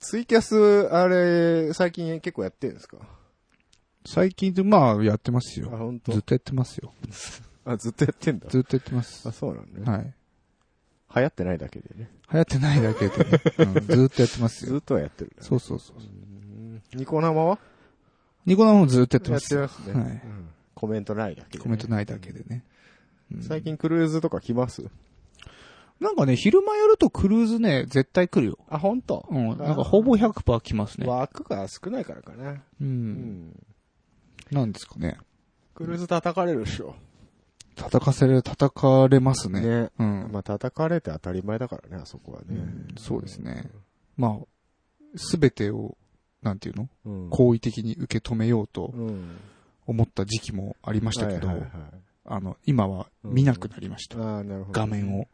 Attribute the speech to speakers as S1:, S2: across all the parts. S1: ツイキャス、あれ、最近結構やってるんですか
S2: 最近で、まあ、やってます
S1: あ、
S2: よ。
S1: 本
S2: ずっ
S1: 当。
S2: とやってますよ。
S1: あ、ずっとやってんだ。
S2: ずっとやってます。
S1: あ、
S2: は
S1: そうなんだね、
S2: い。
S1: 流行ってないだけでね。
S2: 流行ってないだけで、 うんずっとやってます
S1: ず
S2: よ。
S1: っとはやってる。
S2: そうそうそう。
S1: ニコ生は
S2: ニコ生もずっとやって
S1: や
S2: ま
S1: って
S2: す。
S1: ますね。
S2: はい
S1: うんコメントないだけでね、
S2: コメントないだけでね。うん
S1: 最近クルーズとか来ます
S2: なんかね、昼間やるとクルーズね、絶対来るよ。
S1: あ、本当
S2: うん。なんかほぼ100%来ますね。
S1: 枠が少ないからかな。
S2: う。
S1: うんん。
S2: なんですかね。
S1: クルーズ叩かれるでしょ。
S2: 叩かせれ、叩かれますね。
S1: ね。
S2: うん。
S1: まあ、叩かれて当たり前だからね、あそこは
S2: う
S1: ね。
S2: んそうですね。まあ、すべてを、なんていうの
S1: うん。
S2: 好意的に受け止めようと
S1: うん。
S2: 思った時期もありましたけど、
S1: はいはいはい
S2: あの、今は見なくなりました。
S1: ああ、なるほど。
S2: 画面を。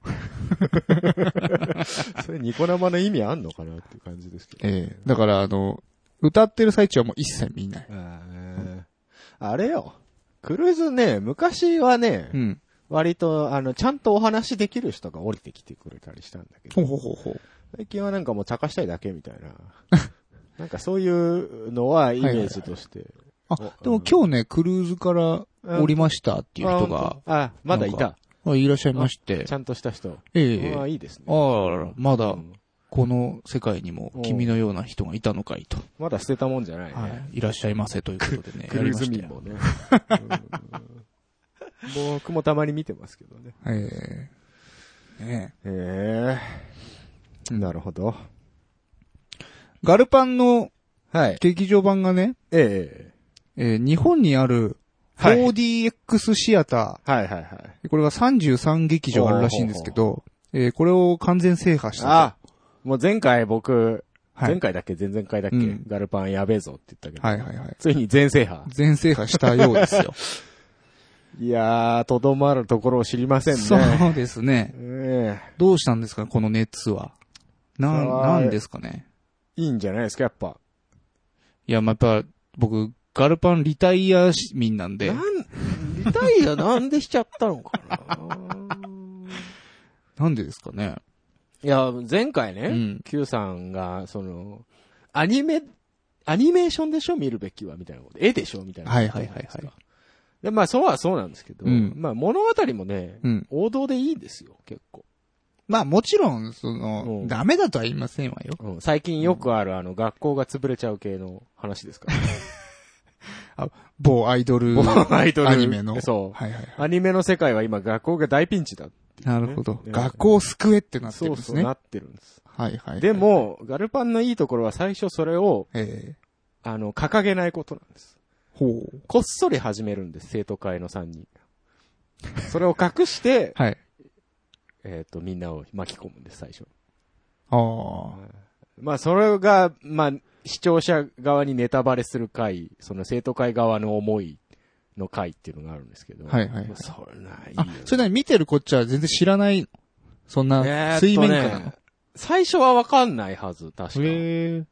S1: それニコ生の意味あんのかなっていう感じですけど。
S2: ええだから、あの、歌ってる最中はもう一切見ない。
S1: あーあれよ。クルーズね、昔はね、
S2: うん。
S1: 割と、あの、ちゃんとお話できる人が降りてきてくれたりしたんだけ
S2: ほ
S1: ど、
S2: うほうほうほう。
S1: 最近はなんかもう茶化したいだけみたい な。なんかそういうのはイメージとして。
S2: あ、でも今日ね、クルーズから降りましたっていう人が
S1: あ、あ、まだい
S2: なん
S1: た。
S2: あいらっしゃいまして
S1: ち、ゃんとした人。
S2: ええ
S1: ああ、いいですね。
S2: あら、まだ
S1: うん
S2: この世界にも君のような人がいたのかいと、
S1: まだ捨てたもんじゃないね。
S2: はい、いらっしゃいませということで ね、
S1: ク
S2: やり
S1: ルー
S2: ま
S1: ズ
S2: し
S1: 民
S2: たよ。
S1: もね。うん僕もたまに見てますけどね。
S2: ええねえ
S1: ええなるほど。
S2: ガルパンの
S1: はい。
S2: 劇場版がね、
S1: え
S2: えー日本にある
S1: はい
S2: 4DX シアター、
S1: えはいはいはい。
S2: これが33劇場あるらしいんですけど、えーこれを完全制覇したと。
S1: あ、もう前回僕、
S2: はい、
S1: 前回だっけ前々回だっけ、
S2: うん
S1: ガルパンやべえぞって言ったけど。
S2: はいはいはい。
S1: ついに全制覇。
S2: 全制覇したようです よ。
S1: いやー、とどまるところを知りませんね。
S2: そうですね。
S1: え
S2: どうしたんですか、この熱は。な、
S1: は
S2: ないんですかね。
S1: えいいんじゃないですか、やっぱ。
S2: いや、まあ、やっぱ、僕、ガルパンリタイア市民なんで
S1: な、ん、リタイアなんでしちゃったのか な
S2: なんでですかね。
S1: いや、前回
S2: う
S1: ね、
S2: ん。
S1: Q さんが、その、アニメ、アニメーションでしょ見るべきは、みたいなこと。絵でしょみたいな。
S2: はいはいはいはい。
S1: で、まあ、そうはそうなんですけど、
S2: うん
S1: まあ、物語もね、
S2: うん。
S1: 王道でいいですよ、結構。
S2: まあもちろん、そ
S1: うん
S2: の、ダメだとは言いませんわよ。
S1: うん、最近よくある、あの、学校が潰れちゃう系の話ですから、
S2: 某アイドル。
S1: 某アイドル
S2: アニメの。
S1: そう
S2: はいはい は
S1: アニメの世界は今、学校が大ピンチだ。
S2: い。なるほど。
S1: ね
S2: 学校を救えってなって
S1: そ
S2: るん
S1: う
S2: です
S1: そ
S2: ね。
S1: う、なってるんです。
S2: はいはいはい。
S1: で、も、ガルパンのいいところは最初それを、
S2: ええ
S1: あの、掲げないことなんです。
S2: ほう。
S1: こっそり始めるんです、生徒会の3人。それを隠して、
S2: はい。
S1: えっと、みんなを巻き込むんです、最初。
S2: ああ。
S1: まあ、それが、まあ、視聴者側にネタバレする回、その生徒会側の思いの回っていうのがあるんですけど。
S2: はいはいはい
S1: まあそれないいよ
S2: あ、それなりに見てるこっちは全然知らない。そんな、水面下な
S1: えーっと
S2: の
S1: ね。最初はわかんないはず、確か。
S2: へえ。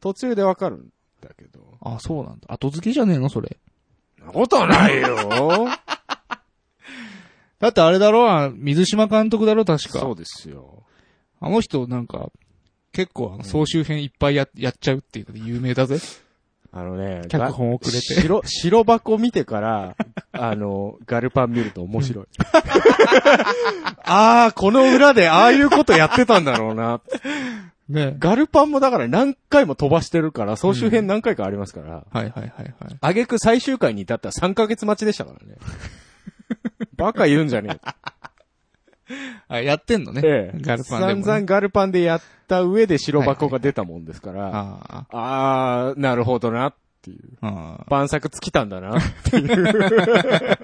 S1: 途中でわかるんだけど。
S2: あ、そうなんだ。後付けじゃねえのそれ。
S1: なことない よ
S2: だってあれだろあ水島監督だろ確か。
S1: そうですよ。
S2: あの人なんか、結構あの総集編いっぱいや、やっちゃうっていうので有名だぜ。
S1: あのね、
S2: 脚本をくれて。
S1: 白、白箱見てから、あの、ガルパン見ると面白い。 ああ、この裏でああいうことやってたんだろうな。
S2: ね。
S1: ガルパンもだから何回も飛ばしてるから、総集編何回かありますから。
S2: はいはいはいはい。
S1: あげく最終回に至ったら3ヶ月待ちでした からね。バカ言うんじゃね
S2: あ、やってんのね。
S1: え。ええ
S2: ガルパンで
S1: 散
S2: も、ね。
S1: 々ガルパンでやった上で白箱が出たもんですから。
S2: あ
S1: ああ、なるほどなっていう。
S2: あ、ああ。
S1: 晩作尽きたんだ なっていう。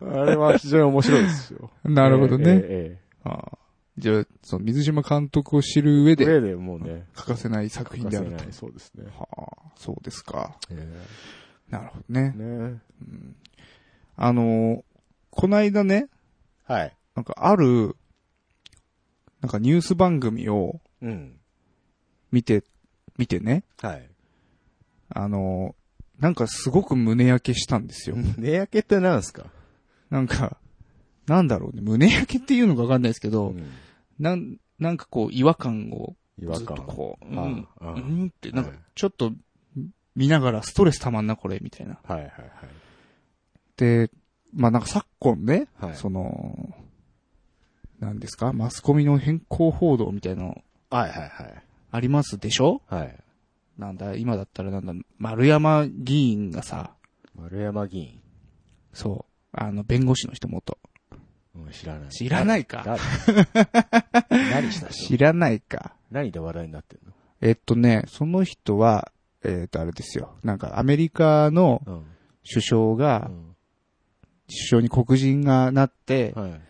S1: あれは非常に面白いですよ。
S2: なるほどね。
S1: ええ
S2: ああじゃあ、その水島監督を知る上
S1: ええ
S2: で
S1: 上でもうね、
S2: 欠かせない作
S1: 欠か
S2: 品で
S1: せ
S2: あると。
S1: ない。そうですね。
S2: はあ、そうですか。
S1: え
S2: なるほどね
S1: え。ね
S2: あのーこないだね、
S1: はい。
S2: なんかある、なんかニュース番組を
S1: うん。
S2: 見て、見てね、
S1: はい。
S2: あのーなんかすごく胸焼けしたんですよ。
S1: 値上げってなんすか
S2: なんか、なんだろうね、胸焼けっていうのかわかんないですけど、
S1: うん
S2: なん、なんかこう違和感を
S1: 違和
S2: ずっと
S1: 感。
S2: こう、う
S1: あ
S2: ん、
S1: ああ
S2: うんって、なんかちょっと見ながらストレスたまんなこれ、みたいな。
S1: はいはい
S2: で、まあなんか昨今ね、
S1: はい。はい。
S2: その、なんですか、マスコミの変更報道みたいの
S1: はいはい
S2: ありますでしょ
S1: はい。はい。
S2: なんだ、今だったらなんだ、丸山議員がさ、
S1: 丸山議員。
S2: そう、あの、弁護士の人元。
S1: うん、知らない。
S2: 知らないか
S1: 誰何した人
S2: 知らないか。
S1: 何で話題になってん
S2: えっとね、その人は、えっと、あれですよ。なんか、アメリカの
S1: の
S2: 首相
S1: う
S2: が、
S1: ん。
S2: 首相に黒人がなって、
S1: うん。はい。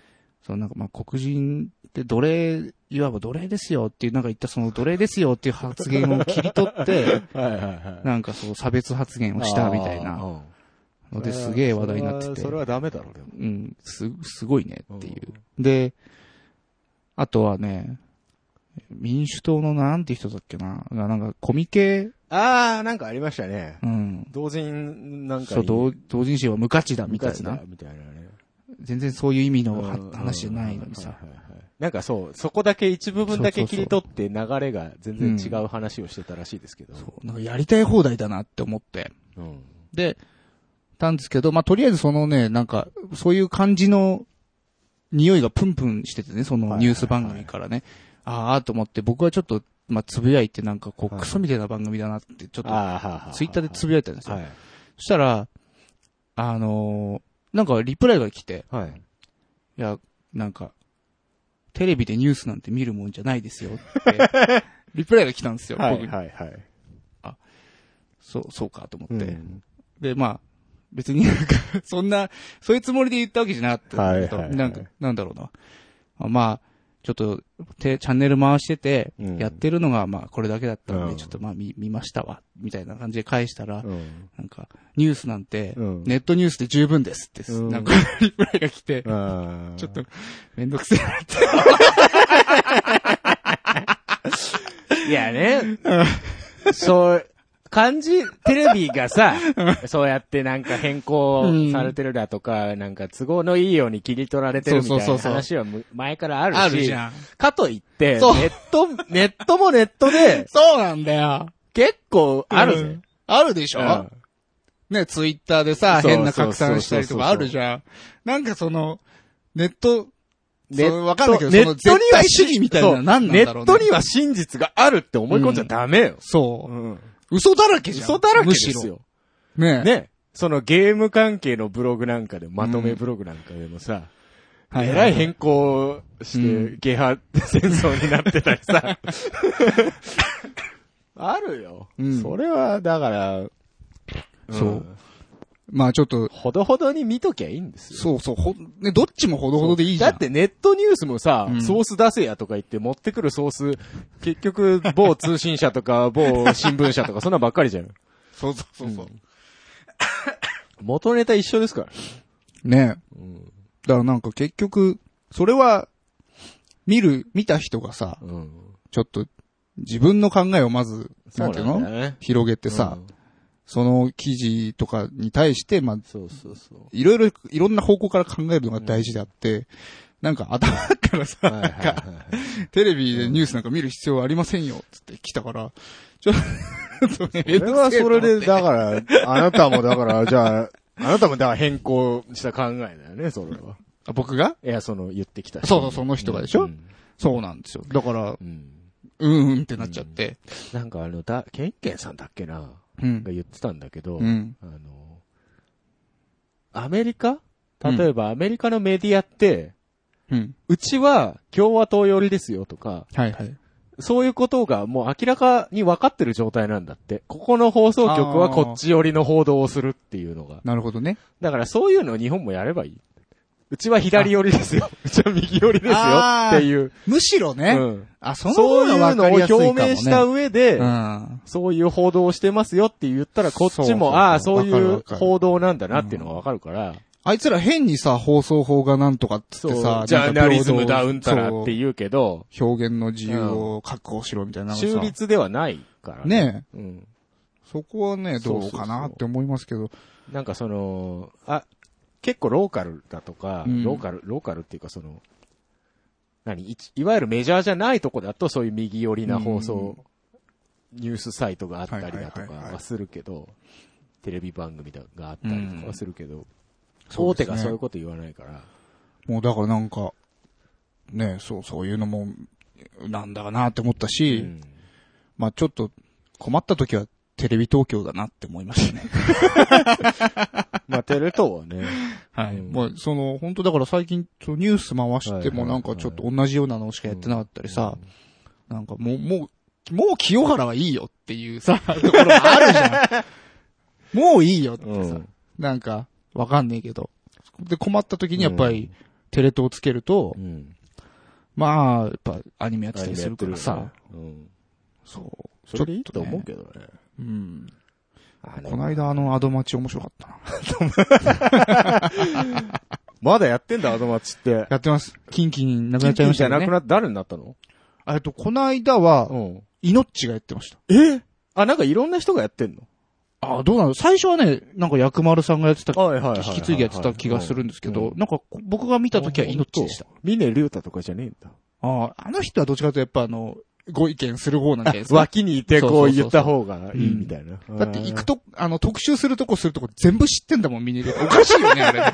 S2: そのなんか、まあ、黒人って奴隷、いわば奴隷ですよっていう、なんか言ったその奴隷ですよっていう発言を切り取 って、
S1: はいはいはい。
S2: なんかそう、差別発言をしたみたいな
S1: あー。
S2: のですげえ話題になって
S1: そ
S2: て
S1: れはそ。れはダメだろ、でも。
S2: うん、す、すごいねっていう。で、あとはね、民主党のなんて人だっけな、がなんかコミケ、
S1: ああ、なんかありましたね。
S2: うん。
S1: 同人なんか
S2: そう、同同人誌は無価値だみ
S1: み
S2: た
S1: た
S2: い
S1: い
S2: な
S1: な。。みたいなね。
S2: 全然そういう意味のは
S1: うん
S2: 話じゃないのにさ。。
S1: うんはいはいはいなんかそう、そこだけ一部分だけ切り取って流れが全然違う話をしてたらしいですけど。
S2: そう、なんかやりたい放題だなって思って。
S1: うん。
S2: で、たんですけど、まあ、とりあえずそのね、なんか、そういう感じの匂いがプンプンしててね、そのニュース番組からね。ああ、と思って、僕はちょっと、まあ、つぶやいてなんかこう、
S1: はい
S2: クソみたいな番組だなって、ちょっと、
S1: あーはあはあ
S2: ツイッターでつぶやいたんですよ。
S1: はい。
S2: そしたら、あのーなんかリプライが来て、
S1: はい。
S2: いや、なんか、テレビでニュースなんて見るもんじゃないですよって、 リプライが来たんですよ、
S1: はい
S2: 僕に。
S1: はいはい。
S2: そう、そうかと思
S1: うん
S2: って。で、まあ、別になんか、 そんな、そういうつもりで言ったわけじゃなかったんだけど、
S1: はいはいはい
S2: なんか、なんだろうな。あまあ、ちょっと、て、チャンネル回してて、
S1: うん
S2: やってるのが、まあ、これだけだったんで、
S1: うん
S2: ちょっとまあ、見、見ましたわ、みたいな感じで返したら、
S1: うん。
S2: なんか、ニュースなんて、
S1: うん
S2: ネットニュースで十分ですって、
S1: うん
S2: なんか、 リプライが来て、
S1: あー
S2: ちょっと、めんどくせえなって。
S1: いやね、そう、感じ、テレビがさ、 そうやってなんか変更されてるだとか、なんか都合のいいように切り取られてるみたい
S2: そうそう
S1: な
S2: そうそう
S1: 話はむ前からあるし、
S2: ん。
S1: かといって、ネ
S2: そう
S1: ット、ネットもネットで、
S2: そうなんだよ。
S1: 結構ある
S2: う
S1: ぜ
S2: ん。あるでしょ、
S1: うん
S2: ね、ツイッターでさ、
S1: そう
S2: 変な拡散したりとかあるじゃん。なんかその、ネット、
S1: ネッ
S2: そ
S1: ト
S2: うわかんないけど
S1: ネッ
S2: そ
S1: ト
S2: の
S1: には
S2: 絶対主義みたいなの
S1: そう
S2: 何なんだろうね
S1: ネットには真実があるって思い込んじゃダメよ。
S2: そうう。
S1: ん。
S2: 嘘だらけじゃん。
S1: 嘘だらけで
S2: む
S1: す
S2: しろ。
S1: よ。
S2: ね。
S1: ね。そのゲーム関係のブログなんかで、まとめブログなんかでもさ、
S2: は
S1: え
S2: い
S1: ら
S2: はいい。
S1: 変更して、
S2: う
S1: ゲハ 戦争になってたりさ。 あるよ。
S2: うん
S1: それは、だから、ん
S2: そう。まあちょっと、
S1: ほどほどに見ときゃいいんですよ。
S2: そうそう、ほ、ね、どっちもほどほどでいいじゃん。
S1: だってネットニュースもさ、
S2: うん
S1: ソース出せやとか言って持ってくるソース、結局某通信社と か某新聞社とかそんなばっかりじゃん。
S2: そうそうそうそう。
S1: 元ネタ一緒ですから。
S2: ね。
S1: うん。
S2: だからなんか結局、それは、見る、見た人がさ、
S1: うん。
S2: ちょっと、自分の考えをまず、なんていうの
S1: だよね。
S2: 広げてさ、
S1: うん
S2: その記事とかに対して、まあ、
S1: そうそうそ
S2: いろいろ、いろんな方向から考えるのが大事であって、なんか頭からさ、
S1: う。はいはい
S2: なんか
S1: はいはい。
S2: テレビでニュースなんか見る必要はありませんよ、つって来たから、ちょっとね、
S1: それはそれで、だから、あなたもだから、 じゃあ、あなたもだから変更した考えだよね、それは。
S2: あ僕が
S1: いや、その、言ってきた人
S2: そうそう、その人がでし
S1: う
S2: ょ、
S1: ん
S2: そうなんですよ。だから、
S1: うん。
S2: うんうんってなっちゃって。
S1: なんかあの、だ、ケンケンさんだっけな
S2: うん
S1: が。言ってたんだけど、
S2: うん。
S1: あの、アメリカ例えばアメリカのメディアって、
S2: うん。
S1: うちは共和党寄りですよとか、
S2: はいはい。
S1: そういうことがもう明らかに分かってる状態なんだって。ここの放送局はこっち寄りの報道をするっていうのが。
S2: なるほどね。
S1: だからそういうの日本もやればいい。うちは左寄りですよ。うちは右寄りですよ
S2: あ
S1: っ
S2: ー
S1: ていう。
S2: むしろね、
S1: うん
S2: あ、その
S1: そ
S2: 方
S1: うい
S2: が
S1: う
S2: 分
S1: の
S2: かり
S1: を
S2: やすいかも、ね、
S1: 表明した上で、
S2: うん。
S1: そういう報道をしてますよって言ったら、こっ
S2: そう
S1: ち
S2: そうそう
S1: も、ああ、そうい
S2: わかるわ
S1: う
S2: かる
S1: 報道なんだなっていうのがわかるから、
S2: あいつら変にさ、放送法がなんとかっつっ
S1: そ
S2: てさ、
S1: う、ジャーナリズムだうんたら
S2: そう
S1: って言うけど、
S2: 表現の自由を確保しろみたいなのさ
S1: 中立ではないから。
S2: ね
S1: うん。
S2: そこはね、どうか
S1: そうそう
S2: な
S1: そう
S2: って思いますけど。
S1: なんかその、あ、結構ローカルだとか、
S2: うん
S1: ローカル、ローカルっていうかその、何いいわゆるメジャーじゃないとこだと、そういう右寄りな放送、ニュースサイトがあったりだとかはするけど、テレビ番組だがあったりとかはするけど、大手がそういうこと言わないから、
S2: もうだからなんか、ね、そう、そういうのも、なんだかなって思ったし、
S1: うん
S2: まあちょっと困った時はテレビ東京だなって思いましたね。
S1: まあ、テレ東 はね、
S2: はい。
S1: うん
S2: もうその、本当だから最近、そのニュース回しても
S1: はいはい
S2: なんかちょっと同じようなのしかやってなかったりさ、なんかもう、もう、もう清原はいいよっていうさ、 ところがあるじゃん。もういいよってさ、
S1: うん
S2: なんか、わかんねえけど。で、困った時にやっぱり、テレ東つけると、
S1: うん。
S2: まあ、やっぱアニメやってたり
S1: や
S2: するからさ、
S1: うん。
S2: そう。
S1: それでいいと思う
S2: ど。
S1: けどね。
S2: うん。
S1: あ
S2: この間あのアドマチ面白かったな。
S1: まだやってんだ、アドマッチって。
S2: やってます。キンキンなくなっちゃいました
S1: じゃ
S2: よ
S1: な
S2: ね
S1: く。なって、誰になったの
S2: えっと、この間は、
S1: ん。
S2: イノッチがやってました。
S1: えあ、なんかいろんな人がやってんの
S2: ああ、どうなの最初はね、なんか薬丸さんがやってた、
S1: はいは
S2: 引き継いでやってた気がするんですけど、なんかこ僕が見
S1: 見
S2: た時はイノッチでした。。
S1: 峰竜太とかじゃねえんだ。
S2: ああ、あの人はどっちかというとやっぱあの、ご意見する方なんじゃないですか。
S1: 脇にいてこう言った方がいいみたいな。
S2: だって行くと、あの、特集するとこするとこ全部知ってんだもん、ミニで。おかしいよね、あれ ね。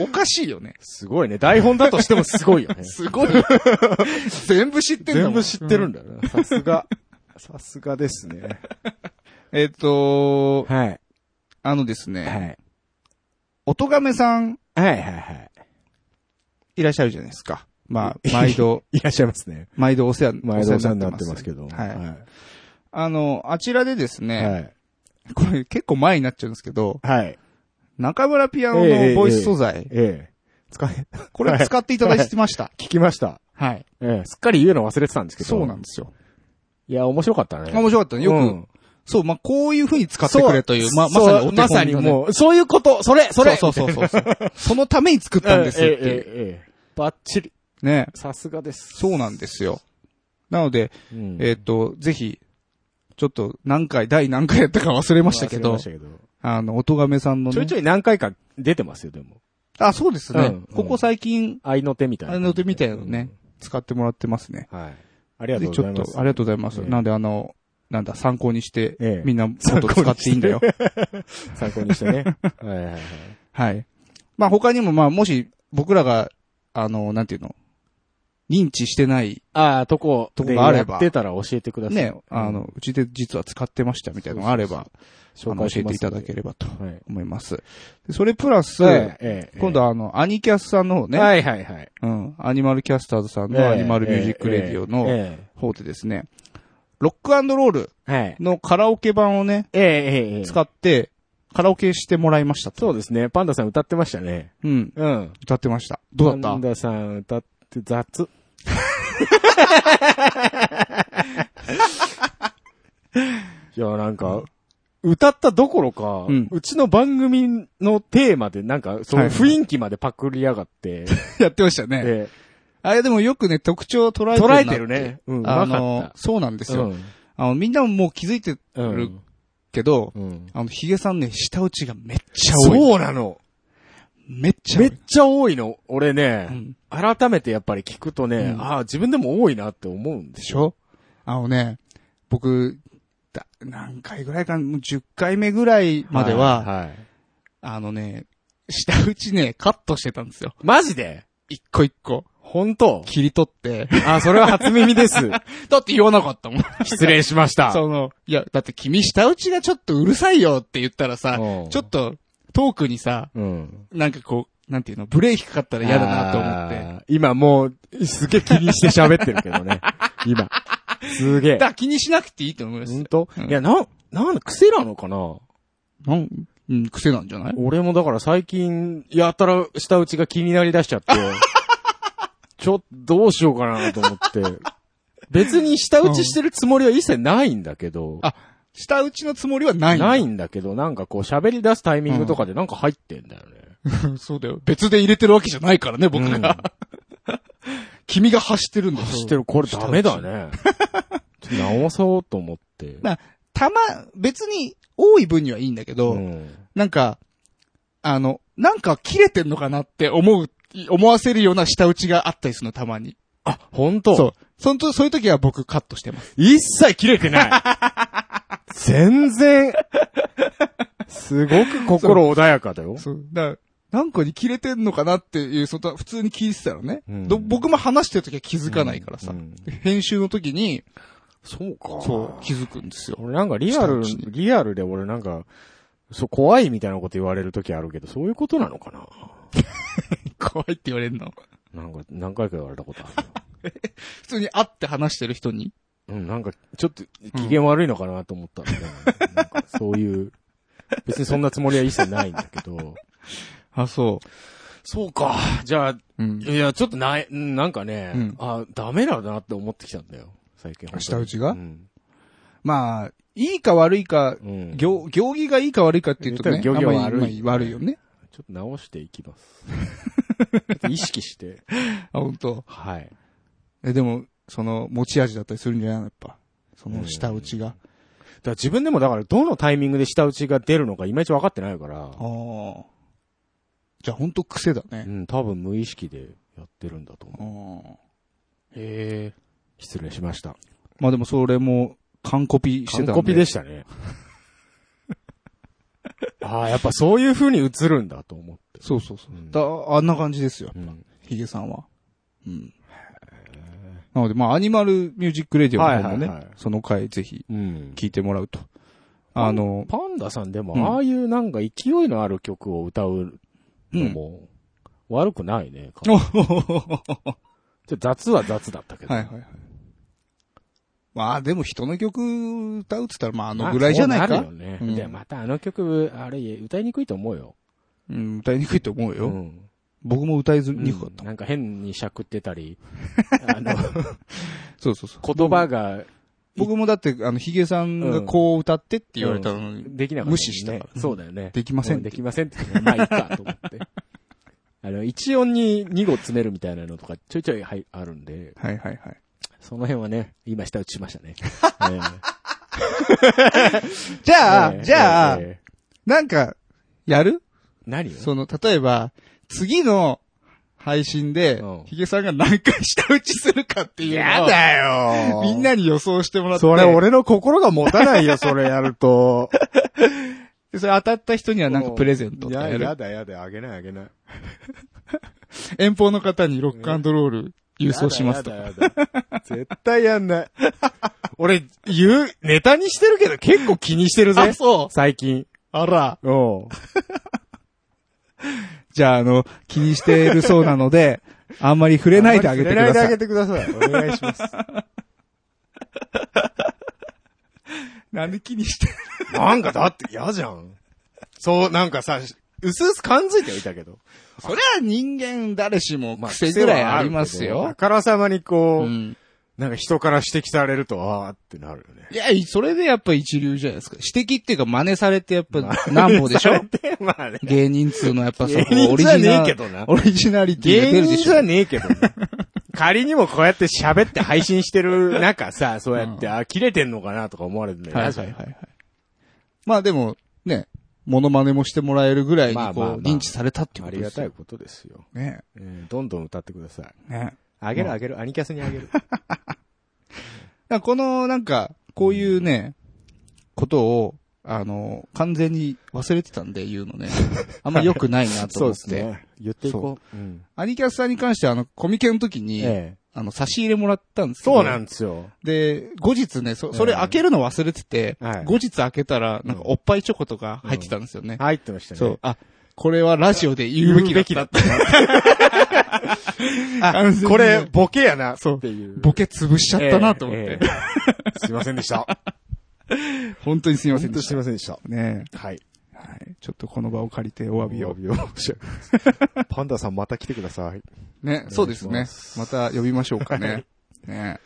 S2: おかしいよね。
S1: すごいね。台本だとしてもすごいよね。
S2: すごい。全部知ってん
S1: 全
S2: だもん。
S1: 部知ってるん
S2: だ。
S1: だよな。さすが。さすがですね。
S2: えっ、と
S1: はい。
S2: あのです
S1: は
S2: ね、
S1: い。
S2: おとがめさん
S1: はいはいはい
S2: らっしゃるじゃないですか。まあ、毎度、
S1: い。いらっしゃいますね。
S2: 毎度お世話、
S1: 前田さんになってますけど。
S2: はい。あの、あちらでです
S1: い。
S2: ね、
S1: はい。
S2: これ結構前になっちゃうんですけど、
S1: はい。
S2: 中村ピアノのボイス素材、
S1: ええ。使え、
S2: これ使っていただいてました。
S1: 聞きました。
S2: はい。
S1: ええ、すっかり言うの忘れてたんですけど。
S2: そうなんですよ。
S1: いや、面白かったね。
S2: 面白かったね。よく、
S1: うん
S2: そう、まあ、こういう風に使ってくれという、まあ、まさにお手
S1: そう
S2: 本
S1: まさにもう、そういうこと、それ、そ
S2: そ
S1: れ
S2: れ。そうそうそうそう。 そのために作ったんですって
S1: え
S2: い
S1: え
S2: う。
S1: ええええバッチリ。
S2: ね。
S1: さすがです。
S2: そうなんですよ。なので、
S1: うん。
S2: えっ、と、ぜひ、ちょっと何回、第何回やったか忘れましたけ
S1: 忘れ
S2: ど
S1: ま、したけど
S2: あの、音亀さんのね。
S1: ちょいちょい何回か出てますよ、でも。
S2: あ、そうですね。
S1: うん
S2: ここ最近、
S1: 愛の手みたいな。
S2: あの手みたいなのね、使ってもらってますね。
S1: うん。はい。ありがと
S2: で
S1: うご
S2: ち
S1: ざ
S2: ょ
S1: い
S2: っ
S1: ま
S2: と、
S1: す。
S2: ありがとうございます。
S1: ええ
S2: なんで、あの、なんだ、参考にして、
S1: ええ
S2: みんな、もっと使っていいんだよ。
S1: 参考にしてね。はいはいはい。
S2: はい。まあ他にも、まあもし僕らが、あの、なんていうの、認知してない、
S1: ああ、とこ、
S2: とこがあれば
S1: でやってたら教えてください。
S2: ね
S1: うん、
S2: あの、、うちで実は使ってましたみたいなのがあれば、
S1: 紹
S2: あの
S1: 介し
S2: 教え
S1: ま
S2: て
S1: す
S2: いただければと
S1: はい。
S2: 思います。でそれプラス、
S1: ええ
S2: 今度はあの、アニキャスさんの方ね、
S1: はいはいはい。
S2: うん、アニマルキャスターズさん
S1: ええ
S2: のアニマルミュージックレディオの
S1: え
S2: 方でですね、ロックロール
S1: えはい。
S2: のカラオケ版をね、
S1: ええええええ
S2: 使って、カラオケしてもらいましたと。
S1: そうですね。パンダさん歌ってましたね。
S2: うん、
S1: うん。
S2: 歌ってました。どう
S1: パ
S2: だ
S1: ン
S2: った
S1: ダさん歌って 雑。いや、なんか、歌ったどころか、
S2: う
S1: うんちの番組のテーマでなんか、そ
S2: は
S1: の
S2: いはい
S1: 雰囲気までパクりやが って、
S2: やってましたね。
S1: で
S2: あれでもよくね、特徴を捉えてるな
S1: 捉
S2: っ
S1: えてるね。うん、うまか
S2: あ
S1: った。
S2: の、そうなんですよ。
S1: うん
S2: あの、みんなももう気づいて
S1: う
S2: る
S1: ん。
S2: けど、
S1: うん。
S2: あの、ヒゲさんね、下打ちがめっちゃ多い。
S1: そうなの。
S2: めっちゃ多
S1: めっ
S2: い。
S1: ちゃ多いの。俺
S2: う
S1: ね、
S2: ん。
S1: 改めてやっぱり聞くとね、
S2: うん
S1: ああ、自分でも多いなって思うんで
S2: ですし
S1: よ。
S2: ょあのね、僕、だ何回ぐらいかな、もう10回目ぐらいまでは、
S1: はいはい。
S2: あのね、下打ちね、カットしてたんですよ。
S1: マジで
S2: 一個一個。
S1: 本当
S2: 切り取って。
S1: あ、それは初耳です。
S2: だって言わなかったもん。
S1: 失礼しました。
S2: その、いや、だって君下打ちがちょっとうるさいよって言ったらさ、
S1: うん
S2: ちょっと、トークにさ、
S1: うん。
S2: なんかこう、なんていうの、ブレーキかかったら嫌だなと思って。
S1: って。今もう、すげえ気にして喋ってるけどね。今。すげえ
S2: だか。ら気にしなくていいと思います
S1: ほ。んと
S2: うん
S1: いや、なん、なんだ、癖なのかな
S2: なん、うん、癖なんじゃない
S1: 俺もだから最近、やたら下打ちが気になりだしちゃ って、ちょっとどうしようかなと思って。別に下打ちしてるつもりは一切ないんだけど、
S2: あ下打ちのつもりはない。
S1: ないんだけど、なんかこう喋り出すタイミングとかでなんか入ってんだよね。
S2: そうだよ。別で入れてるわけじゃないからね、僕
S1: うん
S2: が。 君が発してるんだよ。
S1: 走ってる、これダメだね。ちょっと直そうと思って。
S2: なたま、別に多い分にはいいんだけど、
S1: うん
S2: なんか、あの、なんか切れてんのかなって思う思わせるような舌打ちがあったりするの、たまに。
S1: あ、本当
S2: そう。その、そういう時は僕カットしてます。
S1: 一切切れてない。全 然、すごく心穏やかだよ。
S2: そう。だから、何個に切れてんのかなっていう、その、普通に聞いてたらね。
S1: うん
S2: ど僕も話してる時は気づかないからさ。
S1: うん
S2: 編集の時に、
S1: そうか。
S2: そう、気づくんですよ。
S1: 俺なんかリアル
S2: 下打ち、
S1: リアルで俺なんか、そう、怖いみたいなこと言われる時あるけど、そういうことなのか
S2: 怖いって言われるの。
S1: ななんか、何回か言われたことある。
S2: 普通に会って話してる人に。
S1: うん、なんか、ちょっと、機嫌悪いのかなと思ったんだよね、なんかそういう、別にそんなつもりは一切ないんだけど。
S2: あ、そ
S1: そうか。じゃあ、
S2: う。うん。
S1: いや、ちょっとない、うんなんかね、
S2: うん
S1: あ、ダメだなって思ってきたんだよ。最近。
S2: 舌打ちが
S1: うん。
S2: まあ、いいか悪いか、
S1: うん。ちょ
S2: 行、行儀がいいか悪いかっていうとね、
S1: 言ったら行儀は悪い
S2: あんまりまあ悪いよね。
S1: っと直していきます。 ちょっと意識して。
S2: あ、本当。
S1: はい。
S2: え、でも、その、持ち味だったりするんじゃないのやっぱ。その、舌打ちが。
S1: だから自分でもだから、どのタイミングで舌打ちが出るのか、いまいち分かってないから、
S2: ああ。じゃあ、本当癖だ
S1: う
S2: ね。
S1: ん、多分無意識でやってるんだと思う。
S2: うん。
S1: へえ。失礼しました。
S2: まあでも、それも、完コピしてたんで。
S1: 完コピでした ね。ああ、やっぱそういう風に映るんだと思って。
S2: そうそうそう
S1: うん。
S2: だあんな感じですよ、
S1: うん
S2: ヒゲさんは。うん。なので、まあ、アニマルミュージックレディオの方もね、
S1: はいはいはい
S2: その回ぜひ
S1: うん。
S2: 聞いてもらうと。あの、
S1: パンダさんで
S2: うん
S1: も、ああいうなんか勢いのある曲を歌うのも、悪くないね。
S2: お
S1: ちょ
S2: は
S1: っと雑は雑だったけ
S2: い
S1: ど。
S2: はいはい。まあ、でも人の曲歌うっつったら、まあ、あのぐらいじゃない
S1: まあ
S2: か。
S1: そうるよ
S2: うん
S1: ね。で、またあの曲、あれ、歌いにくいと思うよ。
S2: うん、歌いにくいと思うよ。
S1: うん
S2: 僕も歌いづにくかった
S1: う、んなんか変にしゃくってたり、あ の、
S2: そうそうそう。
S1: 言葉が
S2: 僕もだって、あの、ヒゲさんがこう歌ってって言われたのに、
S1: できなかったもんね。
S2: 無視したから
S1: そうだよね。
S2: できません
S1: う
S2: っ
S1: で
S2: て
S1: きませんって言って。まあいいかと思 って。あの、一音に二語詰めるみたいなのとかちょいちょいはいあるんで、
S2: はいはいはい。
S1: その辺はね、今下打ちしました ね。え
S2: じ
S1: え
S2: ゃあ、
S1: ええ
S2: じゃあ、
S1: ええ
S2: なんか、やる
S1: 何よ
S2: その、例えば、次の配信で
S1: う、ん
S2: ヒゲさんが何回舌打ちするかっていうのを、
S1: だよ
S2: みんなに予想してもらって、
S1: それ俺の心が持たないよ、それやる と。
S2: でそれ当たった人にはなんかプレゼント
S1: い
S2: とか
S1: や
S2: やる
S1: や。だやだ、あげないあげない。
S2: 遠方の方にロックアンドロール郵送しますと
S1: や
S2: か。
S1: だやだやだ絶対やんない。 俺、言う、ネタにしてるけど結構気にしてるぜ
S2: あ、。そう。
S1: 最近。
S2: あら。
S1: おう
S2: じゃあ、あの、気にしてるそうなので、あんまり触れないであげてくだ
S1: 触れないであ
S2: さ
S1: げ
S2: い。
S1: てください。お願いします。
S2: なんで気にして
S1: なんかだって嫌じゃん。そう、なんかさ、うすうす感づいてはいたけど。
S2: そりゃ人間誰しも癖ぐらいあります
S1: あ
S2: よ。
S1: からさまにこう、
S2: うん
S1: なんか人から指摘されると、あーってなるよね。
S2: いや、それでやっぱ一流じゃないですか。指摘っていうか真似されてやっぱなんぼでしょ
S1: で、まあね。
S2: 芸人通のやっぱそ
S1: 芸
S2: こ
S1: 人
S2: オリ
S1: じゃ
S2: ジ
S1: ねえ
S2: ナ
S1: け
S2: ル、
S1: どな。
S2: オリジナリティが出
S1: 芸
S2: るで
S1: 人
S2: し
S1: じ
S2: ょ
S1: ゃ。ねえけ どな。仮にもこうやって喋って配信してる中さ、そうやって、あ、切れてんのかなとか思われるんだよ。
S2: はいはいはいはい。まあでも、ね、モノマネもしてもらえるぐらいに
S1: まあ
S2: こ
S1: まあま
S2: う
S1: あ
S2: 認知されたっていう
S1: あ
S2: こと
S1: り
S2: で
S1: が
S2: す
S1: たい
S2: よ。
S1: ことですよ。
S2: ね。
S1: うんどんどん歌ってください。
S2: ね。だ
S1: あ
S2: か
S1: げる
S2: まあ
S1: あげる、アニキャスにあ げる。
S2: らこのなんか、こういうね、ことを、あの、完全に忘れてたんで言うのね。あんま良くない なと思って。。
S1: 言っていこう。うん
S2: アニキャスさんに関してはあの、コミケの時に、
S1: ええ
S2: あの、差し入れもらったんですけど
S1: そうなんですよ。
S2: で、後日ね、そ、それ
S1: ええ
S2: 開けるの忘れてて、
S1: はい
S2: 後日開けたら、なんかおっぱいチョコとか入ってたんですよね。
S1: 入ってましたね。
S2: そう。。あ、これはラジオで言うべ
S1: 言う
S2: き
S1: べ
S2: だっ
S1: き
S2: た
S1: だっ。たな。
S2: 完全に
S1: あこれ、ボケやな。
S2: そう
S1: っていう。
S2: ボケ潰しちゃったなと思って。
S1: ええ。え えすいませんでした。
S2: 本当にすみませ
S1: 本
S2: ん
S1: 当
S2: で
S1: に
S2: し
S1: す
S2: た
S1: い。ませんでした。
S2: ね
S1: はい。
S2: えはい。ちょっとこの場を借りてお詫びを。
S1: を。パンダさんまた来てください。
S2: ね、そうですね。また呼びましょうかね。ね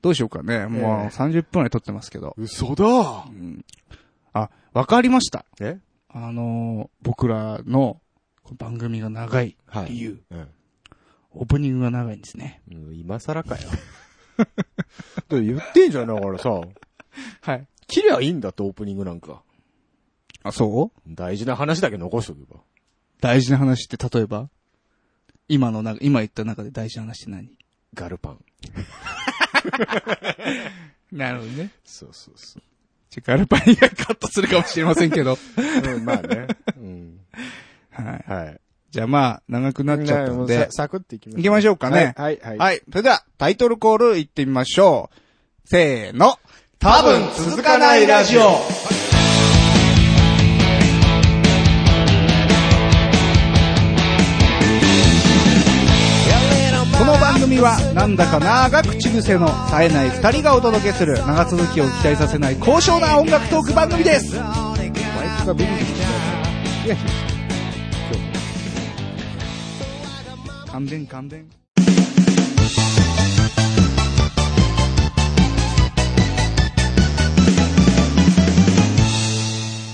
S2: どうしようかね。もう
S1: ええ
S2: 30分ぐらい撮ってますけど。
S1: 嘘だ
S2: うんあ、わかりました。
S1: え
S2: あのー僕らのこの番組が長い理由。
S1: うん
S2: オープニングが長いんですね。
S1: 今更か よ。だって言ってんじゃん、だからさ。
S2: はい。
S1: 切りゃいいんだって、オープニングなんか。
S2: あ、そう
S1: 大事な話だけ残しとけば。
S2: 大事な話って例えば今のな、今言った中で大事な話って何
S1: ガルパン。
S2: なるほどね。
S1: そうそうそ
S2: じゃ、ガルパニがカットするかもしれませんけど。
S1: う。うん、まあ ね。うん。
S2: はい。
S1: はい。
S2: じゃあまあ、長くなっちゃったの
S1: もう
S2: で
S1: さ。サクっていきましょう。
S2: 行きましょうかね
S1: はい、はい。
S2: はい。それでは、タイトルコール行ってみましょう。せーの。多分続かないラジオ。この番組は、なんだか長口癖の冴えない二人がお届けする、長続きを期待させない高尚な音楽トーク番組です。
S1: バイクがビリビリしてるいや
S2: 勘弁勘弁。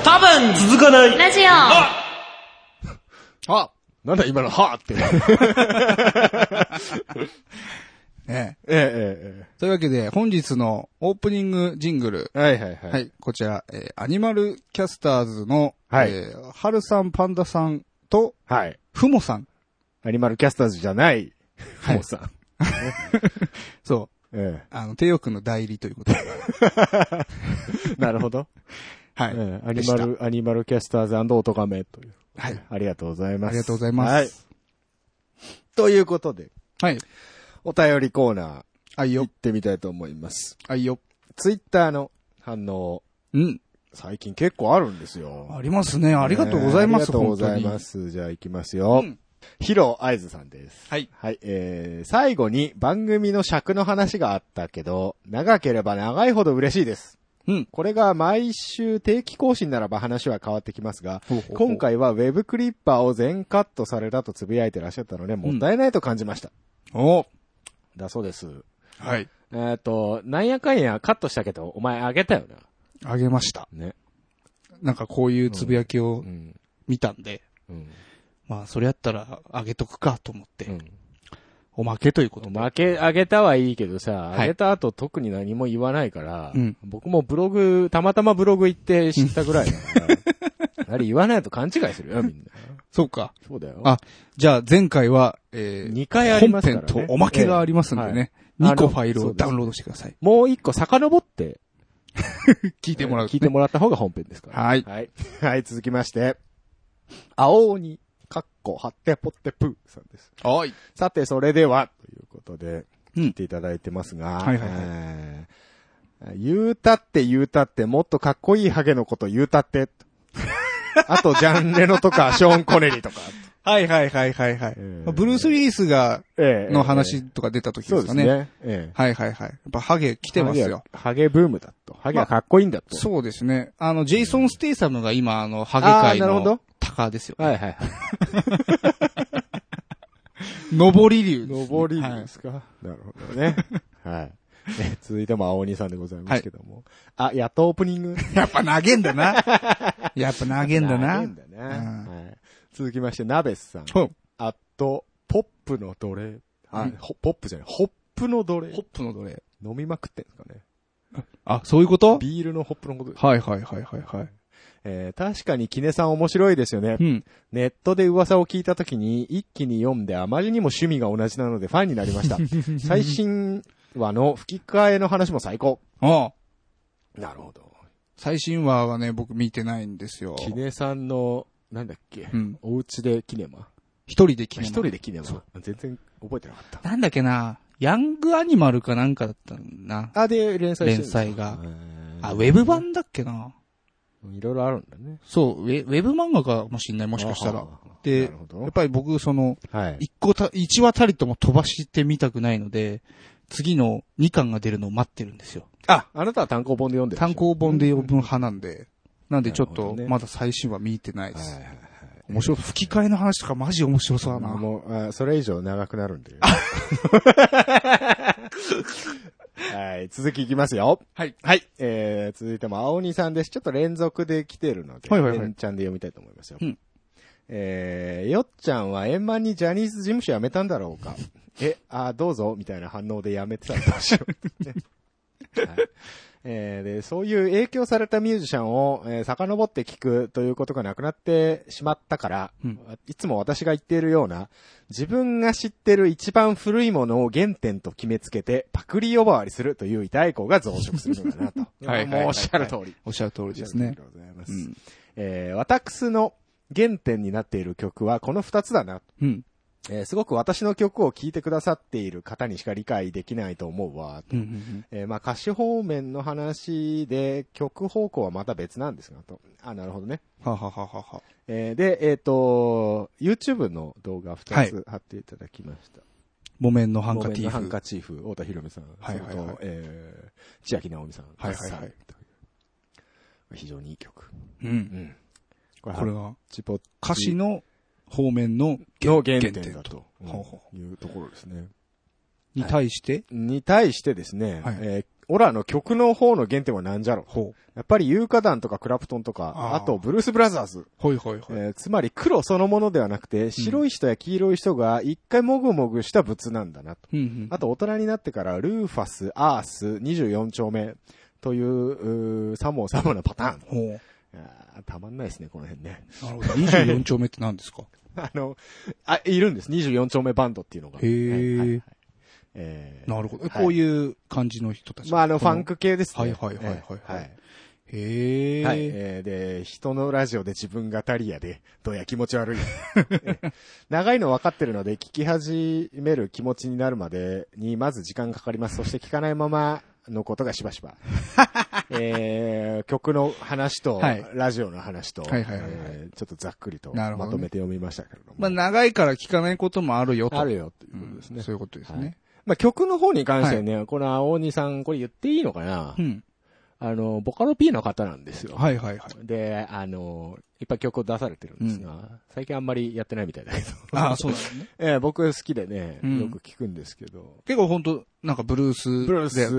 S3: 多分続かないラジオ
S2: あ
S1: なんだ今の、はぁって。 え
S2: ね
S1: え
S2: え。
S1: え
S2: というわけで、本日のオープニングジングル。
S1: ええ。はいはいはい。
S2: はい、こちら、えーアニマルキャスターズの、
S1: はい
S2: えー、はるさん、パンダさんと、
S1: はい。
S2: ふもさん。
S1: アニマルキャスターズじゃない、
S2: はい
S1: もうさん。
S2: そう。
S1: え
S2: あの、帝王君の代理というこ とで。
S1: え。なるほど。
S2: は
S1: え
S2: い。
S1: えア
S2: で
S1: ニ
S2: し
S1: マ
S2: た
S1: ル、アニマルキャスターズオトカメという。
S2: はい。
S1: ありがとうございます。
S2: ありがとうございます。
S1: はい。ということで、
S2: はい。
S1: お便りコーナー、
S2: あい
S1: 行っ
S2: よ、
S1: てみたいと思います。
S2: あいよ。
S1: ツイッターの反応、
S2: うん。
S1: 最近結構あるんですよ。
S2: ありますね。ありがとうございます、
S1: ねありがとうござい
S2: 本当
S1: ま
S2: に。
S1: す。じゃあ行きますよ。
S2: うん
S1: ヒロアイズさんです。
S2: はい。
S1: はい、えー、最後に番組の尺の話があったけど、長ければ長いほど嬉しいです。
S2: うん。
S1: これが毎週定期更新ならば話は変わってきますが、
S2: ほうほうほう
S1: 今。回はウェブクリッパーを全カットされたとつぶやいてらっしゃったので、もったいないと感じました。
S2: お
S1: だそうです。
S2: はい。
S1: えっ、と、なんやかんやカットしたけど、お前あげたよな。
S2: あげました。
S1: ね。
S2: なんかこういうつぶやき
S1: う
S2: を
S1: ん。
S2: 見たんで、
S1: うん。
S2: まあ、それやったら、あげとくかと思って、
S1: うん
S2: おまけということで。
S1: 負け、あげたはいいけどさ、
S2: はい
S1: あげた後特に何も言わないから、
S2: うん
S1: 僕もブログ、たまたまブログ行って知ったぐらいだから、 あれ言わないと勘違いするよ、みんな。
S2: そうか。
S1: そうだよ。
S2: あじゃあ、前回は、えー、
S1: 2回ありますから、ね。
S2: 本編とおまけがありますんでね。
S1: ええ
S2: 2個ファイルをダウンロードしてください。
S1: もう1個遡って、
S2: 聞いてもらう、
S1: 聞いてもらった方が本編ですから。
S2: はい。
S1: はい。はい、続きまして。青鬼、かっこ、はってぽってぷーさんです。
S2: はい。
S1: さて、それでは、ということで、
S2: うん
S1: 聞いていただいてますが、
S2: はいはいはい
S1: えー言うたって言うたって、もっとかっこいいハゲのこと言うたって、 あと、ジャンレノと か、ショーン・コネリとか。
S2: はいはいはいはいは
S1: え
S2: い。
S1: え
S2: まあブルース・リースが、
S1: え
S2: の話とか出た時
S1: そ
S2: で
S1: う
S2: す
S1: で
S2: か
S1: す
S2: ね。
S1: ね。ええ
S2: はいはいはい。やっぱハゲ来てますよ。。
S1: ハゲハゲブームだと。ハゲはかっこいいんだと。
S2: そうですね。あの、ジェイソン・ステイサムが今、あの、ハゲ
S1: あー
S2: 界
S1: なるほ
S2: の
S1: ど
S2: 高ですよ。
S1: はいはいはい。
S2: 上り流ですね。
S1: 上り
S2: はい
S1: で。すか、なるほどね。はい。え続いても青鬼さんでございますけども。あ、やっとオープニング。
S2: やっぱ投げんだな。 やっぱ投げんだな。
S1: 長いんだねはい続きまして、ナベスさん。
S2: ほう
S1: あと、ポップの奴隷。あ
S2: うん、
S1: ほポップじゃない、ホップの奴隷
S2: ホッ。プの奴隷。
S1: 飲みまくってんですかね。
S2: あ、そういうこと
S1: ビールのホップのことです。
S2: はいはいはいはいはい。
S1: えー確かにキネさん面白いですよね
S2: う。ん。
S1: ネットで噂を聞いた時に一気に読んであまりにも趣味が同じなのでファンになりま した。最新話の吹き替えの話も最高。
S2: ああ。
S1: なるほど。
S2: 最新話はね、僕見てないんですよ。
S1: キネさんの、なんだっけ、
S2: うん。
S1: お家でキネマ
S2: 一人でキネマ
S1: 一人でキネマ全然覚えてなかっ
S2: なんだっけな、ヤングアニマルかなんかだったんだな。
S1: た。あ、で、連載してるんだ
S2: 連載が。
S1: へー
S2: あ、ウェブ版だっけな。
S1: いろいろあるんだね。
S2: そう、ウェウェブ漫画かもしんない、もしかした
S1: あ
S2: ら。
S1: はあな
S2: で
S1: るほ
S2: やっ
S1: ど。
S2: ぱり僕、その、
S1: はい。
S2: 一個た、一話たりとも飛ばしてみたくないので、次の2巻が出るのを待ってるんですよ。
S1: あ、あなたは単行本で読んでるでしょ
S2: 単行本で読む派なんで。なんでちょっ
S1: なるほ
S2: と
S1: どね、
S2: まだ最新話見てないで
S1: はい
S2: す
S1: は。いはい。
S2: 面白い。吹き替えの話とかマジ面白そうだな。
S1: もう、あそれ以上長くなるん で。はい、続きいきますよ。
S2: はい。
S1: はい。えー、続いても、青鬼さんです。ちょっと連続で来てるので、
S2: はいはいはい
S1: 連チャンで読みたいと思いますよ。
S2: うん
S1: えー、よっちゃんは円満にジャニーズ事務所辞めたんだろうか。え、あーどうぞ、みたいな反応で辞めてたらどうしよう。はいえーで、そういう影響されたミュージシャンを、えー遡って聞くということがなくなってしまったから、
S2: うん
S1: いつも私が言っているような、自分が知ってる一番古いものを原点と決めつけて、パクリ呼ばわりするという痛い子が増殖するのかなと。
S2: はいはいはいはい
S1: もうおっしゃる通り。
S2: おっしゃる通りです
S1: あり
S2: ね
S1: が。とうございます。
S2: うん。
S1: えー私の原点になっている曲はこの二つだな。
S2: うん。
S1: えーすごく私の曲を聴いてくださっている方にしか理解できないと思うわ。
S2: うんうん
S1: えーまあ歌詞方面の話で曲方向はまた別なんですがと。あ、なるほどね。
S2: うん。ははははは。
S1: えーで、えっ、と、YouTube の動画二つ貼っていただきました。
S2: 木綿のハンカ
S1: 木
S2: テ
S1: 綿の
S2: ィー
S1: ハ
S2: フ。
S1: ンカチーフ、太田博美さん。
S2: はいはいはい
S1: それとえー、千秋直美さん。
S2: はいはいはい
S1: マッサンとう非常にいい曲。
S2: う。
S1: うんん。こ
S2: これが
S1: チポッチ
S2: 歌詞の方面の
S1: の原点だと
S2: 原点とほうほ
S1: うんいうところですね。
S2: に対して、
S1: に対してですね、
S2: はい
S1: えーオラの曲の方の原点は何じゃろ
S2: ほう。
S1: やっぱりユーカダンとかクラプトンとか、
S2: あー
S1: あとブルース・ブラザーズ、
S2: ほいほいほい。
S1: えーつまり黒そのものではなくて、白い人や黄色い人が一回もぐもぐした物なんだなと。
S2: うんうん。
S1: あと大人になってから、ルーファス、アース、24丁目という、うーさもさもなパターン。
S2: ほう。
S1: あーたまんないですね、この辺ね。
S2: なるほど。24丁目って何ですか
S1: あの、あ、いるんです。24丁目バンドっていうのが。
S2: へー
S1: はいはいはいえー
S2: なるほ
S1: は
S2: ど。
S1: い
S2: こういう感じの人たち。
S1: まあ、あの、フ
S2: こ
S1: ァン。ク系ですね。
S2: はいはいはいは
S1: え
S2: い
S1: ー
S2: はい
S1: はい。
S2: へえ。
S1: はい。えーで、人のラジオで自分語りやで、どうや気持ち 悪い。長いの分かってるので、聞き始める気持ちになるまでに、まず時間かかります。そして聞かないままのことがしばし ば。えー曲の話と、
S2: はい
S1: ラジオの話と、
S2: はいはいはいはい
S1: えーちょっとざっくりと、
S2: なるほ
S1: ま
S2: どね
S1: とめて読みましたけれども。
S2: まあ、長いから聞かないこともあるよと。
S1: あるよ、という
S2: う
S1: こと
S2: ん
S1: ですね。
S2: そういうことですね。
S1: まあ、曲の方に関してね、この青鬼さん、これ言っていいのかな、
S2: うん。
S1: あの、ボカロ P の方なんですよ。
S2: はいはいはい。
S1: で、あの、いっぱい曲を出されてるんですが、最近あんまりやってないみたいだけど。
S2: ああ、そうだよ ね。
S1: ええ僕好きでね、
S2: うん
S1: よく聞くんですけど。
S2: 結構ほんと、なんかブルース。
S1: ブルー
S2: だよ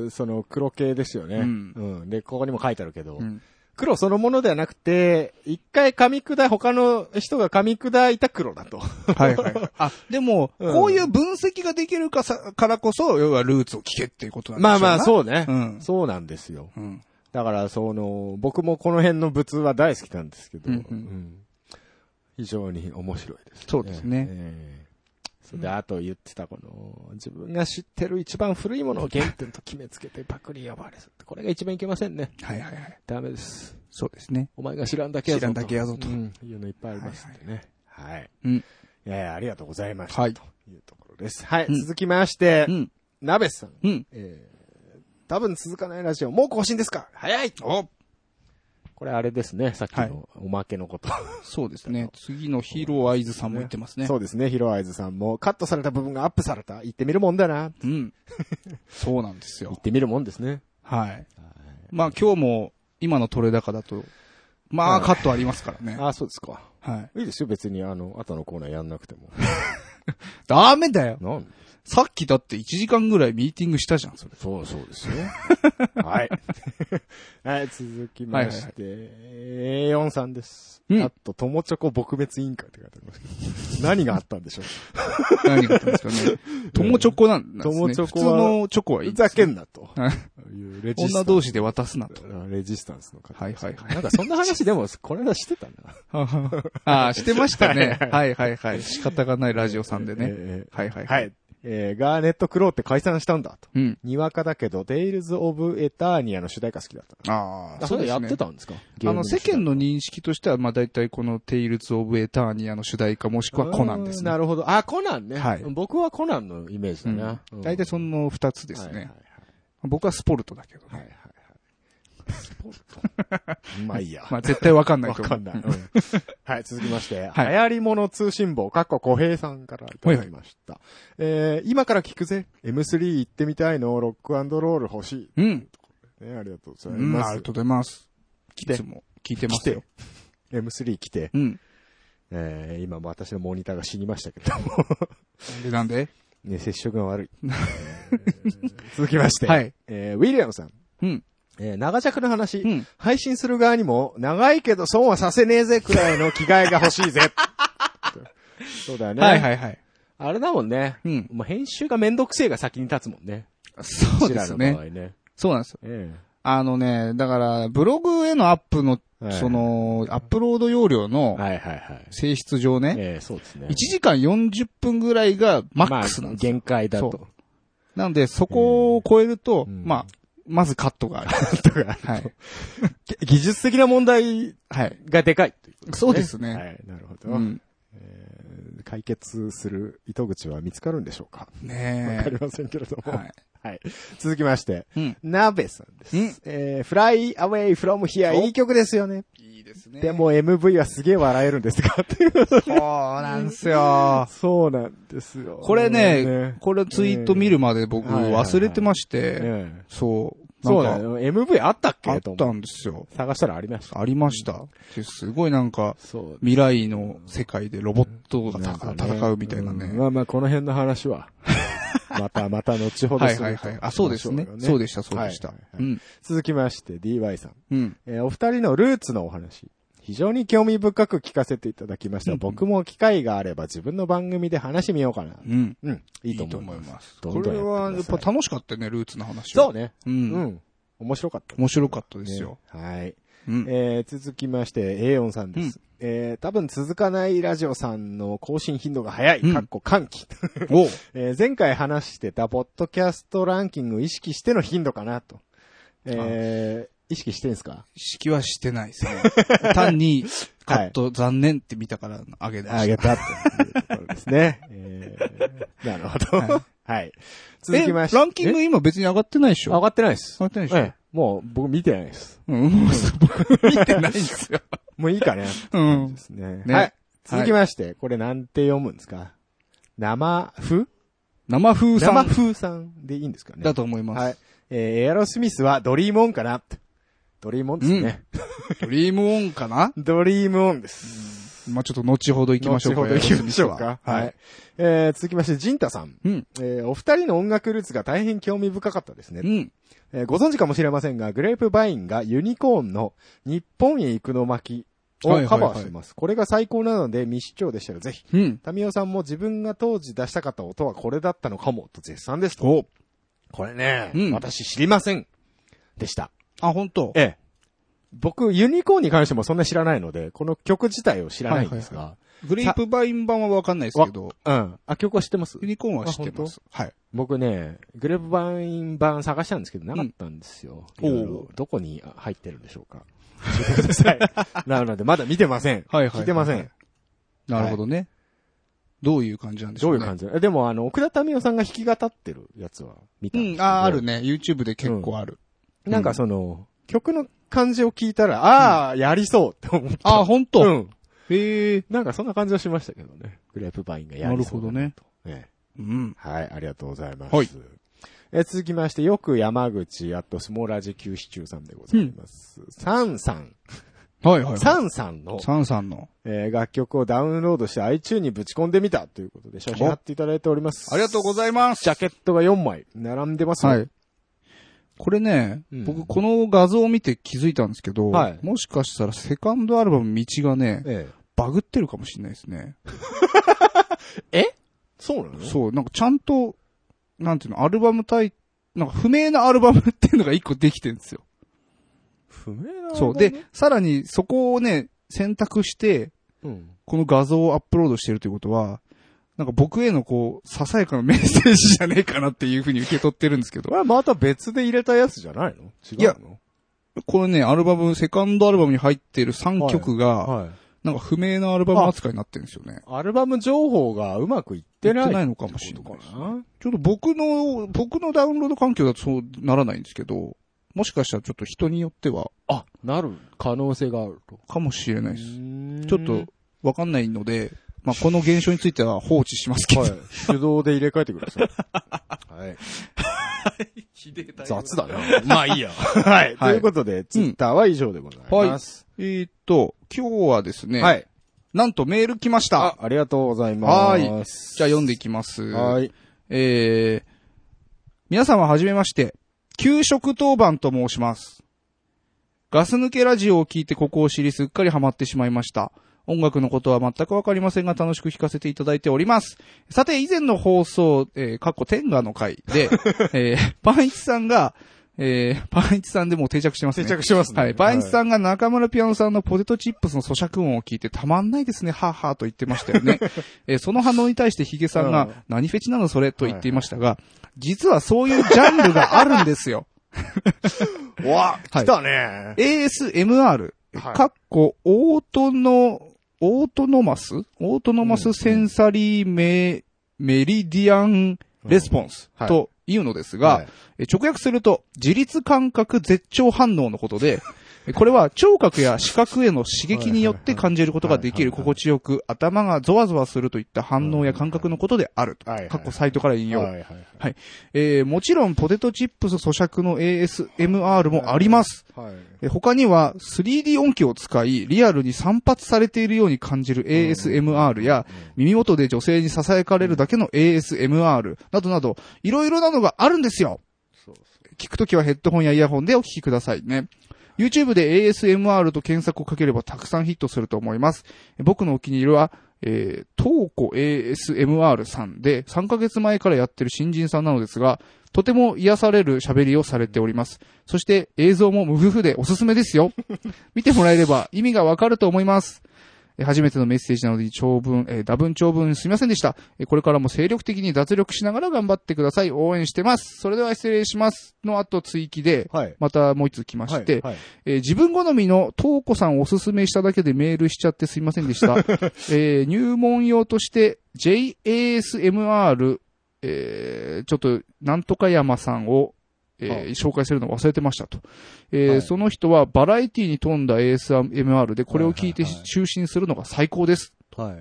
S2: ね。
S1: ス、その黒系ですよね、う
S2: うんん。
S1: で、ここにも書いてあるけど、
S2: うん。
S1: 黒そのものではなくて、一回噛み砕い、他の人が噛み砕いた黒だと。
S2: はい はいはい。あ、でも、
S1: うん
S2: こういう分析ができるかさ、からこそ、要はルーツを聞けっていうことなんで す
S1: まあまあ、
S2: う。
S1: そうね、
S2: ん
S1: そうなんですよ。
S2: うん。
S1: だから、その、僕もこの辺の仏は大好きなんですけど、
S2: うんうん
S1: うん非常に面白いです、ね。
S2: そうですね
S1: ええそれで、あと言ってたこの、自分が知ってる一番古いものを原点と決めつけてパクリ呼ばれする。これが一番いけませんね。
S2: はいはいはい。
S1: ダメです。
S2: そうですね。
S1: お前が知らんだけやぞと。
S2: 知らんだけやぞと
S1: うんいうのいっぱいありますんでね。はい、い。
S2: うん。
S1: やいや、ありがとうございました。
S2: はい
S1: というところです。はい。
S2: うん
S1: 続きまして、
S2: うん。
S1: なべさん。
S2: うん。
S1: えー、多分続かないラジオ、もう更新ですか早い
S2: お
S1: これあれですね、さっき
S2: はい
S1: のおまけのこと。
S2: そうですね。次のヒーローアイズさんも言ってますね。
S1: そうですね、ヒロアイズさんも、カットされた部分がアップされた。言ってみるもんだな。
S2: うん。 そうなんです
S1: 言
S2: よ
S1: っ。てみるもんですね。
S2: はい。まあ今日も、今の取れ高だと、まあ
S1: はい
S2: カットありますからね。
S1: ああ、そうですか。
S2: はい。
S1: いいですよ、別に、あの、後のコーナーやんなく ても。
S2: ダメだよ
S1: なん
S2: さっきだって1時間ぐらいミーティングしたじゃん、それ。
S1: そう、そうですよ。 はい。 はい、続きまして、A4 さんです。
S2: うん
S1: あと、友チョコ撲滅委員会って書いてありますけど。何があったんで しょう。
S2: 何があったんです かね。友チョコなんですね。
S1: 友チョコ
S2: 普通
S1: は
S2: のチョコはいい
S1: ふ
S2: で
S1: ざ
S2: すね、
S1: けんな と。いうレジスタンス。
S2: 女同士で渡すなと。
S1: あレジスタンスの方。
S2: はいはいはい
S1: なんかそんな話でも、この間してたんだ。
S2: ああ、してましたね。はいはいはい。仕方がないラジオさんで
S1: え
S2: ね。
S1: ー
S2: はいはい
S1: はい。。えーガーネットクローって解散したんだと。
S2: うん。
S1: にわかだけど、デイルズ・オブ・エターニアの主題歌好きだった。
S2: ああ、
S1: それ
S2: です
S1: や
S2: ね
S1: ってたんですか
S2: あの、世間の認識としては、まあ大体このテイルズ・オブ・エターニアの主題歌もしくはコナンですね。
S1: なるほど。あ、コナンね。
S2: はい
S1: 僕はコナンのイメージだな。
S2: うん大体そ
S1: な
S2: の二つ
S1: で
S2: ですね。
S1: はいはい
S2: 僕はスポルトだけどね。
S1: はいはいはいはい。スポルトまあいいや。
S2: まあ絶対わかんない
S1: わ
S2: と思う。
S1: かんない。うんはい、続きまして、
S2: はい
S1: 流行り物通信簿、かっこ小平さんからいただきました。えー今から聞くぜ。M3 行ってみたいの、ロックロール欲しい。
S2: うん。
S1: ね、ありがとうござ
S2: う
S1: い
S2: ん、
S1: ます。
S2: ありがとうございます。
S1: 来
S2: い
S1: て
S2: つも聞いてますよ。
S1: M3 来て、
S2: うん。
S1: えー今も私のモニターが死にましたけれども、
S2: で、なんで
S1: ね、接触が 悪い。えー 続きまして、
S2: はい
S1: えーウィリアムさん。
S2: うん。
S1: えー長尺の話、
S2: うん
S1: 配信する側にも、長いけど損はさせねえぜくらいの着替えが欲しい ぜ。そうだよね。
S2: はいはいはい。
S1: あれだもんね。
S2: うん
S1: もう編集がめんどくせえが先に立つもんね。
S2: そうです
S1: ちらの場
S2: ね。
S1: 合ね。
S2: そうなんですよ。
S1: え
S2: あのね、だから、ブログへのアップの、
S1: え
S2: そ、の、アップロード容量の
S1: はいはいはい。
S2: 性質上ね、
S1: ええ、そうですね。
S2: 1時間40分ぐらいがマックスなん
S1: まあ
S2: ですよ。
S1: 限界だ
S2: そ
S1: と。
S2: なので、そこを超えると、
S1: うん
S2: まあ、まずカットがある。 はい。
S1: ぎ技術的な問題
S2: はい。
S1: がでかいといこと、
S2: そうですね
S1: はい、なるほど。
S2: うん。
S1: 解決する糸口は見つかるんでしょうかわ
S2: ね
S1: かりませんけれど
S2: え。
S1: も。
S2: はい。
S1: はい。続きまして、
S2: うん。
S1: なべさんで
S2: うん
S1: す。えー、Fly Away From Here。
S2: お
S1: いい曲ですよね。
S2: いいですね
S1: で、も MV はすげえ笑えるんですが、っていう。
S2: そうなんすよ。
S1: そうなんですよ。
S2: これね、
S1: こ
S2: これツイート見るまで僕
S1: はいはいはい
S2: 忘れてまし
S1: れ
S2: て、
S1: ね。
S2: そう。
S1: そう
S2: な
S1: なん
S2: か、
S1: の MV あったっけ
S2: あっ
S1: と思
S2: たんですよ。
S1: 探したらありました。
S2: ありました。ですごいなんか、
S1: そう。
S2: 未来の世界でロボットがた
S1: なんかね
S2: 戦うみたいな
S1: うん
S2: ね。
S1: まあまあ、この辺の話 は。また、また後ほど
S2: はい
S1: す
S2: はい
S1: ると
S2: はい。あ、そうですね。そうでした、そうでした
S1: はいは。
S2: う
S1: いはい
S2: ん。
S1: 続きまして、DY さん。
S2: うん。
S1: えーお二人のルーツのお話。非常に興味深く聞かせていただきまし
S2: う
S1: た。
S2: ん
S1: 僕も機会があれば自分の番組で話してみようかな。
S2: うん。
S1: うん。いいと思
S2: い
S1: います。
S2: ます
S1: ど
S2: こ
S1: んどん
S2: れは
S1: や
S2: や
S1: って
S2: っ
S1: ください
S2: ぱ楽しかったよね、ルーツの話は
S1: そう。ね。
S2: う。
S1: うんん。面白かった。
S2: 面白かったですよ。
S1: ね。はい。
S2: うん。
S1: えー続きまして、エイオンさんです。えー多分続かないラジオさんの更新頻度が早い。
S2: うん
S1: かっこ歓喜。
S2: おう
S1: えー前回話してたポッドキャストランキングを意識しての頻度かなと。えー意識してんすか
S2: 式はしてないですね。 単に、カット残念って見たからあげま
S1: あ
S2: し
S1: げたというところですね。えーなるほど。
S2: は
S1: はいい。
S2: た。
S1: 続きまして。
S2: えランキン
S1: え
S2: グ今別に上がってないでしょ
S1: 上がってないです。
S2: 上がってないでしょ
S1: ええもう僕見てないです。
S2: うん、もう 僕見てないんですよ。
S1: もういい かね。
S2: うん
S1: ですね。
S2: ね
S1: はい。続きまして、これなんて読むんですか生風
S2: 生風さん
S1: 生風さんでいいんですかね
S2: だと思います。
S1: はい。えーエアロスミスはドリームオンかなドリームオンですね。
S2: ドリームオンかな
S1: ドリームオンです。
S2: まあちょっと後ほど行きましょうか。
S1: 後ほど行きましょうか。
S2: は。
S1: はいい。えー続きまして、ジンタさん。
S2: うん。
S1: えーお二人の音楽ルーツが大変興味深かったですね
S2: う。ん。
S1: えーご存知かもしれませんが、グレープバインがユニコーンの日本へ行くの巻を
S2: はいはいは
S1: カ
S2: い
S1: バーしています。これが最高なので未視聴でしたらぜひ。
S2: うん。
S1: タミオさんも自分が当時出したかった音はこれだったのかもと絶賛ですと。
S2: お
S1: これね、
S2: うん
S1: 私知りません。でした。
S2: あ、本当。
S1: ええ。僕、ユニコーンに関してもそんな知らないので、この曲自体を知らないんですが。
S2: グレープバイン版はわかんないですけど、
S1: うん。あ、曲は知ってます
S2: ユニコーンは知ってます。はい。
S1: 僕ね、グレープバイン版探したんですけど、なかったんですよ。
S2: うん
S1: いろいろどこに入ってるんでしょうか。教えてくださ い。なので、まだ見てません。
S2: はいはいはいはい
S1: 聞いてません。
S2: なるほどね。どういう感じなんでし
S1: ど
S2: ょ
S1: う
S2: う
S1: い
S2: ね。
S1: う感じ、えでも、あの、奥田民生さんが弾き語ってるやつは見たんです
S2: う
S1: け
S2: ん、
S1: ど
S2: あー、ある。ね。YouTube で結構ある。
S1: なんかその、曲の感じを聞いたら、ああ、やりそうって思った。
S2: あー、本当。
S1: うん。
S2: へえ。
S1: なんかそんな感じはしましたけどね。グレープバインがや
S2: な
S1: り
S2: る
S1: そ
S2: ほ
S1: う
S2: ど
S1: だな
S2: ね。
S1: と。ええ
S2: うん。
S1: はい、ありがとうございます。
S2: はい
S1: えー続きまして、よく山口、あと、スモラジ九市中さんでございます。サンさん。
S2: はいはいはい。
S1: サンさんの、
S2: サンさんの。
S1: えー楽曲をダウンロードして iTune にぶち込んでみたということで、写真
S2: お
S1: 貼っていただいております。
S2: ありがとうございます
S1: ジャケットが4枚並んでますよ
S2: はい。。これね、
S1: うん
S2: 僕この画像を見て気づいたんですけど、
S1: はい
S2: もしかしたらセカンドアルバム道がね、
S1: ええ
S2: バグってるかもしれないですね。
S1: そうなの
S2: そう、なんかちゃんと、なんていうの、アルバム対、なんか不明なアルバムっていうのが一個できてるんですよ。
S1: 不明な、
S2: そう。で、、さらにそこをね、選択して、
S1: うん。
S2: この画像をアップロードしてるということは、なんか僕へのこう、ささやかなメッセージじゃねえかなっていうふうに受け取ってるんですけど
S1: こ。れまた別で入れたやつじゃないの違うの
S2: いやこれね、アルバム、セカンドアルバムに入ってる3曲が、
S1: はい。
S2: なんか不明なアルバム扱いになってるんですよね。
S1: アルバム情報がうまくいってない。
S2: 言ってないのかもしれないです
S1: ことかな
S2: ちょっと僕の、僕のダウンロード環境だとそうならないんですけど、もしかしたらちょっと人によっては、
S1: あ、なる可能性があると。
S2: かもしれないです。
S1: ち
S2: ちょっと、、わかんないので、まあ、この現象については放置しますけど。
S1: はい。手動で入れ替えてくだ さい。はい。雑 だな。まあいいや。はい。と
S2: はい
S1: いうことで、ツイッターは以上でございます。
S2: えーっと、今日はですね、
S1: はい。
S2: なんとメール来まし
S1: あ
S2: た。、
S1: ありがとうござい
S2: は
S1: ま
S2: ー
S1: す。
S2: い。じゃあ読んでいきます。
S1: はい。
S2: えー、皆様はじめまして、給食当番と申します。ガス抜けラジオを聞いてここを知りすっかりハマってしまいました。音楽のことは全くわかりませんが楽しく聞かせていただいております。 さて、以前の放送、えー、過去天下の回で、えー、パンイチさんが、えー、パンイチさんでもう定着してますね。
S1: 定着してますね
S2: はい。パンイチさんが中村ピアノさんのポテトチップスの咀嚼音を聞いてたまんないですね、はぁはぁと言ってましたよね。えー、その反応に対してヒゲさん
S1: うん
S2: が、何フェチなのそれと言っていましたが、実はそういうジャンルがあるんですよ。
S1: うわ、
S2: は
S1: 来
S2: い
S1: たね。
S2: ASMR、
S1: はい
S2: かっこ、オートノ、オートノマスオートノマスセンサリーメ、メリディアンレスポンス
S1: うんはい
S2: というのですが、
S1: はい
S2: え直訳すると、自律感覚絶頂反応のことで、えこれは聴覚や視覚への刺激によって感じることができる
S1: はいはいはい
S2: 心地よく、頭がゾワゾワするといった反応や感覚のことであると。
S1: はいはい
S2: 過去サイトから引用。
S1: はいはいはい
S2: えーもちろんポテトチップス咀嚼の ASMR もあります。
S1: はい。
S2: え他には 3D 音響を使い、リアルに散発されているように感じる ASMR や、耳元で女性に囁かれるだけの ASMR などなど、いろいろなのがあるんですよ
S1: そうそ
S2: 聞くときはヘッドホンやイヤホンでお聞きくださいね。YouTube で ASMR と検索をかければたくさんヒットすると思います。僕のお気に入りは、えー、東子 ASMR さんで3ヶ月前からやってる新人さんなのですが、とても癒される喋りをされております。そして映像も無夫婦でおすすめで すよ。見てもらえれば意味がわかると思います。えー初めてのメッセージなので、長文、えー、打文長文すみませんでした。えーこれからも精力的に脱力しながら頑張ってください。応援してます。それでは失礼します。の後追記で、
S1: うはい。
S2: またもう一つ来まして、
S1: はい。
S2: えー自分好みのトーコさんをおすすめしただけでメールしちゃってすいませんで した。えー入門用として JASMR、えーちょっとなんとか山さんを、えー紹介するの忘れてましたと。えー
S1: はい
S2: その人はバラエティに富んだ ASMR でこれを聞いて
S1: はいはいはい
S2: 就寝するのが最高です。
S1: はい。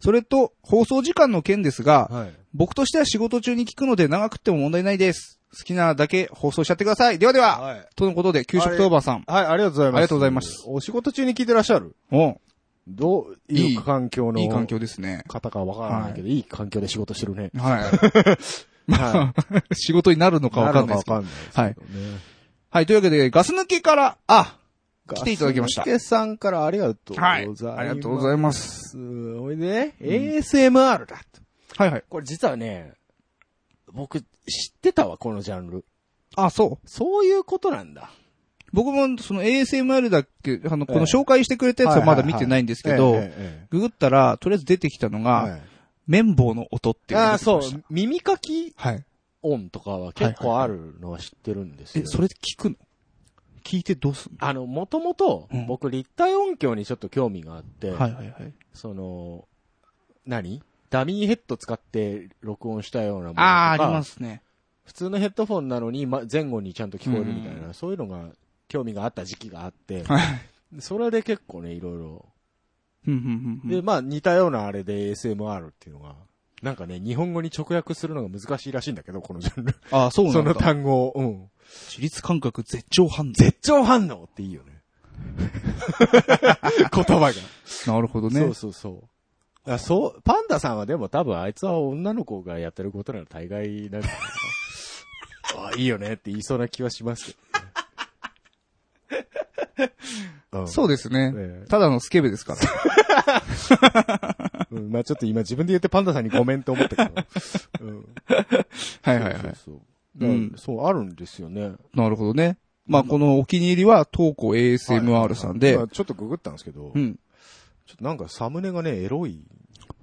S2: それと、放送時間の件ですが、
S1: はい。
S2: 僕としては仕事中に聞くので長くても問題ないです。好きなだけ放送しちゃってください。ではでは、
S1: はい。
S2: とのことで、給食当番さん。
S1: はい、ありがとうございます。
S2: ありがとうございます。
S1: お仕事中に聞いてらっしゃる
S2: おう
S1: どう
S2: いい
S1: いう環境の
S2: いい環境ですね。
S1: 方かわからないけど、いい環境で仕事してるね。
S2: は。
S1: はい
S2: 仕事になるのかわかんないですけど。
S1: るのかわかんないですけどね。
S2: はい、というわけで、ガス抜けから、あ
S1: はい
S2: 来ていただきました
S1: ガス抜けさんからありがとうござ
S2: はいい。
S1: ます。
S2: ありがとうございます。
S1: す。おいでね、ASMR だと。
S2: はいはい。
S1: これ実はね、僕知ってたわ、このジャンル。
S2: あ、そう。
S1: そういうことなんだ。
S2: 僕も、その ASMR だっけ、あの、こ
S1: ええ
S2: の紹介してくれたやつはまだ見てないんですけ
S1: ええ
S2: ど、
S1: え
S2: ググったら、とりあえず出てきたの
S1: え
S2: が、
S1: はい
S2: 綿棒の音っていうの
S1: あ
S2: が
S1: あ、
S2: 出てき
S1: そ
S2: ました。
S1: う、耳かき
S2: はい。
S1: 音とかは結構あるのは知ってるんです
S2: え
S1: よ、。
S2: それ聞くの聞いてどうすん
S1: あの、もともと
S2: うん、
S1: 僕、立体音響にちょっと興味があって、
S2: のはいはいはい。
S1: その、何ダミーヘッド使って録音したようなものと
S2: あ
S1: か、
S2: あ、ありますね。
S1: 普通のヘッドフォンなのに、ま、前後にちゃんと聞こえるみたいな、そういうのが興味があった時期があって、
S2: はい。
S1: それで結構ね、いろいろ。
S2: ふんふんふんふ
S1: で、
S2: ん
S1: まあ、似たようなあれで ASMR っていうのが、なんかね、日本語に直訳するのが難しいらしいんだけど、このジャンル。
S2: ああ、そうな
S1: そ
S2: んだ。
S1: の単語を。うん。
S2: 自律感覚絶頂反応。
S1: 絶頂反応っていいよね。 言葉が。
S2: なるほどね。
S1: そうそうそう。あそう、パンダさんはでも多分あいつは女の子がやってることなら大概なんか、 あいいよねって言いそうな気はしますけ どね、うん
S2: そうですね。
S1: ええ
S2: ただのスケベですから。
S1: うんまあちょっと今自分で言ってパンダさんにごめんって思ったけど。うん、
S2: はいはいは
S1: そ
S2: い。
S1: うそうそう。
S2: うん
S1: だからそう、あるんですよね。
S2: なるほどね。まあ、このお気に入りは、東子 ASMR さんで
S1: まあ、ちょっとググったんですけど、
S2: う
S1: ちょ
S2: ん。
S1: っとなんかサムネがね、エロい。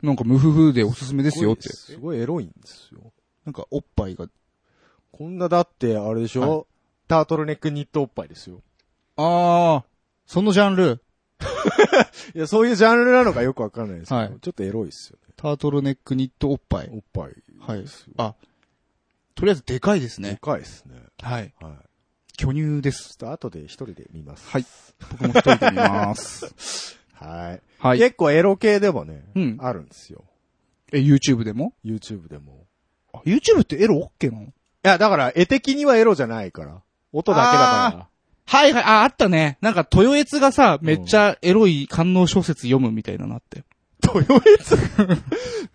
S2: なんか無夫婦でおすすめですよって。
S1: すごいエロいんですよ。
S2: なんかおっぱいが。
S1: こんなだって、あれでしょ、
S2: は
S1: タートルネックニットおっぱいですよ。
S2: ああ、そのジャンル。
S1: いや、そういうジャンルなのかよくわかんないですけど、
S2: はい
S1: ちょっとエロいっすよ
S2: タートルネックニットおっぱい
S1: ね。。おっぱい。
S2: はい
S1: ですよ。
S2: あ、とりあえずでかいです
S1: で
S2: ね。
S1: かいっすね。
S2: はい。
S1: はい。
S2: 巨乳で
S1: ちょ
S2: す。
S1: っと後で一人で見ます。
S2: はい。僕も一人で見 ます。
S1: はい。
S2: はい。え、
S1: 結構エロ系でもね、
S2: うん
S1: あるんですよ。
S2: YouTube でも
S1: YouTube でも。
S2: あ ?YouTube ってエロ OK なの
S1: いや、だから、絵的にはエロじゃないから。音だけだか
S2: はいはい、あ、あったね。なんか、豊悦がさ、めっちゃエロい観音小説読むみたいなのあったよ。
S1: ら。豊 悦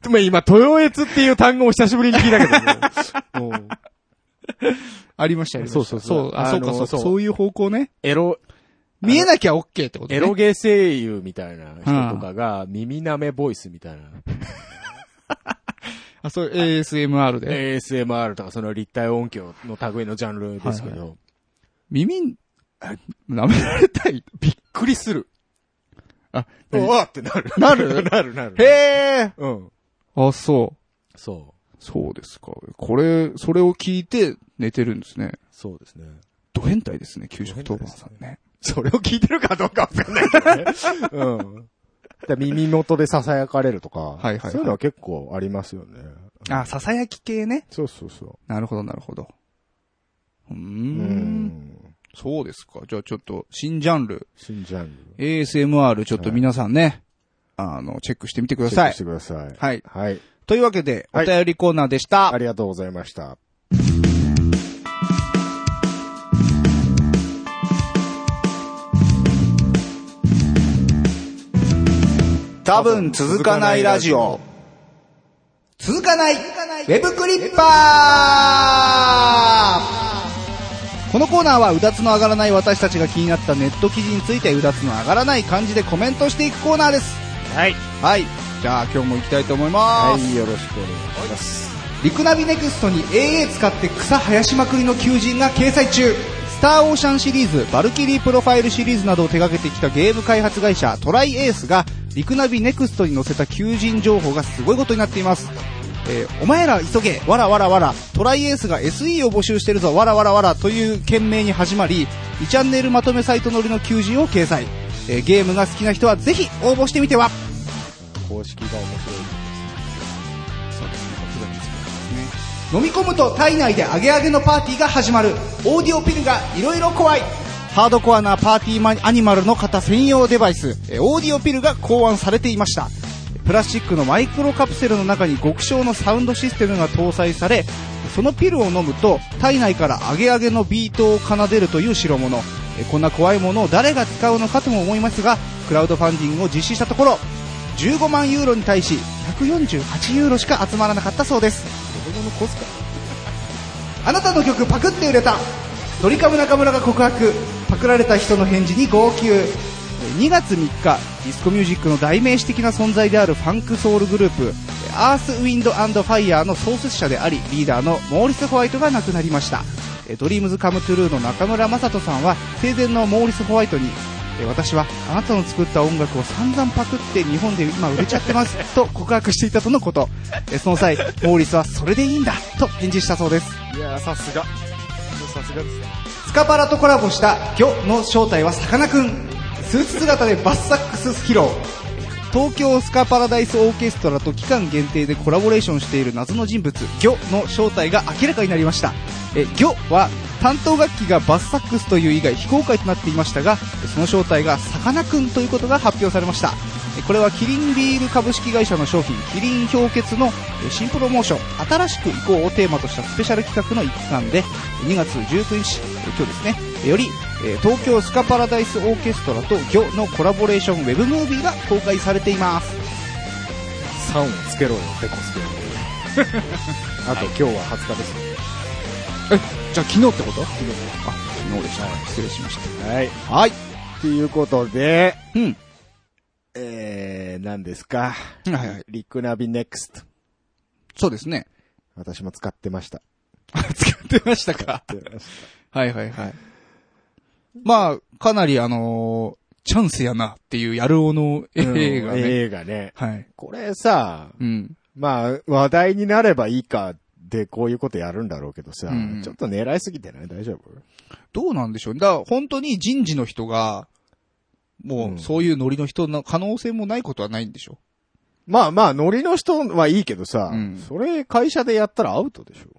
S1: でも今、豊悦っていう単語を久しぶりに聞いたけど もうん
S2: ありましたよ
S1: そうそうそう
S2: そう、あ、
S1: あ
S2: そ
S1: の
S2: うか、そう
S1: そう
S2: そういう方向ね。
S1: エロ、
S2: 見えなきゃ OK ってことね。
S1: エロゲー声優みたいな人とかが、耳舐めボイスみたいな。
S2: あ、それ ASMR で。
S1: ASMR とかその立体音響の類のジャンルですけど、
S2: は耳に、あ舐められたい。
S1: びっくりする。
S2: あ、
S1: うわーってなる。
S2: なる
S1: なるなる。
S2: へえ。
S1: うん。
S2: あ、そう。
S1: そう。
S2: そうですか。これ、それを聞いて寝てるんですね。
S1: そう ですね。
S2: ド変態ですね、給食当番さん
S1: ド
S2: ね。
S1: それを聞いてるかどうかわかんないけどね。うん。だから耳元で囁かれるとか、
S2: いはいはい
S1: そういうのは結構ありますよね。
S2: あ、ささやき系ね。
S1: そうそうそ
S2: なるほど、なるほど。うー。
S1: う。うんん。
S2: そうですか。じゃあちょっと、新ジャンル、
S1: 新ジャンル。
S2: ASMR、ちょっと皆さんね、あの、チェックしてみてくだ
S1: チェッ
S2: さ
S1: ク
S2: い
S1: し。てください。
S2: はい
S1: はい。
S2: というわけで、お
S1: はい
S2: 便りコーナーでした。
S1: ありがとうございました。
S2: 多分続かないラジオ。続かない、ウェブクリッパーこのコーナーはうだつの上がらない私たちが気になったネット記事についてうだつの上がらない感じでコメントしていくコーナーです。
S1: はい。
S2: はい。じゃあ今日も行きたいと思いま
S1: は
S2: す。
S1: い、よろしくお願いします。
S2: リクナビネクストに AA 使って草生やしまくりの求人が掲載中スターオーシャンシリーズ、バルキリープロファイルシリーズなどを手掛けてきたゲーム開発会社トライエースがリクナビネクストに載せた求人情報がすごいことになっています。えーお前ら急げわらわらわらトライエースが SE を募集してるぞわらわらわらという件名に始まり2チャンネルまとめサイト乗りの求人を掲載、えーゲームが好きな人はぜひ応募してみては
S1: 公式が面白い。
S2: そうですね、お風呂に使いますね。飲み込むと体内でアゲアゲのパーティーが始まる。オーディオピルがいろいろ怖い。ハードコアなパーティーマニアニマルの方専用デバイス、えーオーディオピルが考案されていました。プラスチックのマイクロカプセルの中に極小のサウンドシステムが搭載され、そのピルを飲むと体内からアゲアゲのビートを奏でるという代物。えーこんな怖いものを誰が使うのかとも思いますが、クラウドファンディングを実施したところ、15万ユーロに対し148ユーロしか集まらなかったそうです子供の小遣いあなたの曲パクって売れたドリカム中村が告白パクられた人の返事に号泣2月3日ディスコミュージックの代名詞的な存在であるファンクソウルグループアースウィンドファイヤーの創設者でありリーダーのモーリス・ホワイトが亡くなりましたえドリームズ・カム・トゥルーの中村雅人さんは生前のモーリス・ホワイトにえ私はあなたの作った音楽を散々パクって日本で今売れちゃってます と告白していたとのことえその際モーリスはそれでいいんだと返事したそうです
S1: いやーさすが。さすがですね。
S2: スカパラとコラボした魚の正体はさかなクンスーツ姿でバスサックス披露東京スカパラダイスオーケストラと期間限定でコラボレーションしている謎の人物魚の正体が明らかになりましたえ魚は担当楽器がバスサックスという以外非公開となっていましたがその正体がさかなクンということが発表されましたえこれはキリンビール株式会社の商品キリン氷結のえ新プロモーション新しく移行をテーマとしたスペシャル企画の一環で2月19日え今日ですねえよりえ東京スカパラダイスオーケストラと魚のコラボレーションウェブムービーが公開されています
S1: 3をつけろよ、ペコスケ。 あと、今日は20日ですね。
S2: じゃあ昨日ってこと昨日あ昨日でした、失礼しまし
S1: はい。
S2: たはい
S1: ということで、
S2: うん
S1: えー、何ですか。
S2: はいはい
S1: リクナビネクスト。
S2: そうですね
S1: 私も使ってました。
S2: 使ってましたか はいはいはい。まあ、かなりあのーチャンスやなっていうやるおの映画
S1: うん
S2: ね。
S1: 映画ね。
S2: はい。
S1: これさ、
S2: うん。
S1: まあ、話題になればいいかでこういうことやるんだろうけどさ、
S2: うん
S1: ちょっと狙いすぎてない大丈夫
S2: どうなんでしょうね。だから本当に人事の人が、
S1: う
S2: も
S1: ん
S2: うそういうノリの人の可能性もないことはないんでしょ
S1: まあまあ、ノリの人はいいけどさ、
S2: うん
S1: それ会社でやったらアウトでしょ。
S2: う。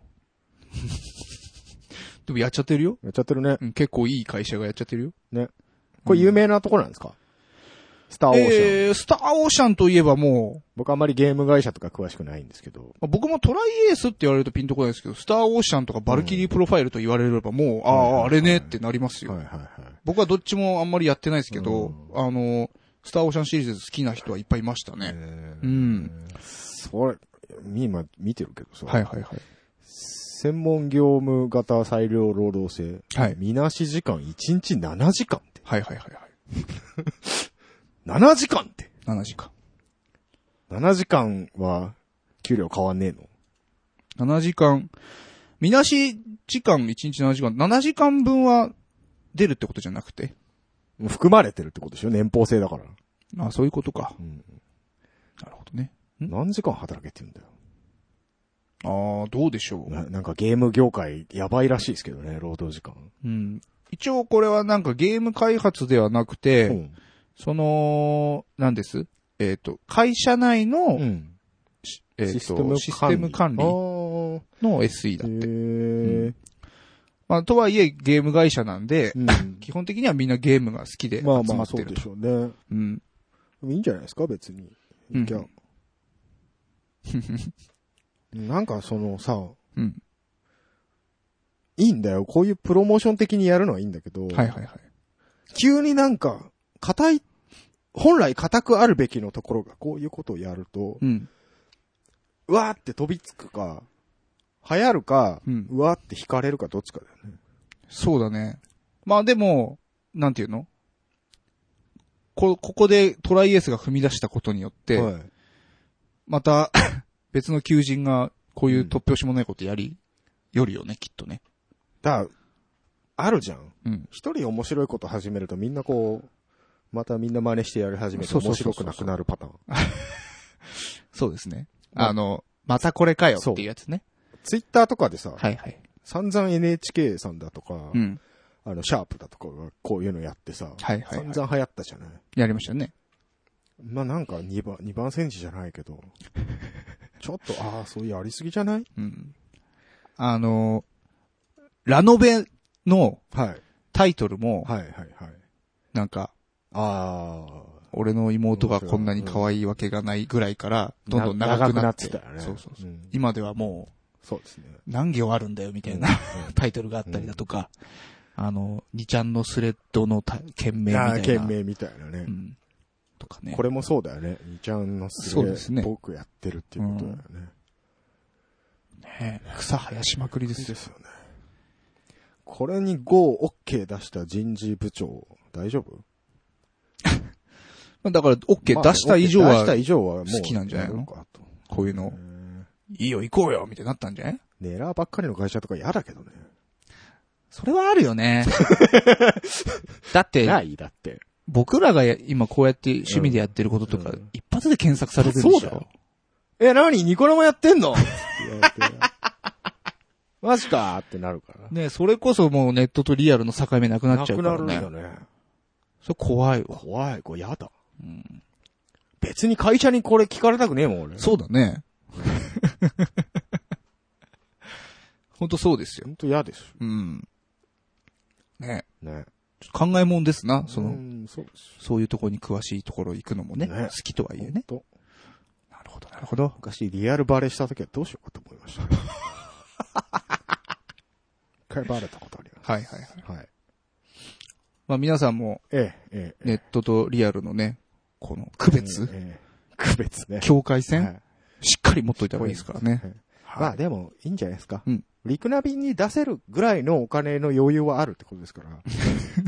S2: でもやっちゃってるよ。
S1: やっちゃってるね。
S2: うん、結構いい会社がやっちゃってるよ。
S1: ね。これ有名なところなんですか、スターオーシャン。
S2: えー、スターオーシャンといえばも
S1: 僕あんまりゲーム会社とか詳しくないんですけど。
S2: う、まあ僕もトライエースって言われるとピンとこないですけど、スターオーシャンとかバルキリープロファイルと言われればもう、ああ、あれねってなりますよ。
S1: はいはいはい。
S2: 僕はどっちもあんまりやってないですけど、あの、スターオーシャンシリーズ好きな人はいっぱいいましたね。うん。
S1: それ、今見てるけどさ、
S2: はいはいはい。
S1: 専門業務型裁量労働制、
S2: はい
S1: みなし時間1日7時間って。
S2: はいはいはいはい。
S1: 7時間って
S2: 7時間。
S1: !7 時間は、給料変わんねえの
S2: 7時間、みなし時間、1日7時間、7時間分は出るってことじゃなくて。
S1: 含まれてるってことでしょ年俸制だから。
S2: ああそういうことか。
S1: うん。
S2: なるほどね。
S1: 何時間働けって言うんだよ。
S2: ああ、どうでしょう。
S1: ななんかゲーム業界やばいらしいですけどね、労働時間。
S2: うん。一応これはなんかゲーム開発ではなくて、
S1: うん
S2: その、なんですえっ、と、会社内
S1: う
S2: の、
S1: ん。
S2: えーとシステム管理
S1: あ
S2: の
S1: ー
S2: SE だって。
S1: へー
S2: まあ、とはいえゲーム会社なんで、
S1: うん
S2: 基本的にはみんなゲームが好きで集
S1: ま
S2: ま
S1: あまあ、
S2: っ
S1: そ
S2: て
S1: う
S2: る
S1: で
S2: と。
S1: しょうね。
S2: うん。
S1: いいんじゃないですか、別に。
S2: うん
S1: いやなんかそのさ、
S2: うん。
S1: いいんだよ。こういうプロモーション的にやるのはいいんだけど、
S2: はいはいはい。
S1: 急になんか、硬い、本来硬くあるべきのところがこういうことをやると、
S2: うん。
S1: うわーって飛びつくか、流行るか、
S2: うん
S1: うわーって惹かれるかどっちかだよね。
S2: そうだね。まあでも、なんていうのこ、ここでトライエースが踏み出したことによって、
S1: はい
S2: また 別の求人がこういう突拍子もないことやり、よるよね、きっとね。
S1: だからあるじゃん。
S2: うん。
S1: 一人面白いこと始めるとみんなこう、またみんな真似してやり始めて
S2: そうそ
S1: 面
S2: うそ
S1: 白
S2: うそう
S1: くなくなるパターン。
S2: そうですね。
S1: まあ
S2: あの、またこれかよっていうやつね。
S1: ツイッターとかでさ、
S2: はいはい。
S1: 散々 NHK さんだとか、
S2: うん。
S1: あの、シャープだとかがこういうのやってさ、
S2: はいはいはい
S1: 散々流行ったじゃない。
S2: やりましたね。
S1: まあ、なんか2番、二番センチじゃないけど、 ちょっと、ああ、そういうやりすぎじゃない
S2: うん。あの、ラノベの
S1: はい。
S2: タイトルも、
S1: はいはいはい。
S2: なんか、
S1: あ
S2: 俺の妹がこんなに可愛いわけがないぐらいから、
S1: あ、
S2: どんどん長くなって。
S1: 長くなってたよね。
S2: そうそうそう。
S1: ん
S2: 今ではも
S1: そうですね。
S2: う、何行あるんだよみたいなタイトルがあったりだとか、あの、2ちゃんのスレッドのた件名みたい
S1: あ
S2: な。
S1: あ、件 名みたいなね
S2: う。ん。とかね。
S1: これもそうだよね。二ちゃんのす
S2: そうです
S1: げ
S2: ね
S1: え僕やってるっていうことだよね。
S2: ね、草生やしまくりです
S1: で
S2: よ。
S1: すよね。これに GOOK 出した人事部長、大丈夫
S2: まあだから、OK 出した以上
S1: 出した
S2: は、
S1: 以上はもう
S2: 好きなんじゃないの
S1: やろうかと
S2: こういうの
S1: へ、ー
S2: いいよ行こうよみたいになったんじゃない
S1: ネラーばっかりの会社とか嫌だけどね。
S2: それはある よね。だって、
S1: ないだって。
S2: 僕らがや今こうやって趣味でやってることとか、
S1: うん
S2: 一発で検索されてるでし
S1: そう
S2: ょ。
S1: だよえ、なにニコ生やってんの マジかーってなるから。
S2: ねそれこそもうネットとリアルの境目なくなっちゃうから
S1: なくなる
S2: ね。
S1: よね。
S2: それ怖いわ。
S1: 怖い、これ嫌だ。別に会社にこれ聞かれたくねえもん、俺。
S2: そうだね。 本当そうですよ。
S1: ほんと嫌です
S2: うん。ね
S1: ね。
S2: ちょっと考えもんですな。そうの、
S1: ん、そうです
S2: そういうところに詳しいところ行くのもね。
S1: ね
S2: 好きとはいえ
S1: ほん
S2: ね。
S1: と
S2: なるほど、なるほど。
S1: 昔リアルバレした時はどうしようかと思いま した。一回バレたことありま
S2: はいはいはい。
S1: す。はい。
S2: まあ皆さんも
S1: ええ、ええ。
S2: ネットとリアルのね、この区別、
S1: ええ区別ね。
S2: 境界線、
S1: はい
S2: しっかり持っといた方がいいですからね。
S1: まあでも、いいんじゃないですか。
S2: うん
S1: リクナビに出せるぐらいのお金の余裕はあるってことです から。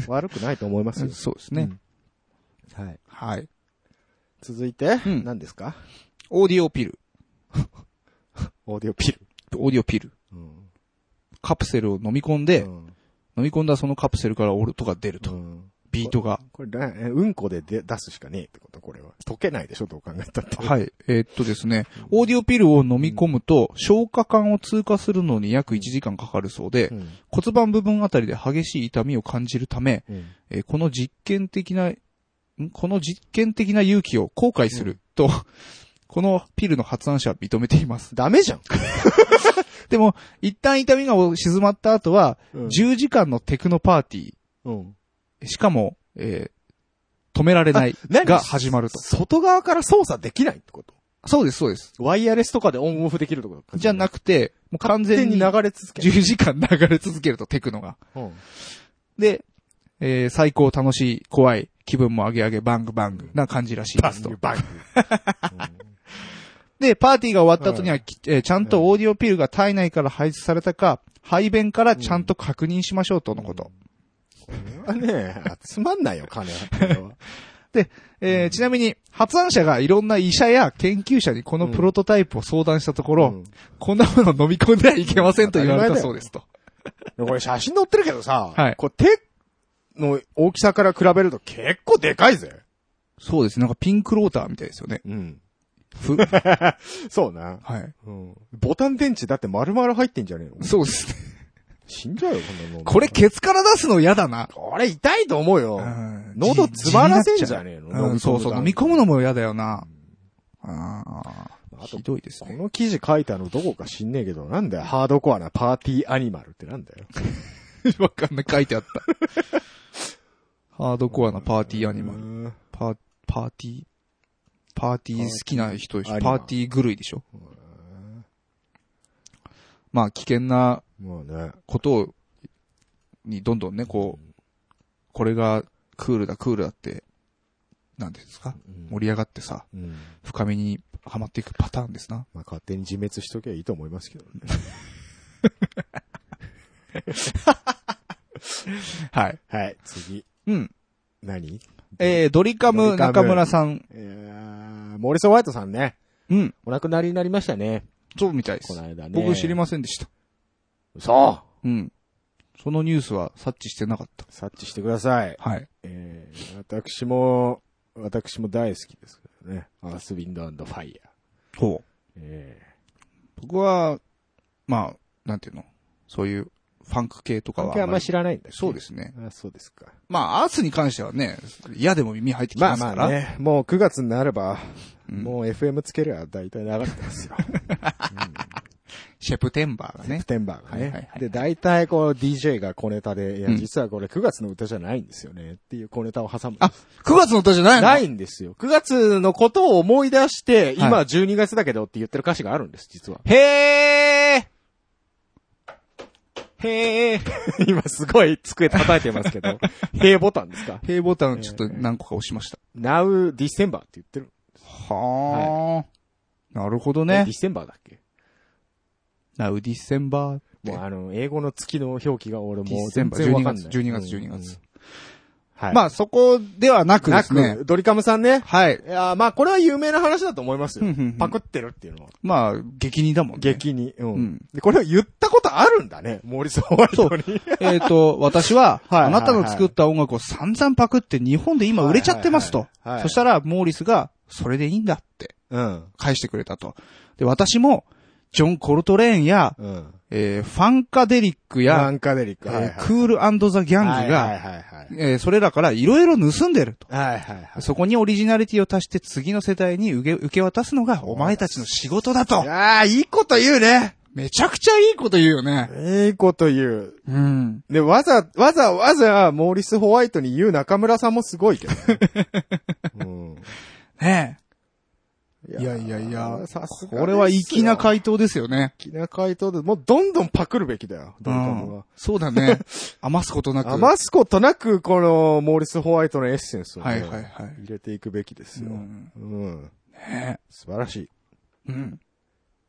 S1: 悪くないと思いますよ。
S2: そうですね。
S1: うんはい。
S2: はい。
S1: 続いて、
S2: うん
S1: 何ですか
S2: オーディオピル。
S1: オーディオピル。
S2: オーディオピル。
S1: うん
S2: カプセルを飲み込んで、
S1: うん
S2: 飲み込んだそのカプセルから音が出ると。
S1: うん
S2: ビートが。
S1: これ、だうんこで出出すしかねえってこと、これは。溶けないでしょ、どう考えたって。
S2: はい。えーっとですね、オーディオピルを飲み込むと、消化管を通過するのに約1時間かかるそうで
S1: う、ん
S2: 骨盤部分あたりで激しい痛みを感じるため、
S1: うん
S2: えーこの実験的な、んこの実験的な勇気を後悔すると、 このピルの発案者は認めています。
S1: ダメじゃん。
S2: でも、一旦痛みが静まった後は、10時間のテクノパーティ
S1: うん
S2: ー、しかも、えー止められない
S1: あ何
S2: が始まると。
S1: 外側から操作できないってこと
S2: そうです、そうです。
S1: ワイヤレスとかでオンオフできるってこと
S2: じゃな
S1: く
S2: くて、もう完全に10
S1: れ続ける。
S2: 時間流れ続けると、テクノが。
S1: うん
S2: で、えー最高楽しい、怖い、気分も上げ上げ、バングバングな感じらしい
S1: バ
S2: です
S1: ン
S2: と
S1: グ。バング。
S2: で、パーティーが終わった後には、きえーちゃんとオーディオピルが体内から排出されたか、排便からちゃんと確認しましょうとのこと。
S1: これはね、集まんないよ、金は。これは
S2: で、えーちなみに、発案者がいろんな医者や研究者にこのプロトタイプを相談したところ、
S1: うん
S2: こんなもの飲み込んではいけませんと言われたそうですと。
S1: でもこれ写真載ってるけどさ、
S2: はい
S1: これ手の大きさから比べると結構でかいぜ。
S2: そうですね。なんかピンクローターみたいですよね。
S1: うん。
S2: ふ
S1: そうな。
S2: はい。
S1: うん。ボタン電池だって丸々入ってんじゃねえの
S2: そうですね。
S1: 死んじゃうよ、こんなの。
S2: これ、ケツから出すの嫌だな。
S1: これ痛いと思うよ。
S2: うん
S1: 喉詰まらせんじゃねえの
S2: じうん、そうそう。飲み込むのも嫌だよな。ああ。
S1: あと
S2: ひどいです
S1: こ
S2: ね。
S1: の記事書いたのどこか知んねえけど、なんだよ。ハードコアなパーティーアニマルってなんだよ。
S2: わかんない。書いてあった。 ハードコアなパーティーアニマル。
S1: ル。
S2: パー、パーティー、パーティー好きな人でし
S1: ア
S2: ょ。
S1: ニマ
S2: パ
S1: ル
S2: ーティー狂いでしょ。まあ、危険な
S1: まあね。
S2: ことを、にどんどんね、こう、これがクールだ、クールだって、なんていうんですか
S1: うん
S2: 盛り上がってさ、
S1: うん。
S2: 深みにはまっていくパターンですな。
S1: まあ勝手に自滅しときゃいいと思いますけどね。
S2: はい。
S1: はい、次。
S2: うん。
S1: 何
S2: えー、ドリカ
S1: ド
S2: ム
S1: リカム
S2: 中村さん。
S1: えー、モーリス・ホワイトさんね。
S2: うん。
S4: お亡くなりになりましたね。
S2: そうみたいで
S4: こ
S2: す
S4: の。間ね。
S2: 僕知りませんでした。
S1: そう
S2: うん。そのニュースは察知してなかった。
S1: 察知してください。
S2: はい。
S1: えー、私も、私も大好きですけどね。アース・ウィンド・アンド・ファイヤー。
S2: ほう。
S1: えー
S2: 僕は、まあ、なんていうのそういう、ファンク系とかは
S1: 関係あんまり知らないんだ。
S2: そうですすね。
S1: あ、そうですか。
S2: まあ、アースに関してはね、嫌でも耳入ってき
S1: ま
S2: ま
S1: あ
S2: すから。
S1: まあね、もう9月になれば、
S2: うん
S1: もう FM つけりゃ大体流れてますよ。
S2: シェプテンバーが
S1: セ
S2: ね
S1: プ。テンバーが
S2: はいはい
S1: ね
S2: は。い
S1: で、大体こう DJ が小ネタで、いや、
S2: うん
S1: 実はこれ9月の歌じゃないんですよねっていう小ネタを挟む。
S2: あ、9月の歌じゃないの
S1: ないんですよ。9月のことを思い出して、今
S2: はい。
S1: 12月だけどって言ってる歌詞があるんです、実は
S2: へーへー
S1: 今すごい机叩いてますけ ど。平ボタンですか
S2: へーボタンちょっと何個か押しました。
S1: ?Now December って言ってる。
S2: はー。なるほど
S1: ね。
S2: ね。
S1: December だっけ
S2: なウディセンバーって
S1: もう。あの、英語の月の表記が俺もう全
S2: December
S1: 然わかんない。
S2: 12月12月
S1: うん
S2: 12月。
S1: はい。
S2: まあ、そこではなくで
S1: な
S2: すね
S1: く、。ドリカムさんね。
S2: はい
S1: い。やーまあこれは有名な話だと思いますよ
S2: うんうんうん。
S1: パクってるっていうのは。
S2: まあ、激似だもんね。
S1: 激に。うん。
S2: うん
S1: で、これを言ったことあるんだね。モーリス・ホワイトに。
S2: えっ、と、私は、
S1: はいはいはい
S2: あなたの作った音楽を散々パクって日本で今売れちゃってます
S1: は
S2: と
S1: い。はいはい
S2: そしたら、モーリスが、それでいいんだって
S1: うん。
S2: 返してくれたと。で、私も、ジョン・コルトレーンや、
S1: うん。
S2: えーファンカデリック
S1: ラ
S2: や、
S1: ンカデリック。
S2: えー
S1: はいはい
S2: クールザ・ギャングが、
S1: はいはいはいはい。
S2: えーそれらからいろいろ盗んでると。
S1: はいはいはい。
S2: そこにオリジナリティを足して次の世代に受け受け渡すのがお前たちの仕事だと
S1: い。やー、いいこと言うね。
S2: めちゃくちゃいいこと言うよね。
S1: いいこと言う。
S2: うん。
S1: で、わざ、わざわざ、モーリス・ホワイトに言う中村さんもすごいけど ね。
S2: ね
S1: うん
S2: え。いやいやいや
S1: ーさすがですよ
S2: これは粋な回答ですよね。
S1: 粋な回答で、もうどんどんパクるべきだよ、ドリカムは。
S2: そう だね。余すことなく。
S1: 余すことなく、この、モーリス・ホワイトのエッセンスをね、
S2: はいはいはい。
S1: 入れていくべきですよ。
S2: う
S1: うんん。
S2: ね
S1: 素晴らしい。
S2: うん。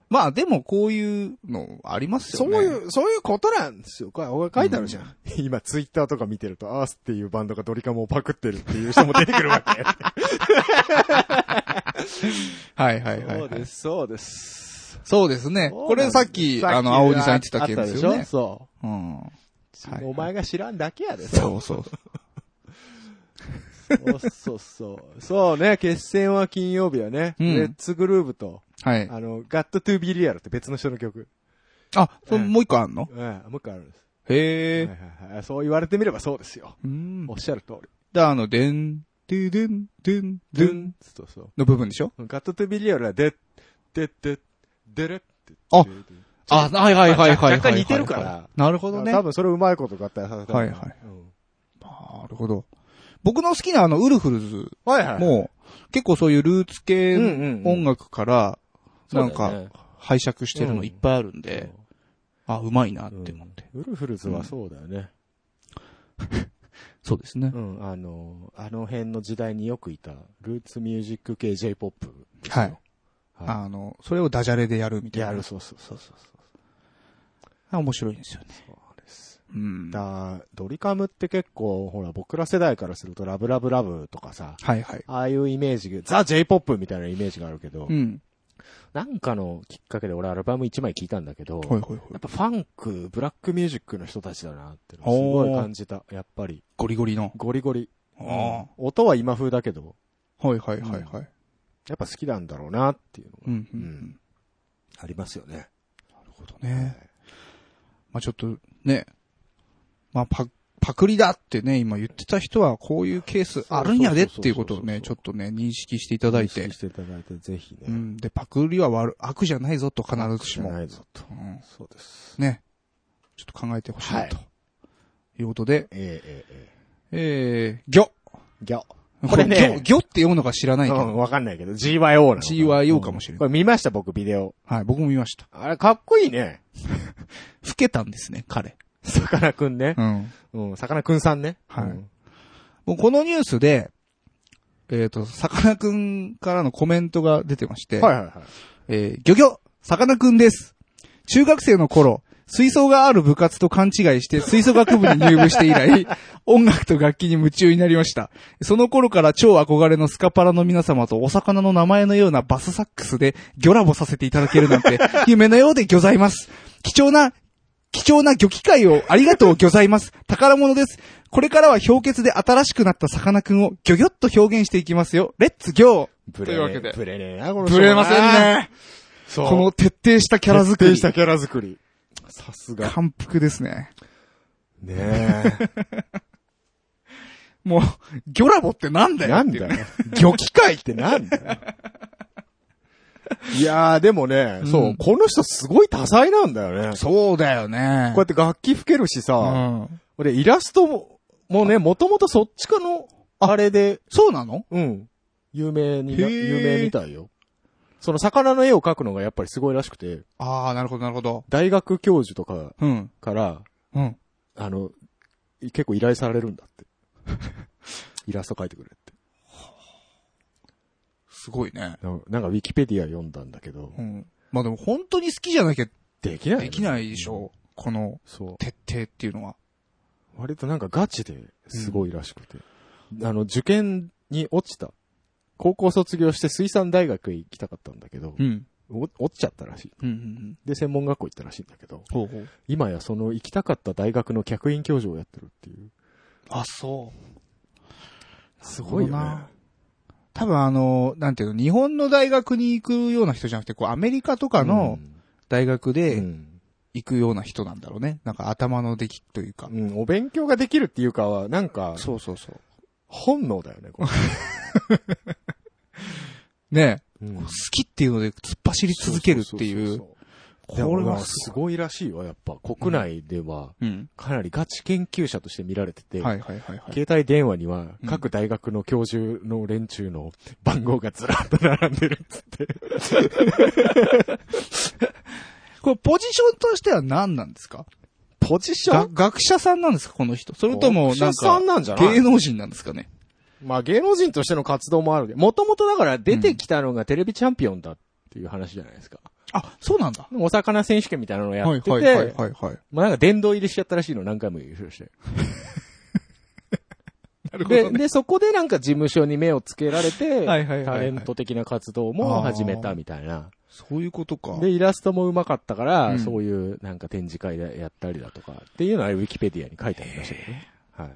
S2: まあでもこういうのあります
S1: そ
S2: よ
S1: う
S2: ね。
S1: いう、そういうことなんですよ。これ、俺書いてあるじゃん。今、ツイッターとか見てると、アースっていうバンドがドリカムをパクってるっていう人も出てくるわけ。
S2: はいはいはい、はい。
S1: す、 そうです。
S2: そうですね。これさっき、あの、青鬼さん言ってた件ですよ
S1: あった
S2: ね
S1: でし。ょ
S2: うん。
S1: そう、
S2: はい
S1: お前が知らんだけやで。
S2: そうそう。
S1: そうそうそう。そうね、決戦は金曜日はね、
S2: うん
S1: レッツグルーブと、
S2: はい。
S1: あの、ガットトゥービーリアルって別の人の曲。
S2: あ、そう
S1: うん
S2: もう一個あんの
S1: うん、もう一回あるんです。
S2: へ
S1: は
S2: え。
S1: いはいはいそう言われてみればそうですよ。
S2: うん
S1: おっ。しゃる通り。
S2: で、あの、でん、ででん、でん、でん
S1: そうそう。
S2: の部分でしょ
S1: ガットトゥビリアルは、で、で、で、でれって。
S2: あ
S1: でで
S2: あ、はいはいはいはいはい。
S1: 若干似てるから。
S2: なるほどね。
S1: 多分それうまいこと合体させた。
S2: はいはい
S1: うん。
S2: なるほど。僕の好きなあの、ウルフルズ
S1: はいはい。
S2: もう、結構そういうルーツ系
S1: うんうんうん
S2: の音楽から、なん
S4: そうだよ
S2: か
S4: ね、
S2: 拝借してるのいっぱいあるんで、あ、うまいなっ
S1: う
S2: て思って。
S1: んウルフルズはそうだよね。
S2: そうですね
S1: う。ん、あの、あの辺の時代によくいた、ルーツミュージック系 J-POP。
S2: はい。
S1: はい
S2: あの、それをダジャレでやるみたいな。
S1: やる、そうそうそうそう。
S2: あ面白いですよね。
S1: そうです。
S2: うん。
S1: だドリカムって結構、ほら、僕ら世代からすると、ラブラブラブとかさ、
S2: はいはい。
S1: ああいうイメージ、ザ・ J-POP みたいなイメージがあるけど、
S2: うん。
S5: なんかのきっかけで俺アルバム1枚聴いたんだけど、
S2: はいはいはい。
S1: やっぱファンク、ブラックミュージックの人たちだなってのをすごい感じた。やっぱり、
S2: ゴリゴリの。
S1: ゴリゴリ。
S2: あ
S1: 音は今風だけど、
S2: あ。はいはいはいはい。
S1: やっぱ好きなんだろうなっていうのが
S2: うん。う
S1: うん
S2: ん。
S1: ありますよね。
S2: なるほどね。まあちょっとね、まあパ、パクリだってね、今言ってた人はこういうケースあるんやでっていうことをね、ちょっとね、認識していただい
S1: 意
S2: て
S1: 識。していただいて、ぜひね。
S2: うん。で、パクリは悪、悪じゃないぞと必ずし
S1: じゃな
S2: も。
S1: いぞと。
S2: うん。
S1: そうです。
S2: ね。ちょっと考えてほしい
S1: は
S2: ないと。いうことで、
S1: ええええ
S2: えー、魚。
S1: えギャ。
S2: こ
S1: れね
S2: 魚魚って読むのか知らな
S1: う
S2: いけ
S1: ん、
S2: ど。
S1: わかんないけど、GYO なの。
S2: GYO かもしれな
S1: こ
S2: い。
S1: れ見ました僕、ビデオ。
S2: はい、僕も見ました。
S1: あれ、かっこいいね。
S2: 老けたんですね、彼。
S1: さかなクンね
S2: う。ん。
S1: うん、さかなクンさんね。
S2: はい
S1: うん
S2: もうこのニュースで、えっ、と、さかなクンからのコメントが出てまして、
S1: はいはいはい。
S2: えー、ギョギョ、さかなクンです。中学生の頃、吹奏がある部活と勘違いして吹奏楽部に入部して以来、音楽と楽器に夢中になりました。その頃から超憧れのスカパラの皆様とお魚の名前のようなバスサックスでギョラボさせていただけるなんて、夢のようでギョざいます。貴重な貴重な魚機会をありがとうございます。宝物です。これからは氷結で新しくなったさかなクンをギョギョッと表現していきますよ。レッツギョー
S1: ブ
S2: と
S1: レ
S2: いうわけ
S1: ね
S2: で
S1: え。。ブレねえな、この人
S2: ぶれませんね。
S1: そう。
S2: この徹底したキャラ作
S1: 徹底
S2: り。
S1: したキャラ作り。さす が。
S2: 感服ですね。
S1: ねえ。
S2: もう、ギョラボってなんだよ
S1: な
S2: っ
S1: ん
S2: ていう
S1: だ
S2: ね。
S1: よ。魚機械ってなんだよ。いやー、でもね、
S2: うん
S1: そう、この人すごい多彩なんだよね。
S2: そうだよね
S1: こうやって楽器吹けるし
S2: う
S1: さ、
S2: ん。
S1: 俺イラストも、もうね、もともとそっちかの、あれで、
S2: そうなの
S1: うん、有名にな、
S2: へー
S1: 有名みたいよ。その魚の絵を描くのがやっぱりすごいらしくて、
S2: ああ、なるほど、なるほど。
S1: 大学教授とか
S2: うん。
S1: から、
S2: うん。
S1: あの、結構依頼されるんだって。 イラスト描いてくれって。
S2: すごいね。
S1: なんかなんかウィキペディア読んだんだけど、
S2: うん。まあでも本当に好きじゃなきゃ
S1: できない、
S2: できないでし。ょう。この、
S1: そう。
S2: 徹底っていうのは。
S1: 割となんかガチですごいらしくて。あの、受験に落ちた。高校卒業して水産大学へ行きたかったんだけど、
S2: ん。
S1: お落ちちゃったらしい。
S2: うん、うん、うん。
S1: で、専門学校行ったらしいんだけど、
S2: ほうほう。
S1: 今やその行きたかった大学の客員教授をやってるっていう。
S2: あ、そう。
S1: す
S2: ごいよね。多分あの、なんていうの、日本の大学に行くような人じゃなくて、こう、アメリカとかの大
S1: う
S2: 学
S1: ん、う
S2: で
S1: ん
S2: 行くような人なんだろうね。なんか頭の出来というか。
S1: うんお勉強ができるっていうかは、なんか、
S2: そうそうそう。
S1: 本能だよね、 こ
S2: ねえ
S1: れ。
S2: 好きっていうので突っ走り続けるってい
S1: そうそ。
S2: こ
S1: そそ。こ
S2: れ
S1: れ
S2: は
S1: は
S2: す
S1: す
S2: ごい。
S1: ごいらしいわ、やっぱ。国内では、
S2: うん。
S1: かなりガチ研究者として見られてて、
S2: はいはいはいはい。
S1: 携帯電話には
S2: うん
S1: 各大学の教授の連中の番号がずらっと並んでるっつって。
S2: これポジションとしては何なんですか
S1: ポジシ
S2: が学者さんなんですかこの人。それとも、なん
S1: 学者さ
S2: か
S1: ん、なんじゃない
S2: 芸能人なんですかね
S1: まあ芸能人としての活動もあるけど、もともとだから出てきたのがテレビチャンピオンだっていう話じゃないですか。
S2: あ、そうなんだ。
S1: お魚選手権みたいなのをや
S2: は
S1: っ
S2: い
S1: てて、
S2: はいはいはいはい。
S1: まあなんか殿堂入りしちゃったらしいの何回も優勝して。
S2: なる
S1: で、。で、そこでなんか事務所に目をつけられ て、
S2: はいはいはいはい
S1: タレント的な活動も始めたみたいな。
S2: そういうことか。
S1: で、イラストも上手かったから、
S2: うん
S1: そういうなんか展示会でやったりだとか、っていうのはウィキペディアに書いてありましたけどね。はい。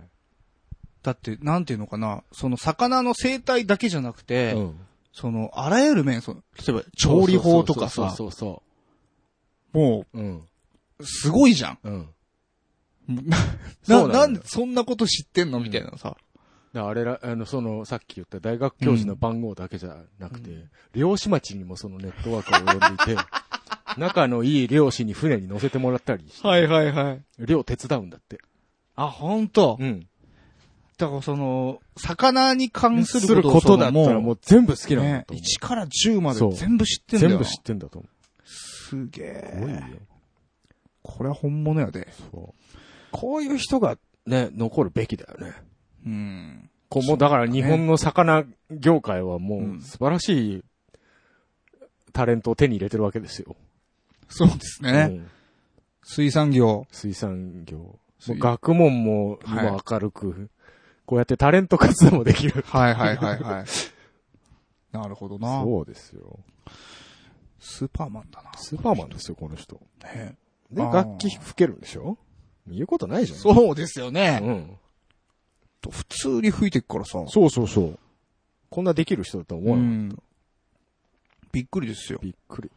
S2: だって、なんていうのかな、その魚の生態だけじゃなくて、
S1: うん
S2: その、あらゆる面、その、例えば、調理法とかさ、
S1: そうそ
S2: も
S1: うそうそう。うん。
S2: う、すごいじゃん。
S1: うん。 そうなんだよ
S2: な、なんでそんなこと知ってんのみたいなさ。
S1: だからあれら、あの、その、さっき言った大学教授の番号だけじゃなくて、漁師町にもそのネットワークを呼ん でいて、仲のいい漁師に船に乗せてもらったりして、
S2: はいはいはい。
S1: 漁手伝うんだって。
S2: あ、ほんと。
S1: ん。
S2: だからその、魚に関す
S1: する
S2: ること
S1: こ
S2: を
S1: とだったらもう全部好きなんだ
S2: ね、
S1: と思う。
S2: 1から10まで
S1: そう
S2: 全部知ってんだよ。
S1: 全部知ってんだと思
S2: すげ
S1: う。すごいよ
S2: え。。これは本物やで。
S1: そう。こういう人がね、残るべきだよね。
S2: うん。
S1: こうもうだから日本の魚業界は
S2: う
S1: も
S2: ん
S1: う素晴らしいタレントを手に入れてるわけですよ。
S2: そうですね。
S1: うん
S2: 水産業、
S1: 水産業。
S6: もう学問も今明るく、こうやってタレント活動もできる。
S2: はいはいはいはい。 なるほどな。
S1: そうですよ。
S2: スーパーマンだな。
S1: スーパーマンですよ、この人。
S2: ね
S1: で、
S2: あー
S1: 楽器吹けるんでしょ言うことないじゃん。
S2: そうですよね。
S1: うん。
S2: 普通に吹いてくからさ。
S1: そうそうそう。こんなできる人だとは思う、
S2: ん。びっくりですよ。
S1: びっくり。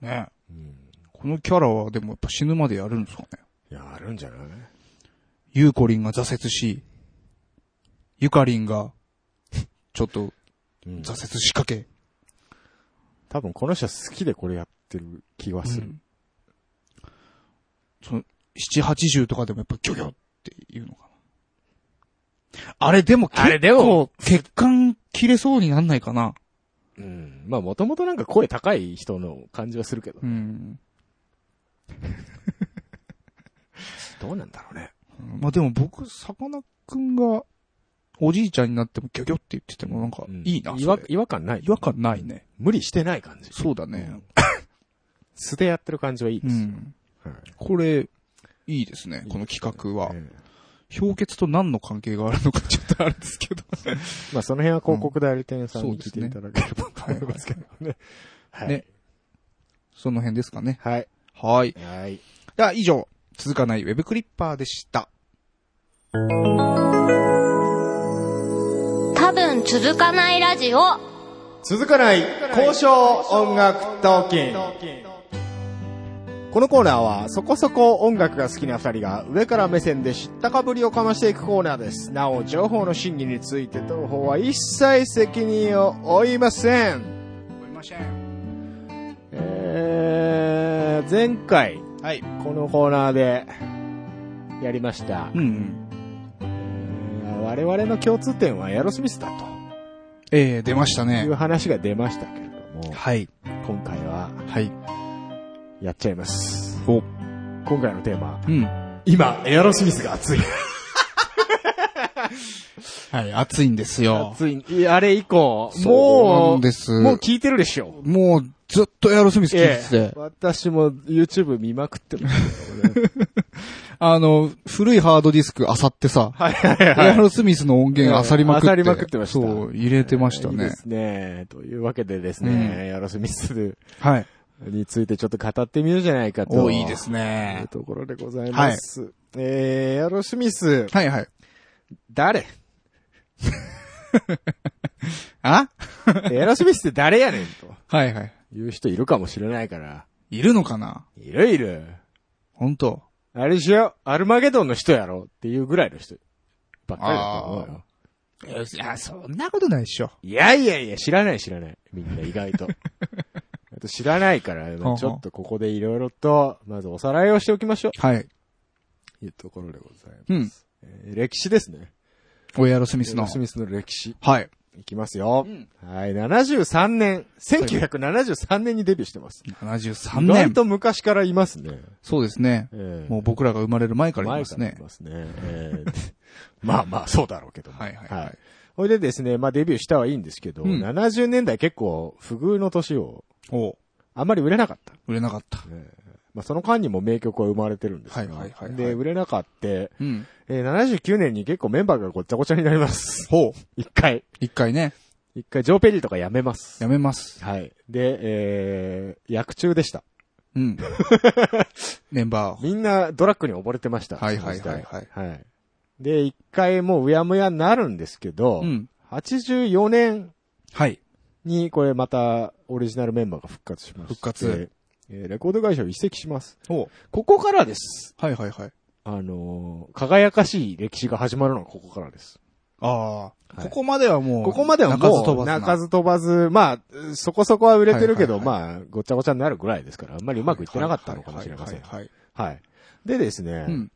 S2: ね
S1: うん。
S2: このキャラはでもやっぱ死ぬまでやるんですかね。
S1: やるんじゃない
S2: ゆうこりんが挫折し、ゆかりんが、 ちょっと
S1: うん
S2: 挫折しかけ。
S1: 多分この人は好きでこれやってる気がする。
S2: その、七八十とかでもやっぱギョギョっていうのかな。あれでも結
S6: あれでも
S2: 構、血管切れそうになんないかな。
S1: うん。まあもともとなんか声高い人の感じはするけど。
S2: うん。
S1: どうなんだろうね。
S2: まあでも僕、さかなクンが、おじいちゃんになってもギョギョって言っててもなんか、いいな。
S1: 違和
S2: それ
S1: 違和感ない。
S2: 違和感ないね。
S1: 無理してない感じ。
S2: そうだね。
S1: 素でやってる感じはいいうです。
S2: ん。
S1: はい
S2: これ、いいですね、この企画は。
S1: ええ
S2: 氷結と何の関係があるのかちょっとあれですけど。
S1: まあその辺は広告代理店さんに聞いていただければと
S2: うん
S1: 思いますけどね。はい。
S2: ねその辺ですかね。
S1: はい。
S2: はい。
S1: はい。
S2: では、以上、続かないウェブクリッパーでした。
S3: 多分続かないラジオ。
S1: 続かない交渉音楽トーキンこのコーナーはそこそこ音楽が好きな二人が上から目線で知ったかぶりをかましていくコーナーですなお情報の真偽について等法は一切責任を負いませんえー、前回
S2: はい。
S1: このコーナーでやりました
S2: う、んうん。
S1: えー我々の共通点はエアロスミスだ
S2: えー、出ました
S1: とい
S2: ね
S1: う。話が出ましたけれども
S2: はい。
S1: 今回は
S2: はい。
S1: やっちゃいます
S2: お、
S1: 今回のテーマ、
S2: うん。
S1: 今、エアロスミスが熱い。
S2: はい、熱いんですよ。
S6: 熱い。いやあれ以降、
S2: そうな
S6: も
S2: んです。
S6: う、もう聞いてるでしょ。
S2: もう、ずっとエアロスミス聞いてて、
S1: 私も YouTube 見まくってる んだけどね
S2: あの、古いハードディスク漁ってさ、
S1: はいはい
S2: エアロスミスの音源漁りまくって。
S1: ええ漁りまくってました
S2: そう、入れてました
S1: いい
S2: ね。
S1: ですね。というわけでですね、
S2: うん
S1: エアロスミス
S2: はい。
S1: についてちょっと語ってみようじゃないかと。
S2: お、いいです
S1: とい
S2: ね
S1: う。ところでございます。えー、エアロスミス、
S2: はいはい。
S1: 誰
S2: あ
S1: エアロスミスって誰やねんと
S2: はいはい。
S1: いう人いるかもしれないから。
S2: いるのかない
S1: るいる。
S2: 本当
S1: あれしよ、アルマゲドンの人やろっていうぐらいの人ばっかりだと思うよ。
S2: いや、そんなことないっしょ。
S1: いやいやいや、知らない知らない。みんな意 外と。あと知らないから、まあちょっとここでいろいろと、まずおさらいをしておきましょう。
S2: はい。
S1: というところでございます。
S2: うん。
S1: えー歴史ですね。
S2: おエアロスミ
S1: エ
S2: ス
S1: アロ
S2: の。
S1: スミスの歴史。
S2: はい。
S1: いきますよ。はい、73年。1973年にデビューしてます。
S2: 73
S1: 意外
S2: 年。
S1: と昔からいますね。
S2: そうですね。
S1: えー
S2: もう僕らが生まれる前からい
S1: 前
S2: ま
S1: か
S2: す
S1: らい
S2: ね。
S1: ますね。えー まあまあ、そうだろうけども。
S2: はいはいはい
S1: ほいでですね、まあデビューしたはいいんですけど、
S2: うん
S1: 70年代結構不遇の年を、
S2: お
S1: あんまり売れなかった。
S2: 売れなかった。
S1: まあ、その間にも名曲は生まれてるんですが、
S2: はいはいはいはい
S1: で、売れなかった、え
S2: うん。
S1: ー79年に結構メンバーがごっちゃごちゃになります。ほう。一回。
S2: 一回ね、
S1: 一回、ジョーペリーとかやめます。
S2: やめます。
S1: はい。で、えー、薬中でした。
S2: うん。メンバー。
S1: みんなドラッグに溺れてました。
S2: はいはいはい
S1: そ
S2: は
S1: の
S2: い
S1: 時代はい。で、一回もううやむやになるんですけど、
S2: うん。
S1: 84年
S2: はい。
S1: にこれまたオリジナルメンバーが復活しまして
S2: 復活。
S1: えーレコード会社を移籍します。
S2: お
S1: ここからです。
S2: はいはいはい。
S1: あのー輝かしい歴史が始まるのはここからです。
S2: ああ。
S1: い
S2: ここまではもう、
S1: ここまではも
S2: 鳴かず飛
S1: う、
S2: ばずな
S1: 泣かず飛ばず、まあ、そこそこは売れてるけど、
S2: はいは
S1: まあ、ごちゃごちゃになるぐらいですから、あんまりうまくいってなかったのかもしれません。
S2: はいはいはい
S1: はい。でですね、
S2: はい。うん。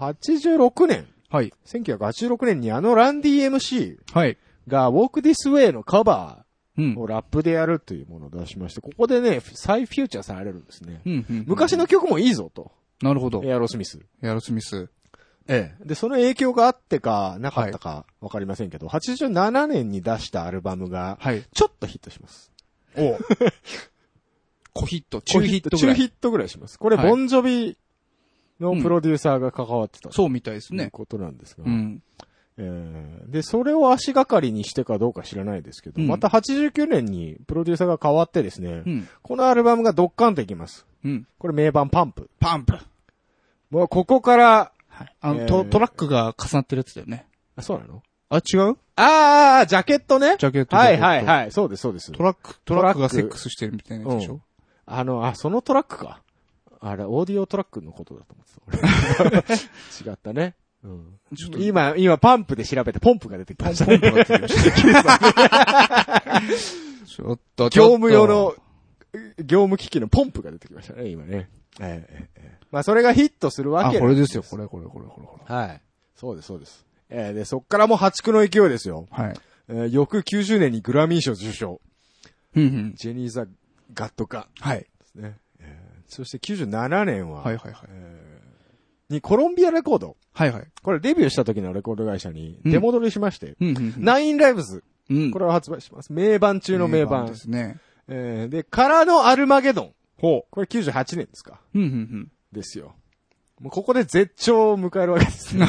S1: 86年、
S2: はい。
S1: 1986年にあのランディ MC
S2: はい。
S1: が Walk This Way のカバ
S2: うん。
S1: ーをラップでやるというものを出しまして、ここでね、再フューチャーされるんですね。
S2: うんうん。
S1: 昔の曲もいいぞと、
S2: なるほど。
S1: エアロスミス。
S2: エアロスミス。
S1: ええ。で、その影響があってか、なかったか、わかりませんけど、87年に出したアルバムが、
S2: はい。
S1: ちょっとヒットします。
S2: お 小ヒット、中ヒットぐ
S1: 中
S2: らい。
S1: ヒットぐらいします。これ、
S2: はい
S1: ボンジョビのプロデューサーが関わってた、
S2: そうみたいです
S1: という
S2: ね。
S1: ことなんですが、
S2: うん。
S1: えーで、それを足がかりにしてかどうか知らないですけど、
S2: うん
S1: また89年にプロデューサーが変わってですね、
S2: うん。
S1: このアルバムがドッカンといきます。
S2: うん。
S1: これ名盤パンプ。
S2: パンプ。
S1: もうここから、
S2: はい。あの、
S1: えー
S2: トトラックが重なってるやつだよね。
S1: あ、そうなの
S2: あ、違う
S1: ああ、ジャケットね。
S2: ジャケット。
S1: は
S2: ジャ
S1: い
S2: ケット
S1: はいはい。そうです、そうです。
S2: トラック、トラックが
S1: トラック
S2: セックスしてるみたいなやつでしょ、
S1: あの、あ、そのトラックか。あれ、オーディオトラックのことだと思っ てた。俺違ったね。うん、
S2: ちょっと
S1: 今、今、パンプで調べて、ポンプが出てきました
S2: ポン
S1: ね。
S2: プが出てきました。ちょっと、
S1: 業務用の、業務機器のポンプが出てきましたね、今ね。ええええええまあ、それがヒットするわ
S2: あ、
S1: け
S2: これです
S1: よ。
S2: よ、これ、これ、これ、これ、こ
S1: はい。そうです、そうです。ええで、そっからもう破竹の勢いですよ。
S2: れ。はい。
S1: ええ翌90年にグラミー賞受賞。
S2: うんうん。
S1: ジェニー・ザ・ガットカ
S2: はい。
S1: ですね。ええそして97年は、
S2: はいはいはい。
S1: えーにコロンビアレコード。
S2: はいはい。
S1: これデビューした時のレコード会社に
S2: うん
S1: 出戻りしまして、
S2: うんうんうん。
S1: ナインライブズ。
S2: うん
S1: これを発売します。名盤中の名盤。
S2: ですね。
S1: えーで、からのアルマゲドン。ほう。これ98年ですか。
S2: うんうん
S1: ですよ。もうここで絶頂を迎えるわけですね。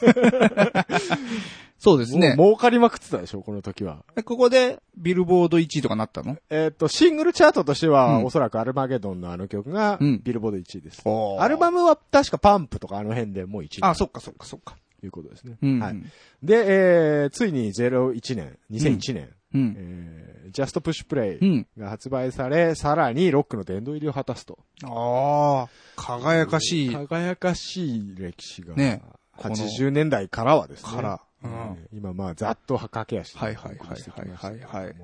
S2: うん。そうですね
S1: も。う儲かりまくってたでしょ、この時は。
S2: えここで、ビルボード1位とかなったの
S1: えーっと、シングルチャートとしては、
S2: うん
S1: おそらくアルマゲドンのあの曲が、
S2: うん
S1: ビルボード1位です。
S2: おー
S1: アルバムは確かパンプとかあの辺でもう1位
S2: あ、
S1: と
S2: そっかそっかそっか。
S1: いうことですね。
S2: うんうん。
S1: はい。で、えー、ついに01年、2001年、
S2: うん。
S1: えー、ジャストプッシュプレ
S2: う
S1: イ
S2: ん。
S1: が発売され、さらにロックの殿堂入りを果たすと。
S2: ああ、輝かしい。
S1: 輝かしい歴史が、
S2: ねこの
S1: 80年代からはですね。
S2: から。う
S1: うん
S2: ん。
S1: 今まあ、ざっと駆け足で
S2: はいはいはい
S1: お送りしてきましたけれども
S2: はいはいはい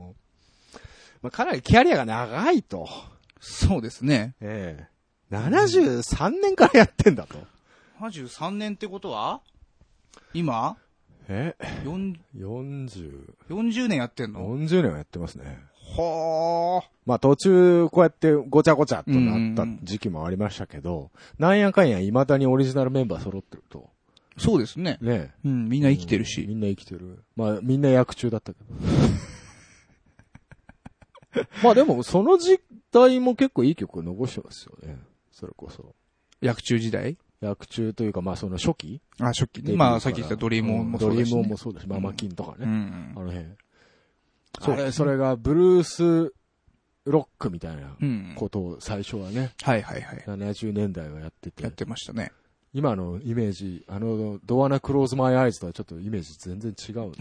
S1: まあ、かなりキャリアが長いと。
S2: そうですね。
S1: ええ73年からやってんだと。
S2: 73年ってことは今
S1: え
S2: よん
S1: ?40、
S2: 40年やってんの
S1: 40年はやってますね。
S2: はあ。
S1: まあ途中、こうやってごちゃごちゃっとなっ
S2: う
S1: た
S2: ん
S1: 時期もありましたけど、なんやかんや未だにオリジナルメンバー揃ってると。
S2: そうですね。
S1: ね
S2: うん、みんな生きてるし。
S1: みんな生きてる。まあみんな役中だったけど。 まあでも、その時代も結構いい曲を残してますよね。それこそ。
S2: 薬中時代
S1: 役中というか、まあその初期
S2: あ、初期ね。まあ、さっき言ったドリームオンもそうだし、
S1: ドリームオン
S2: ね
S1: も。そうだし、ママキンとか
S2: う
S1: ね。
S2: ん
S1: あ。の辺。
S2: そう
S1: それ、それがブルースロックみたいな
S2: うん。
S1: ことを最初はね、
S2: はいはいはい。
S1: 70年代はやってて
S2: やっ。てましたね。
S1: 今のイメージ、あの、ドアナクローズマイアイズとはちょっとイメージ全然違うね。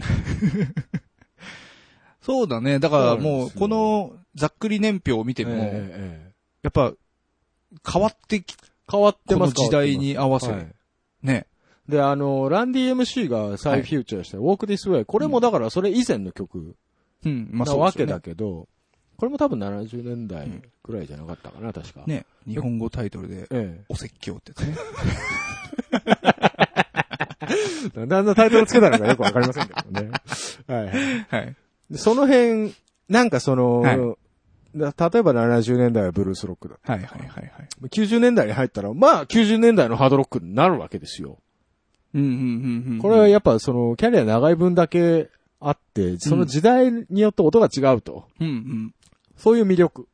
S2: そうだね。だからもう、
S1: そう
S2: このざっくり年表を見て
S1: で
S2: も、や
S1: ええ
S2: っぱ、変わってき、
S1: 変わっ
S2: こ
S1: てま
S2: の
S1: す
S2: 時代に合わせ
S1: 変わって
S2: る
S1: ま。
S2: ね。
S1: すはいで、あの、ランディ MC が再フューチャーした、ウォークディスウェイ、これもだからそれ以前の曲
S2: うん、まあ
S1: な
S2: そうで
S1: わ
S2: す
S1: け
S2: よね
S1: だ。けど、これも多分70年代ぐらいじゃなかったかな、確か。
S2: ね。日本語タイトルで、
S1: え
S2: お説教ってやつね。
S1: え。だんだんタイトルつけたのかよくわかりませんけど ね。はいはい。
S2: はい。
S1: でその辺、なんかその、
S2: はい
S1: な例えば70年代はブルースロックだ。
S2: はいはいはいはい。
S1: 90年代に入ったら、まあ90年代のハードロックになるわけですよ。
S2: うん、うん、うん、うん。
S1: これはやっぱその、キャリア長い分だけあって、その時代によって音が違うと。
S2: うん、うん。
S1: そういう魅力。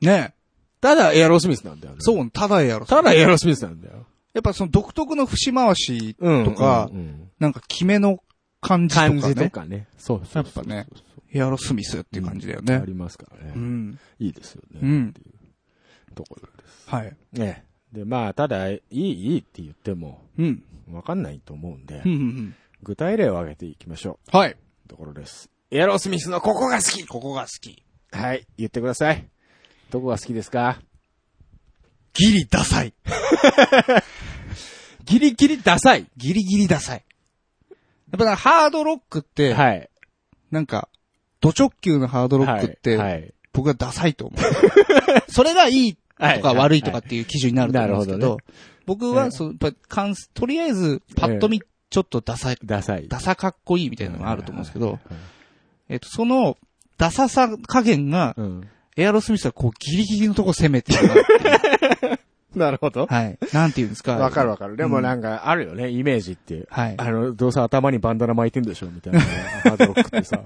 S2: ね
S1: ただエアロスミスなんだよね。う。
S2: そう、ただやろ。
S1: ただエアロスミスなんだよ。
S2: やっぱその独特の節回し、
S1: うん
S2: とか
S1: うんうん
S2: なんか決めの感じとか
S1: 感
S2: ね。
S1: じとかね。そうそうそうそう。
S2: やっぱエアロスミスっていう感じだよね
S1: あ。りますから
S2: う
S1: ね。
S2: ん。
S1: いいですよ
S2: う
S1: ね。
S2: ん。
S1: ところです。
S2: はい。
S1: ね。で、まあ、ただ、いい、いいって言っても、
S2: うん。
S1: わかんないと思うんで
S2: う、ん、うん、うん。
S1: 具体例を挙げていきましょ
S2: はい。
S1: う。ところです。エアロスミスのここが好き
S2: ここが好き。
S1: はい、言ってください。どこが好きですか
S2: ギリダサい。
S1: ギリギリダサい。
S2: ギリギリダサい。やっぱなんかハードロックって、
S1: はい。
S2: なんか、ド直球のハードロックって、
S1: はいはい
S2: 僕はダサいと思う。それがいい
S1: は
S2: とか悪いとかっていう基準になると思うんですけ
S1: なる
S2: ど
S1: ほ、
S2: 僕
S1: え
S2: は、
S1: え
S2: そう、やっぱ関す、とりあえず、パッと見、ちょっとダサい、
S1: ダサい。
S2: ダサかっこいいみたいなのがあると思うんですけど、えっと、その、ダサさ加減が、
S1: うん。
S2: エアロスミスはこうギリギリのとこ攻めてるな。
S1: なるほど。
S2: はい。なんていうんですか。
S1: わかるわかる。で
S2: う
S1: も
S2: ん
S1: なんか、あるよね、イメージって。
S2: はい
S1: あの、どうせ頭にバンダナ巻いてんでしょみたいな。ハードロックってさ。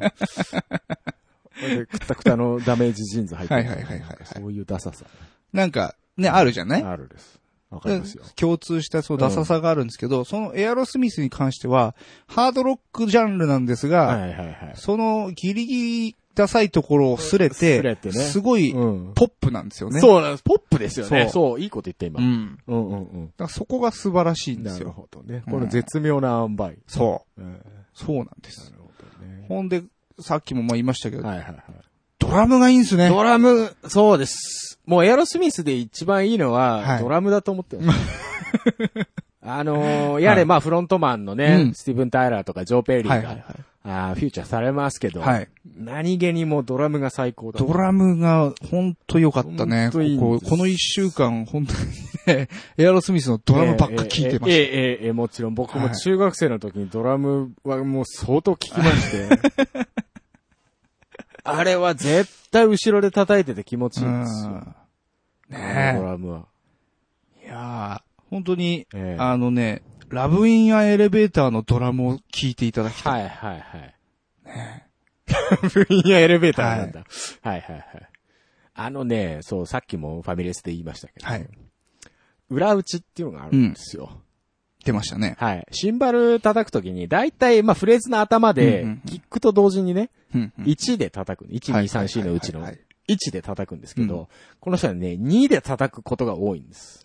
S1: それでくったくたのダメージジーンズ入ってる
S2: はいはいはいはいはい
S1: そういうダサさ。
S2: なんか、ね、あるじゃない
S1: あるです。
S7: わかりますよ。
S2: 共通したそうダサさがあるんですけど、そのエアロスミスに関しては、ハードロックジャンルなんですが、
S7: はいはいはい。
S2: そのギリギリダサいところをすれて、
S7: すれてね
S2: すごい
S7: うん。
S2: ポップなんですよね。う。
S7: そうなんです。ポップですよね。
S2: そう
S7: そう、いいこと言った
S2: う
S7: 今。
S2: ん。
S7: うんうんうん。
S2: だからそこが素晴らしいんで
S7: な
S2: す
S7: る
S2: よ。
S7: ほどね。
S2: うん
S7: この絶妙な塩梅。
S2: そ
S7: うん。なる
S2: う。そうなんです。
S7: ほどね。
S2: ほんで、さっきもまあ言いましたけど、
S7: はいはいはい。
S2: ドラムがいいんですね。
S1: ドラム、そうです。もうエアロスミスで一番いいのは、
S2: はい
S1: ドラムだと思って ます。あのー、やれ、
S2: はい
S1: まあフロントマンのね、
S2: うん
S1: スティーブン・タイラーとかジョー・ペイリーが、
S2: はいはいはい。
S1: あーフューチャーされますけど、
S2: はい
S1: 何気にもうドラムが最高だ。
S2: ドラムが本当良かったね。
S1: ほんといいんで
S2: こ
S1: す
S2: ここの一週間、本当にね、 エアロスミスのドラムばっか聞いてま
S1: ええ
S2: し
S1: ええええええもちろん僕も
S2: はい
S1: 中学生の時にドラムはもう相当聞きまして。あれは絶対後ろで叩いてて気持ちい
S2: た。
S1: い
S2: うんん
S1: ですよ。
S2: ねえ
S1: ドラムは。
S2: いやー本当に、
S1: ええ
S2: あのね、ラブインアエレベーターのドラムを聞いていただきたい。
S1: はいはいはい。ねえ。いや、エレベーターなんだ。はいはいはい。あのね、そう、さっきもファミレスで言いましたけど、
S2: はい。
S1: 裏打ちっていうのがあるんですよ。
S2: 出ましたね。
S1: はい。シンバル叩くときに、だいたい、まあ、フレーズの頭で
S2: うんうん、
S1: キックと同時にね、
S2: うんうん
S1: 1で叩く。1、2、3、4のうちの
S2: はいはいはい
S1: 1で叩くんですけ
S2: う
S1: ど、この人はね、2で叩くことが多いんです。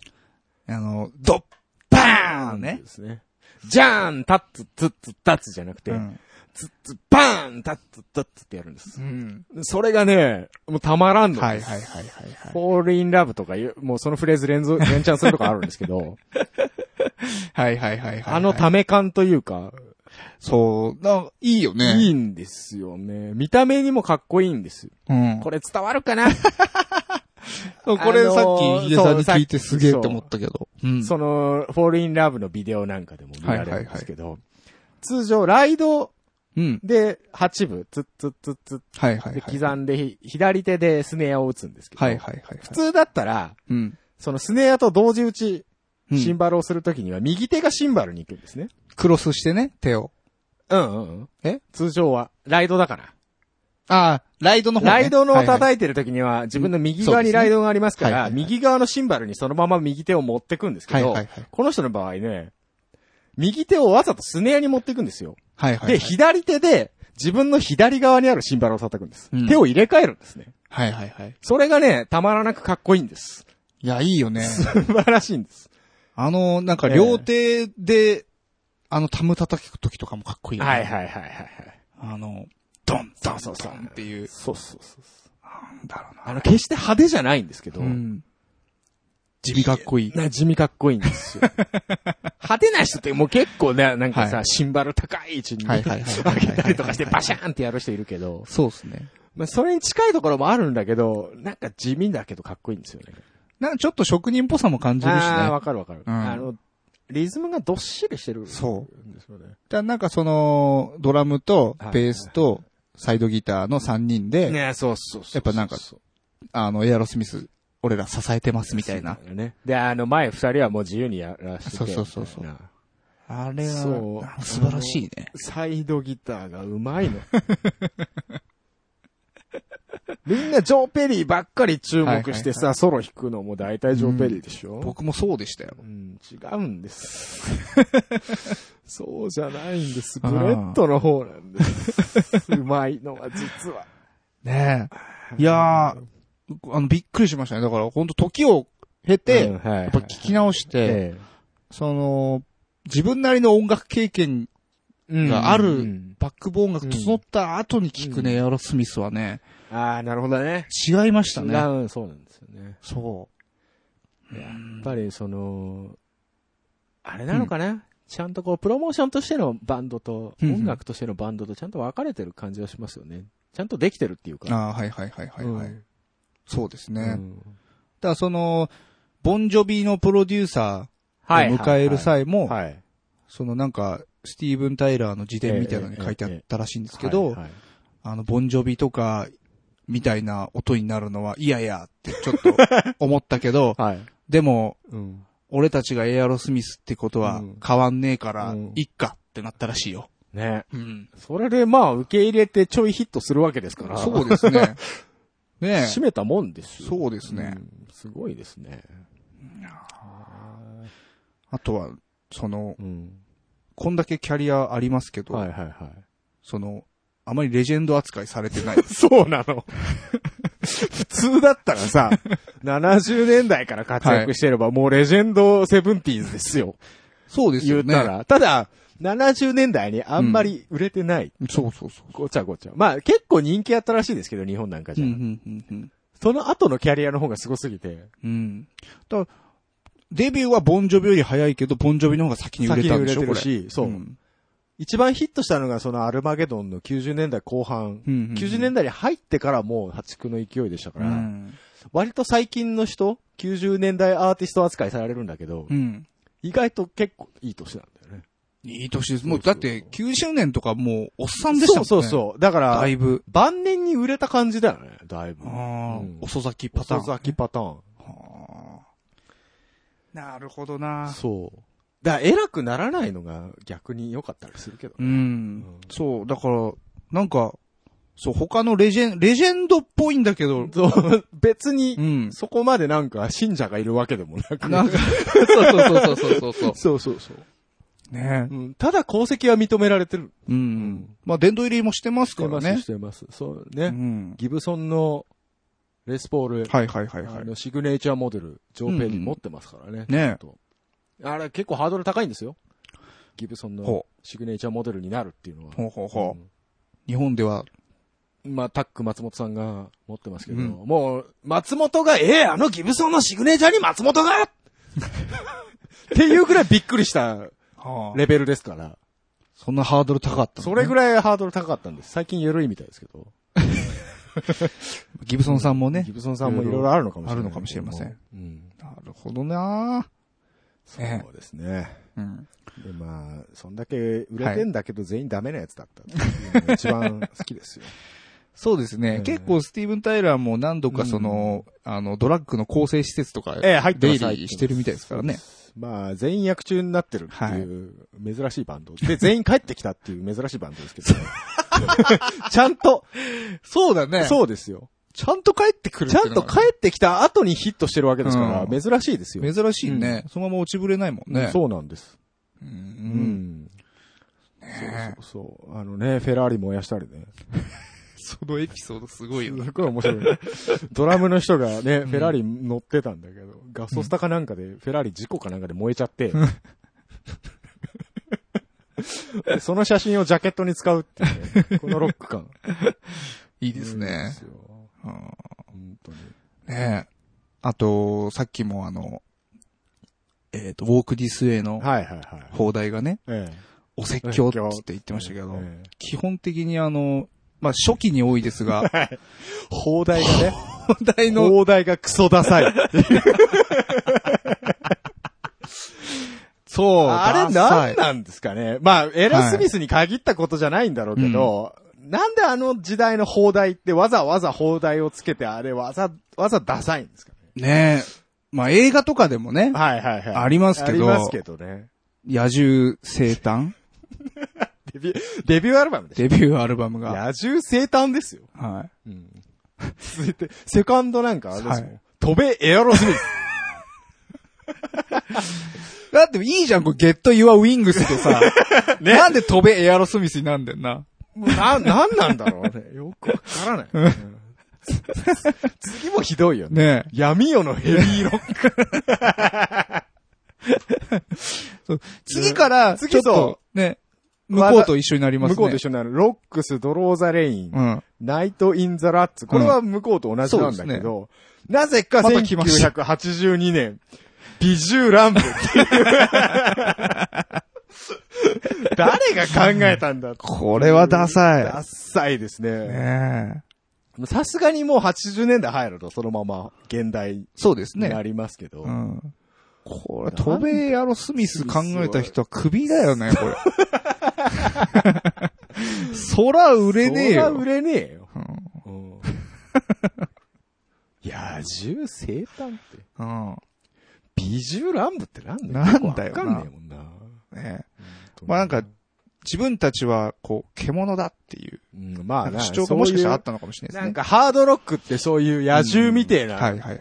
S2: あの、ドッ、バーンね
S1: で。すね。じゃーんタッツ、ツッツ、タッツじゃなくて
S2: う、ん
S1: ツッツ、バーンタッツ、タッツってやるんです
S2: う。ん。
S1: それがね、もうたまらんの。
S2: はいはいはいはいはい。
S1: フォールインラブとかいう、もうそのフレーズ 連続、連チャンするとかあるんですけど、
S2: はいはいはいはい。
S1: あのため感というか、
S2: そう、なんいいよね。
S1: い
S2: い。
S1: いんですよね。見た目にもかっこいいんです。
S2: うん。
S1: これ伝わるかな
S2: そうこれ
S1: あのー
S2: さっきヒデさんに聞いて
S1: そ
S2: す
S1: う
S2: げえって思ったけど。うん。
S1: その、フォールインラブのビデオなんかでも見られるんですけど、通常、ライド
S2: うん。
S1: で8部、ツッツッツッツッ
S2: はいはいは
S1: で
S2: い。
S1: 刻んで、ひ左手でスネアを打つんですけど、
S2: はいはいはい。
S1: 普通だったら、
S2: うん。
S1: そのスネアと同時打ち、
S2: うん
S1: シンバルをするときには、右手がシンバルに行くんですね。
S2: クロスしてね、手を。
S1: うんうんうん。
S2: え
S1: 通常は、ライドだから。
S2: ああ、ライドの方ね。
S1: ライドの
S2: はいはい
S1: 叩いてる時には、自分の右側にライドがありますか
S2: はいは
S1: ら、
S2: いはい
S1: 右側のシンバルにそのまま右手を持ってくんですけど
S2: はいはいはい、
S1: この人の場合ね、右手をわざとスネアに持ってくんですよ。
S2: はいはい。
S1: で、左手で、自分の左側にあるシンバルを叩くんです。
S2: うん
S1: 手を入れ替えるんですね。
S2: はいはいはい。
S1: それがね、たまらなくかっこいいん です。
S2: いや、いいよね。
S1: 素晴らしいんです。
S2: あの、なんか
S1: ええ
S2: 両手で、あの、タム叩く時とかもかっこいいよね。
S1: はいはいはいはいはい。
S2: あの、ドン、ドン、
S1: そう
S2: ド
S1: そう
S2: ンっていう。
S1: そうそうそう。
S2: なんだろうな。
S1: あの、決して派手じゃないんですけど、
S2: うん。地味かっこいい。
S1: な地味かっこいいんです よ。派手な人ってもう結構ね、なんかさ、
S2: はい
S1: シンバル高い位置に
S2: は
S1: 上
S2: いはい
S1: げ
S2: はいはい
S1: たりとかしてバシャーンってやる人いるけど、
S2: そうですね。
S1: まあそれに近いところもあるんだけど、なんか地味だけどかっこいいんですよね。
S2: なんかちょっと職人っぽさも感じるし
S1: ああ、
S2: ね。
S1: わかるわかる、
S2: うん
S1: あの、リズムがどっしりしてる。。
S2: そう
S1: ですよね。
S2: だなんかその、ドラムと
S1: はい、
S2: ベースと、サイドギターの3人で、
S1: ねそうそうそう。
S2: やっぱなんか
S1: そう
S2: あの、エアロスミス、俺ら支えてますみたいな。
S1: そうね。で、あの、前二人はもう自由にやらせて
S2: そうそうそうそう
S1: みたいな
S2: あれ
S1: は
S2: そう。素晴らしいね。
S1: サイドギターがうまいの。 みんなジョーペリーばっかり注目してさ、
S2: は
S1: ソロ弾くのも大体ジョーペリーでしょ、
S2: 僕もそうでしたよ。
S1: うん、違うん です。そうじゃないんです。ブ
S2: あ
S1: レ
S2: ー
S1: ッドの方なん です。うまいのは実は。
S2: ねえ。いやー、あの、びっくりしましたね。だから、本当時を経て、
S1: うん
S2: や
S1: はい
S2: っぱ聞き直して、
S1: え
S2: その、自分なりの音楽経験
S1: えうん
S2: がある
S1: うん
S2: バックボーンが整った後に聞くね、
S1: うん
S2: エアロスミスはね、
S1: ああ、なるほどね。
S2: 違いました
S1: 違
S2: ね。
S1: う、そうなんですよね。
S2: そ
S1: やっぱりその、あれなのかな、ちゃんとこう、プロモーションとしてのバンドと、
S2: うんうん
S1: 音楽としてのバンドとちゃんと分かれてる感じはしますよね。ちゃんとできてるっていう
S2: う。
S1: か。
S2: ああ、はいはいはいはい、はい
S1: うん
S2: そうですね。
S1: う
S2: だか
S1: ん
S2: らその、ボンジョビのプロデューサーを迎える際も、
S1: はいはい
S2: そのなんか、スティーブン・タイラーの辞典みたいなのに書いてあったらしいんですけど、
S1: はいはい
S2: あの、ボンジョビとか、みたいな音になるのは嫌やってちょっ と思ったけど、
S1: はい。
S2: でも、
S1: うん。
S2: 俺たちがエアロスミスってことは
S1: うん
S2: 変わんねえから
S1: うん、
S2: いっかってなったらしいよ。
S1: ね
S2: うん。
S1: それでまあ、受け入れてちょいヒットするわけですから。
S2: そうですね。 ね
S1: 締めたもんですよ。
S2: そうですね
S1: うんすごいですね。
S2: あとは、その、
S1: うん。
S2: こんだけキャリアありますけど、
S1: はいはいはい。
S2: その、あまりレジェンド扱いされてない。
S1: そうなの。
S2: 普通だったら さ、
S1: 70年代から活躍してれば、もうレジェンドセブンティーズですよ。
S2: そうです
S1: 言
S2: よ
S1: っ
S2: ね。
S1: たら。ただ、70年代にあんまり売れてない。
S2: そうそうそう。
S1: ごちゃごちゃ。まあ結構人気あったらしいですけど、日本なんかじ
S2: う
S1: ゃ。
S2: ん、うん、うん、うん。
S1: その後のキャリアの方がすごすぎて。
S2: うん。だからデビューはボンジョビより早いけど、ボンジョビの方が先に売れたんでし
S1: 先
S2: ょ、
S1: に
S2: こ
S1: 売れ
S2: れ。
S1: てるしそう
S2: うん。
S1: 一番ヒットしたのがそのアルマゲドンの90年代後半。
S2: うんうんうん
S1: 90年代に入ってからもう破竹の勢いでしたか
S2: う
S1: ら、
S2: ん。
S1: 割と最近の人、90年代アーティスト扱いされるんだけど、
S2: うん。
S1: 意外と結構いい年なんだよね。
S2: いい年です。も
S1: も
S2: う、
S1: うだ
S2: だっ
S1: ってて、
S2: 90年とかもう、おっさんでしたも
S1: そ
S2: ん
S1: う
S2: ね。
S1: そうそう。だから
S2: だ、いぶ。
S1: 晩年に売れた感じだよね、だいぶ。
S2: ああ
S1: うん、
S2: 遅咲きパターン。
S1: 遅咲きパターン。
S2: はあなるほどな。
S1: そう。だから偉くならないのが逆に良かったりするけど。
S2: うん。そう、だから、なんか、そう、他のレジェン、レジェンドっぽいんだけど、
S1: そう、別に
S2: う、ん。
S1: そこまでなんか信者がいるわけでもなく。
S2: なんか、そうそうそうそうそうそう
S1: そうそうそう。
S2: ね
S1: うん、ただ功績は認められてる。
S2: うん。うん、まあ、殿堂入りもしてます
S1: して
S2: から
S1: ます、
S2: ね
S1: し。てます。そう
S2: う
S1: ね。
S2: ん。
S1: ギブソンのレスポール、
S2: はいはいはいは
S1: あ
S2: い。
S1: のシグネチャーモデル、ジョーペリー持ってますからね。
S2: ね
S1: ちょっとあれ結構ハードル高いんですよ。ギブソンの
S2: ほ
S1: シグネチャーモデルになるっていうのは。
S2: ほうほうほう。日本では、
S1: まあ、タック松本さんが持ってますけど、
S2: うん
S1: もう、松本が、ええあのギブソンのシグネチャーに松本 がっていうぐらいびっくりしたレベルですから、
S2: そんなハードル高かったのね。
S1: それぐらいハードル高かったんです。最近緩いみたいですけど、
S2: ギブソンさんもね
S1: ギ。ブソンさんもいろいろあるのかもしれない。
S2: あるのかもしれません。
S1: うん。
S2: なるほどなね
S1: そうですね。
S2: うん。
S1: で、まあ、そんだけ売れてんだけど全員ダメなやつだったっていうのが一番好きですよ。
S2: そうですね。
S1: うん
S2: 結構スティーブン・タイラーも何度かその、あの、ドラッグの構成施設とか、
S1: ええ入ってます
S2: 出入りしてるみたいですからね。
S1: まあ、全員役中になってるっていう、珍しいバンド。で、全員帰ってきたっていう珍しいバンドです けど、ちゃんと、
S2: そうだね
S1: そうですよ。
S2: ちゃんと帰ってく
S1: ちゃんと帰ってきた後にヒットしてるわけですから、
S2: うん
S1: 珍しいですよ。
S2: 珍しいね、そのまま落ちぶれないもんね。
S1: そうなんです。
S2: う。
S1: うんん。そうそうそう。あのね、フェラーリ燃やしたりね。
S2: そのエピソードすごい
S1: す。ごい面白い。ドラムの人がね、フェラーリ乗ってたんだけど、ガソスタかなんかで、フェラーリ事故かなんかで燃えちゃって、その写真をジャケットに使うっていう ね、このロック感。
S2: いいです
S1: いい
S2: ね
S1: です。よ
S2: うん
S1: 本当に。
S2: ねえあと、さっきもあの、えっ、と、ウォークディスウェイの
S1: はいはいはい。
S2: 放題がね、
S1: ええ。
S2: お説教って言ってましたけど、
S1: ええ
S2: 基本的にあの、まあ、初期に多いですが、
S1: 放題がね、
S2: 放題の
S1: 放題がクソダサい。
S2: そう、
S1: あれ
S2: ダサ
S1: 何
S2: い
S1: なんですかね。まあ、エラ・スミスに限ったことじゃないんだろうけど、なんであの時代の放題ってわざわざ放題をつけてあれわざ、わざダサいんですかね。
S2: ねえ。まあ、映画とかでもね、
S1: はいはいはい。
S2: ありますけど
S1: ありますけどね。
S2: 野獣生 誕、
S1: デビュー、デビューアルバムでしょ。
S2: デビューアルバムが。
S1: 野獣生誕ですよ。
S2: はい。
S1: うん。続いて、セカンドなんかあれですも
S2: は
S1: ん。飛べエアロスミス。
S2: だっていいじゃん、これ、ゲット・ユア・ウィングスって さ。なんで飛べエアロスミスになんでんな。
S1: もうな、なんなんだろうね。よくわからない。うん次もひどいよね。
S2: ねえ。
S1: 闇夜のヘビーロ ック。
S2: 次から、
S1: 次
S2: ちょっ
S1: そ
S2: と、ね、向こうと一緒になりますね。
S1: 向こうと一緒になる。ロックス、ドローザレイン、
S2: うん。
S1: ナイト・イン・ザ・ラッツ。これは向こうと同じなんだけど、なぜか
S2: また来ました
S1: 1982年、ビジューランブって いう。誰が考えたんだ
S2: これはダサい。
S1: ダッサいですね。
S2: ねえ。
S1: さすがにもう80年代入るとそのまま現代
S2: そうです
S1: にな
S2: ね。
S1: りますけど。
S2: うん。これ、飛べエアロスミス考えた人はクビだよね、これ。 空売れねえ
S1: そりゃ売
S2: よ。
S1: れねえよ。
S2: うん
S1: うん。野獣生誕って。
S2: うん。
S1: ビジュランブってなんだよ。
S2: なんだよな
S1: わかんねえもんな。
S2: ねまあなんか、自分たちは、こう、獣だっていう、
S1: うん、まあ
S2: なん
S1: な
S2: か主張がもしかしたらあっ
S1: そ
S2: たのかもしれ
S1: ういう
S2: ないです
S1: なん
S2: ね。
S1: かハードロックってそういう野獣みてえな、
S2: はいはいはい。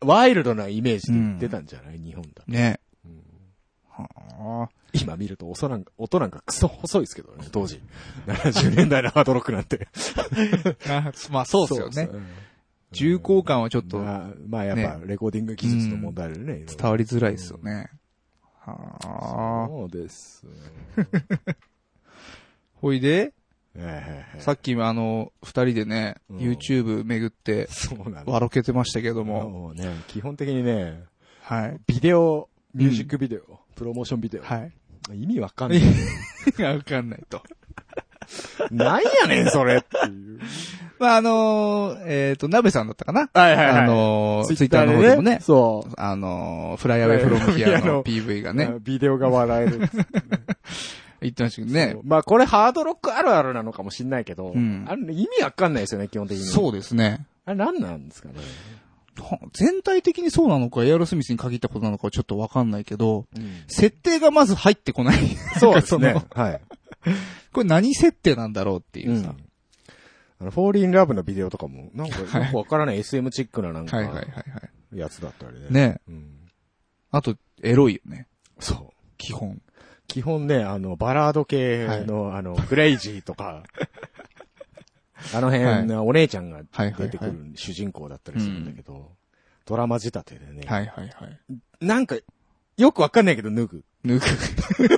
S1: ワイルドなイメージで言ってたんじゃない、日本だ。
S2: ね。はあ
S1: 今見ると音なんか、音なんかクソ細いですけどね、当時。70年代のハードロックなんて。
S2: あまあそうですよね。
S1: ん
S2: 重厚感はちょっと伝
S1: まあ、まあやっぱレコーディング技術の問題でね、いろいろ
S2: わりづらいですよね。はあ。
S1: そうです。
S2: ほいで、
S1: ええ
S2: さっきあの、二人でね、
S1: うん
S2: YouTube 巡って、
S1: そうなんだ。
S2: わろけてましたけども、
S1: もうね、基本的にね、
S2: はい。
S1: ビデオ、ミュージックビデオ、プロモーションビデオ。
S2: はい。
S1: 意味わかんない。
S2: わかんないと。
S1: なんやねん、それっていう。
S2: まあ、あのー、えっ、と、鍋さんだったかな
S1: はい
S2: あのー、ツイッターの方でもね、
S1: そ
S2: あのー、フライアウェイフロムヒアの PV が
S1: う。
S2: ね、
S1: ビデオが笑える。
S2: 言ってましたけどね
S1: そう。 まあこれハードロックあるあるなのかもしんないけど、
S2: うん
S1: あれ意味わかんないですよね、基本的に。。
S2: そううですね。
S1: あれ何なんですかね。
S2: は全体的にそうなのか、エアロスミスに限ったことなのかはちょっとわかんないけど、設定がまず入ってこない。
S1: そうですね
S2: なん か。
S1: はい。
S2: そのこれ何設定なんだろうっていううさ
S1: ん。あの、フォーリンラブのビデオとかも、なんかよくわからない SM チックななん
S2: はいはいはいは
S1: か、
S2: い。
S1: やつだったりね。
S2: ね
S1: うん。
S2: あと、エロいよね。
S1: そう。
S2: 基本。
S1: 基本ね、あの、バラード系の、あの、クレイジー とか、あの辺のお姉ちゃんが
S2: はいはい
S1: 出てく
S2: はい。
S1: る主人公だったりするんだけど、ドラマ仕立てでね、
S2: はいはいはい。
S1: なんか、よくわかんないけど脱ぐ。
S2: 脱ぐ。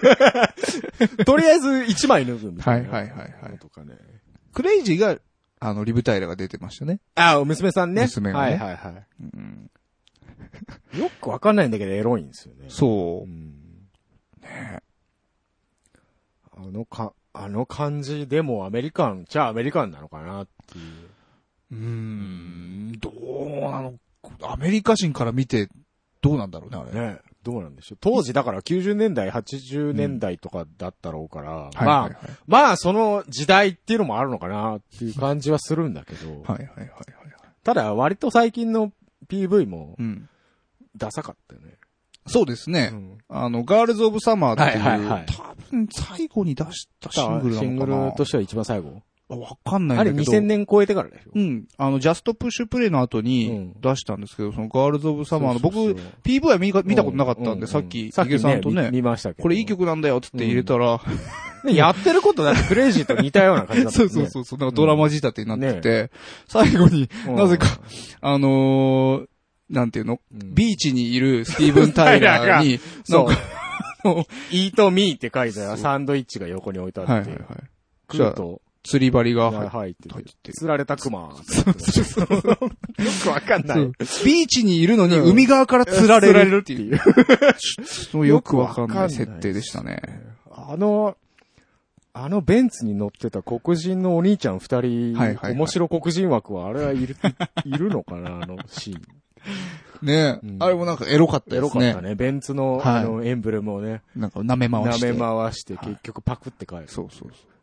S1: とりあえず1枚脱ぐみたいな。
S2: はいはいはいはい
S1: のとかね。
S2: クレイジーが、あの、リブタイラが出てましたね。
S1: ああ、娘さんね。
S2: 娘がね
S1: はいはいはい。よくわかんないんだけど、エロいんですよね。
S2: そうう。
S1: ん。あのか、あの感じでもアメリカン、じゃあアメリカンなのかなっていう。
S2: うーん、どうなのアメリカ人から見て、どうなんだろうね、あれ。
S1: ねどうなんでしょう。当時だから90年代、80年代とかだったろうから、
S2: はい
S1: ま
S2: はい
S1: あ、まあその時代っていうのもあるのかなっていう感じはするんだけど、
S2: はい。はいはいはいはい。
S1: ただ割と最近の PV も
S2: うん。
S1: ダサかったよね。
S2: そうですね。
S1: うん
S2: あの、ガールズ・オブ・サマーっていう、
S1: はいはいはい
S2: 多分最後に出したシングルなのかな
S1: シングルとしては一番最後。
S2: あわかんないん
S1: あ
S2: だ
S1: れ
S2: けど。
S1: 2000年超えてからでしょ。
S2: うん。あの、ジャストプッシュプレイの後に
S1: うん
S2: 出したんですけど、そのガールズ・オブ・サマーの、
S1: そうそう
S2: 僕
S1: そう、
S2: PV は見か見たことなかったんで、
S1: うう
S2: さっき、
S1: さっ
S2: ヒゲ
S1: き
S2: さんと
S1: ね
S2: ね、
S1: 見見ましたけど。
S2: これいい曲なんだよ、つって入れたら、
S1: ねやってることだってクレイジーと似たような感じだった
S2: そ
S1: も
S2: うん
S1: ね。
S2: そうそうそう、なんかドラマ仕立てになってて、最後に、
S1: うん
S2: なぜか、あのー、なんていうの、
S1: うん
S2: ビーチにいるスティーブン・タイラーに、な
S1: そ
S2: ん
S1: う
S2: か、。
S1: イートミーって 書いてあるサンドイッチが横に置いてあ
S2: はい
S1: っ
S2: はい
S1: て
S2: はい、。
S1: クーと
S2: 釣り針が入っ
S1: 入って、
S2: 入っててる。
S1: 釣られたクマ。そうそうそう。よくわかんない。
S2: そうビーチにいるのに
S1: うん
S2: 海側から釣られるってい
S1: い
S2: う。
S1: う。
S2: そうよくわかん
S1: よくわかん
S2: ない
S1: ない
S2: 設定でしたね。
S1: あの、あのベンツに乗ってた黒人のお兄ちゃん二人、
S2: はいはいはい
S1: 面白黒人枠は、あれはいる、い るのかな、あのシーン。
S2: ねえ
S1: うん
S2: あれもなんかエロかった
S1: エ
S2: で
S1: ロ
S2: す
S1: かった
S2: ね。
S1: ね。ベンツの、
S2: は
S1: あ
S2: い
S1: の、エンブレムをね、
S2: なんか舐め回して。
S1: 舐め回して、
S2: はい
S1: 結局パクって帰る。
S2: そうそうそ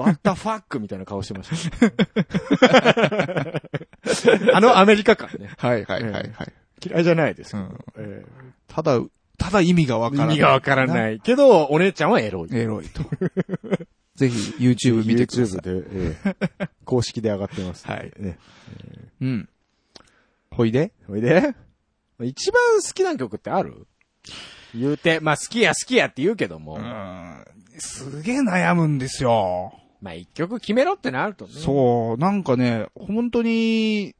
S1: ワッタファックみたいな顔してました ね。あのアメリカ感ね。
S2: う。はいはいはいはい。
S1: 嫌いじゃないです
S2: う
S1: けど。
S2: ん。
S1: え
S2: ただ、ただ意味がわ
S1: え
S2: から
S1: 意
S2: ない。
S1: 味がわから
S2: い。
S1: ない。けど、お姉ちゃんはエロい。
S2: エロいと。 ぜひ YouTube 見てください。
S1: YouTube で、ええ公式で上がってます。
S2: はい
S1: ね。
S2: うん。ほいで
S1: おいで、一番好きな曲ってある言うて、まあ好きや好きやって言うけども、
S2: うん。すげえ悩むんですよ。
S1: まあ一曲決めろってなるとね。
S2: そう、なんかね、本当に、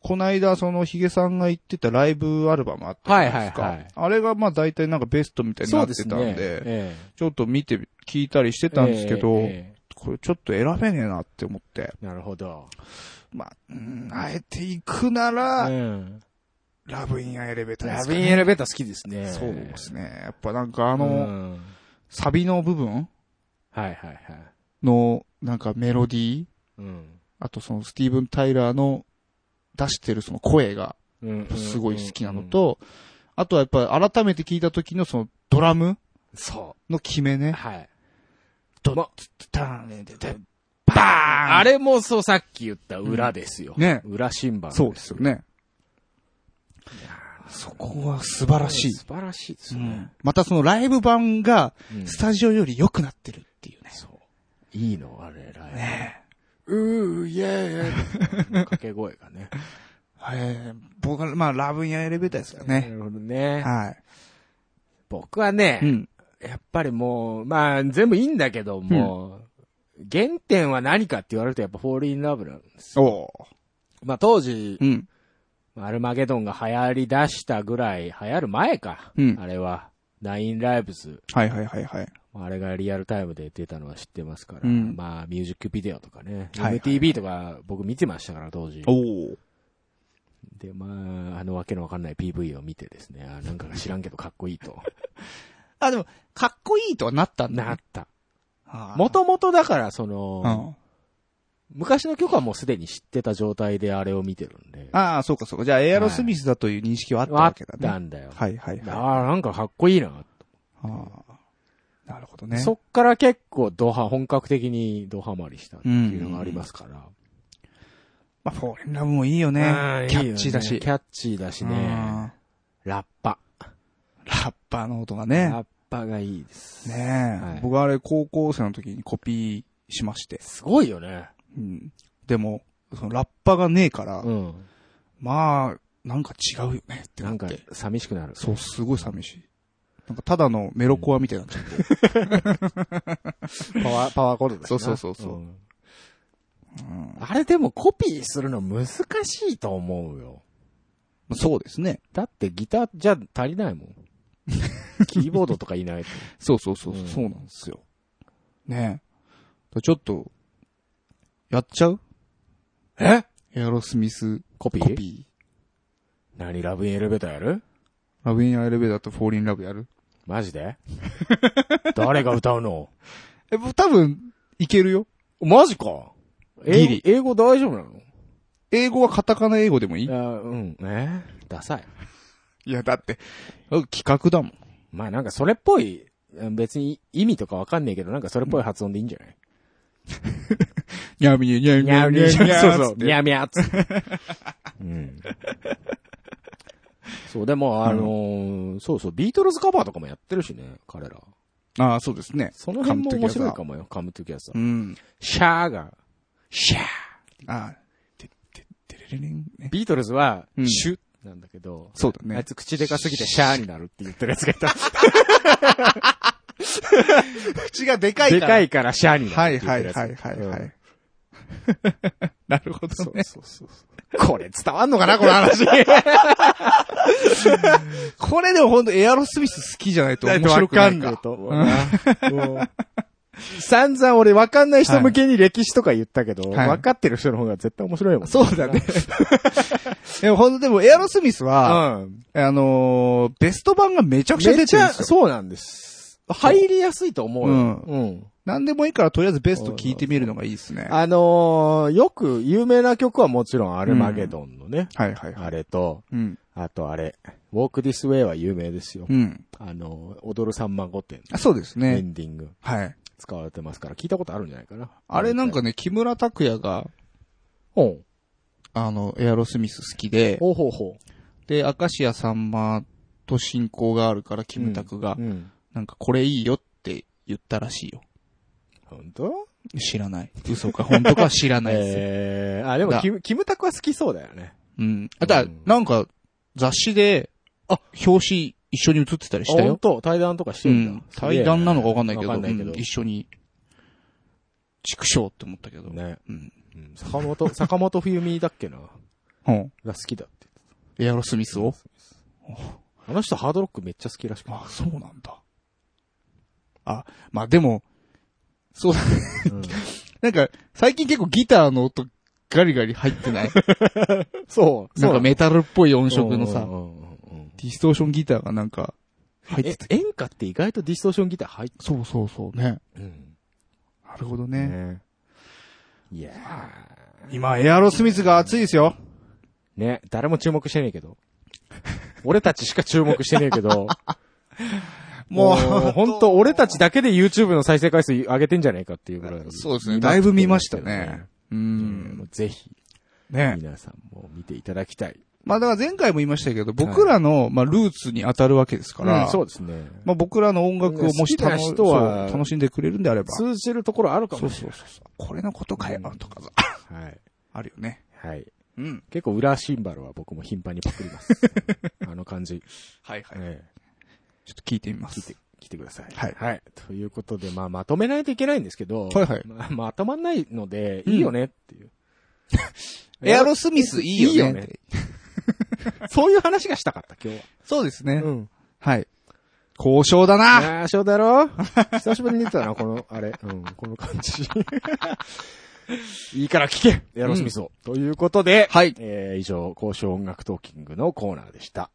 S2: こないだそのヒゲさんが言ってたライブアルバムあったじゃないですか。
S1: はいはいはい
S2: あれがまあ大体なんかベストみたいに
S1: そ
S2: な
S1: う
S2: っ
S1: で
S2: て
S1: す
S2: た
S1: ね。
S2: んで、
S1: ええ
S2: ちょっと見て、聞いたりしてたんですけど、
S1: えええ
S2: これちょっと選べねえなって思って。
S1: えなるほど。
S2: まあ、うんあえて行くな
S1: う
S2: ら、
S1: ん。
S2: ラブインアエレベーターで
S1: ラ
S2: すか
S1: ビ
S2: ね、
S1: ンエレベーター好きですね。
S2: そうですね。やっぱなんかあ
S1: あ
S2: の、
S1: はい
S2: サビの部分
S1: はいはい。
S2: の、なんかメロディー、
S1: うん。
S2: あとそのスティーブン・タイラーの出してるその声が
S1: うん
S2: すごい好きなの、と、あとはやっぱり改めて聞いた時のそのドラム
S1: そ
S2: の決め
S1: う。
S2: ね。
S1: はい。
S2: ド
S1: ま
S2: ターンで、で
S1: バーンあれもそうさっき言った裏ですよ。
S2: うんね
S1: 裏新版。
S2: そうですよね。そこは素晴らしい。
S1: 素晴らしいです
S2: う
S1: よね
S2: ん。またそのライブ版が
S1: うん
S2: スタジオより良くなってるっていうね。
S1: そう。いいのあれ、ライブ。うー、イェーイ掛け声がね。
S2: えー、僕は、まあ、ラブインエレベーターですよ
S1: な
S2: ね。
S1: るほどね。
S2: はい。
S1: 僕はね、
S2: うん。
S1: やっぱりもう、まあ、全部いいんだけども、原点は何かって言われるとやっぱフォールインラブなんですよ。
S2: お
S1: まあ当時
S2: う、ん。
S1: アルマゲドンが流行り出したぐらい、流行る前か。
S2: うん
S1: あれは、ナインライブズ。
S2: はいはいはいはい。
S1: あれがリアルタイムで出たのは知ってますから。
S2: うん
S1: まあミュージックビデオとかね。
S2: はいはい
S1: MTV とか僕見てましたから当時。
S2: おー
S1: で、まあ、あのわけのわかんない PV を見てですね、あなんか知らんけどかっこいい と。
S2: あ、でも、かっこいいとはなったんだ。
S1: なった。
S2: あー
S1: もともとだからその、
S2: うん。
S1: 昔の曲はもうすでに知ってた状態であれを見てるんで。
S2: ああ、そうかそうか。じゃあ、エアロスミスだという認識はあった
S1: あ
S2: わ
S1: っ
S2: けだね。
S1: たんだよ。
S2: はいはいはい。あ
S1: ああ、なんかかっこいいな。
S2: あ。なるほどね。
S1: そっから結構ドハ、本格的にドハマりしたっていうのがありますから。
S2: まあ、フォーレンラブもいいよね
S1: あ。
S2: キャッチーだし。
S1: いいよねキャッチーだしね。ラッパ。
S2: ラッパーの音が
S1: ラ
S2: ね。
S1: ッパがいいです。
S2: ねえ、
S1: はい
S2: 僕あれ高校生の時にコピーしまして。
S1: すごいよね。
S2: うん。でも、そのラッパがねえから、
S1: うん。
S2: まあ、なんか違うよねって
S1: な
S2: なっ
S1: んか
S2: て。
S1: 寂しくなる。
S2: そう、すごい寂しい。なんかただのメロコアみたいになっちゃって。
S1: パワー、パワーコードだしな
S2: そうそうそうそうんうん
S1: あれでもコピーするの難しいと思うよ。
S2: そうですね。
S1: だってギターじゃ足りないもん。 キーボードとかいないと。
S2: そうそうそう、
S1: うん
S2: そうなんですよ。ねえ。ちょっと、やっちゃう
S1: え
S2: エアロスミス
S1: コピー
S2: コピ
S1: 何ラブインエレベーターやる
S2: ー。ラブインアエレベーターとフォーリンラブやる
S1: マジで誰が歌うの
S2: え、僕多分、いけるよ。
S1: マジか
S2: ギ
S1: 英
S2: リ
S1: 語英語大丈夫なの
S2: 英語はカタカナ英語でもいい
S1: いや、うん。えダサい。
S2: いや、だって、企画だもん。
S1: まあなんかそれっぽい、うん別に意味とかわかんねえけど、なんかそれっぽい発音でいいんじゃない
S2: にゃみにゃにゃみ
S1: にゃーにゃーにゃーそうそう。に
S2: ゃ
S1: ゃーにゃーっつって。うん。そう、でも、あのーそうそう、ビートルズカバーとかもやってるしね、彼ら。
S2: ああ、そうですね。
S1: その辺も面白いか
S2: も。
S1: もよ、カムトゥギャザ
S2: う
S1: ー。
S2: ん。
S1: シャーが、シャー。
S2: ああ、て、て、てれれれんね。
S1: ビートルズは
S2: う、ん
S1: シュッなんだけど、
S2: そうだ
S1: あい
S2: ね。
S1: つ口でかすぎてシャーになるって言ってるやつがいた。
S2: 口がでか
S1: でか
S2: い。
S1: いからシャーにな
S2: は
S1: るっ
S2: い
S1: て言ってる
S2: はい
S1: やつ。
S2: はいはいは
S1: うん
S2: い。なるほ
S1: そ
S2: ど
S1: う
S2: ね。
S1: そうそうそう。これ伝わんのかなこの話。
S2: これでもほんとエアロスミス好きじゃないと面白くないか。
S1: と思うな。もう散々俺分かんない人向けに歴史とか言ったけど、
S2: はい
S1: 分かってる人の方が絶対面白いもん。
S2: そうだね。でもほんとでもエアロスミスは、
S1: うん。
S2: あのー、ベスト版がめちゃくちゃ
S1: め
S2: 出
S1: ってち
S2: るん
S1: ゃ、
S2: ですよ。
S1: そうなんです。入りやすいと思うよ。
S2: うん
S1: うん。
S2: なんでもいいからとりあえずベスト聞いてみるのがいいですね。は
S1: あのーよく有名な曲はもちろんアルマゲドンのね、
S2: いはいはい。
S1: あれと、
S2: うん。
S1: あとあれ、Walk This Way は有名ですよ。
S2: うん。
S1: あのー踊るさんま御殿
S2: あそうです
S1: のエ
S2: ね。
S1: ンディング
S2: はい。
S1: 使われてますから、聞いたことあるんじゃないかな。
S2: あれなんかね、木村拓哉が、
S1: うん、
S2: あの、エアロスミス好きで、
S1: ほうほうほ
S2: で、明石家さんまと親交があるから、キ
S1: う。
S2: ムタクが
S1: う、ん。
S2: なんかこれいいよって言ったらしいよ。
S1: 本当
S2: 知らない。嘘か本当かは知らないです よ。
S1: えー、あ、でも
S2: だ
S1: キム、キムタクは好きそうだよね。
S2: うん。あ、だ、なんか、雑誌で、あ、表紙一緒に写ってたりした
S1: 本
S2: よ。
S1: 当対談とかし
S2: う
S1: てんだ
S2: ん。。対談なのかわかんないけど、
S1: わかんないけ
S2: う
S1: ど
S2: ん一緒に、畜生って思ったけど。
S1: ね。
S2: うん。
S1: うん坂本、 坂本冬美だっけな
S2: うん。
S1: が好きだって。
S2: エアロスミスを
S1: あの人ハードロックめっちゃ好きらしくて
S2: あ、そうなんだ。あ、まあでも、そうだね。
S1: うん
S2: なんか、最近結構ギターの音ガリガリ入ってない
S1: そう。
S2: なんかメタルっぽい音色の
S1: う
S2: さ
S1: ん、うんうんうん
S2: ディストーションギターがなんか、入って
S1: え
S2: て。
S1: 演歌って意外とディストーションギター入って
S2: そうそうそうね。
S1: る。
S2: なるほどね。
S1: ね。いや
S2: 今、エアロスミスが熱いですよ。
S1: ーね、誰も注目してねえけど。俺たちしか注目してねえけど。も
S2: も
S1: う、
S2: う、
S1: 本当俺たちだけで YouTube の再生回数上げてんじゃないかっていうぐらい。
S2: そうですね。だいぶ見ましたね。う
S1: うん。も
S2: ん
S1: う。ぜひ、
S2: ね。
S1: 皆さんも見ていただきたい。
S2: まあだから前回も言いましたけど、僕らの、まあルーツに当たるわけですから、
S1: うんそうですね。
S2: まあ僕らの音楽をもし楽
S1: 好きな人は
S2: そう楽しんでくれるんであれば、
S1: 通じるところあるかもしれない。
S2: これのことかよ、とかさ、
S1: はい。
S2: あるよね。
S1: はい。
S2: うん。
S1: 結 構裏シンバルは僕も頻繁にパクります。あの感じ。
S2: はいは
S1: ええ
S2: ちょっと聞いてみま
S1: 聞い
S2: す。
S1: て、聞いてください。
S2: はい
S1: はい。ということで、まあ、まとめないといけないんですけど、
S2: はいはい
S1: まあ、まとまんないので、いいよねっていう。
S2: エアロスミスいいよね。
S1: いいよねそういう話がしたかった、今日
S2: そうですね。
S1: は。うん。
S2: はい。交渉だな
S1: ああ、そうだろ久しぶりに出たな、この、あれ。うん、この感じ。 いいから聞けエアロスミスを。ということで、
S2: はい。
S1: えー以上、交渉音楽トーキングのコーナーでした。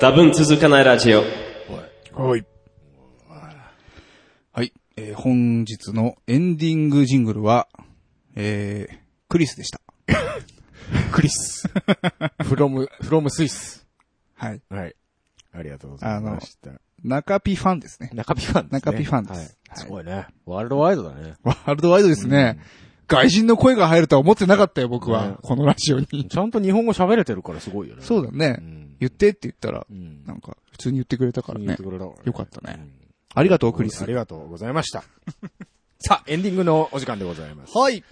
S8: 多分続かないラジオ。
S2: はい。はい。えー本日のエンディングジングルは、えー、クリス でした。
S1: クリス。フロム、フロムスイス。
S2: はい。
S1: はい。ありがとうございました。
S2: 中ピファンですね。
S1: 中ピファンですね。
S2: 中ピファンです
S1: はい。
S2: はい
S1: すごいね。ワールドワイドだね。
S2: ワールドワイドですね。外人の声が入るとは思ってなかったよ、僕は。
S1: ね
S2: このラジオに。
S1: ちゃんと日本語喋れてるからすごいよね。
S2: そうだね。
S1: うん。
S2: 言ってって言ったら
S1: う、ん。
S2: なんか、普通に言ってくれたから
S1: 言っ
S2: ね
S1: て。くれたからね
S2: よかったね
S1: うん
S2: ありがとう、クリス
S1: あ。りがとうございました。 さあ、エンディングのお時間でございます。
S2: はい。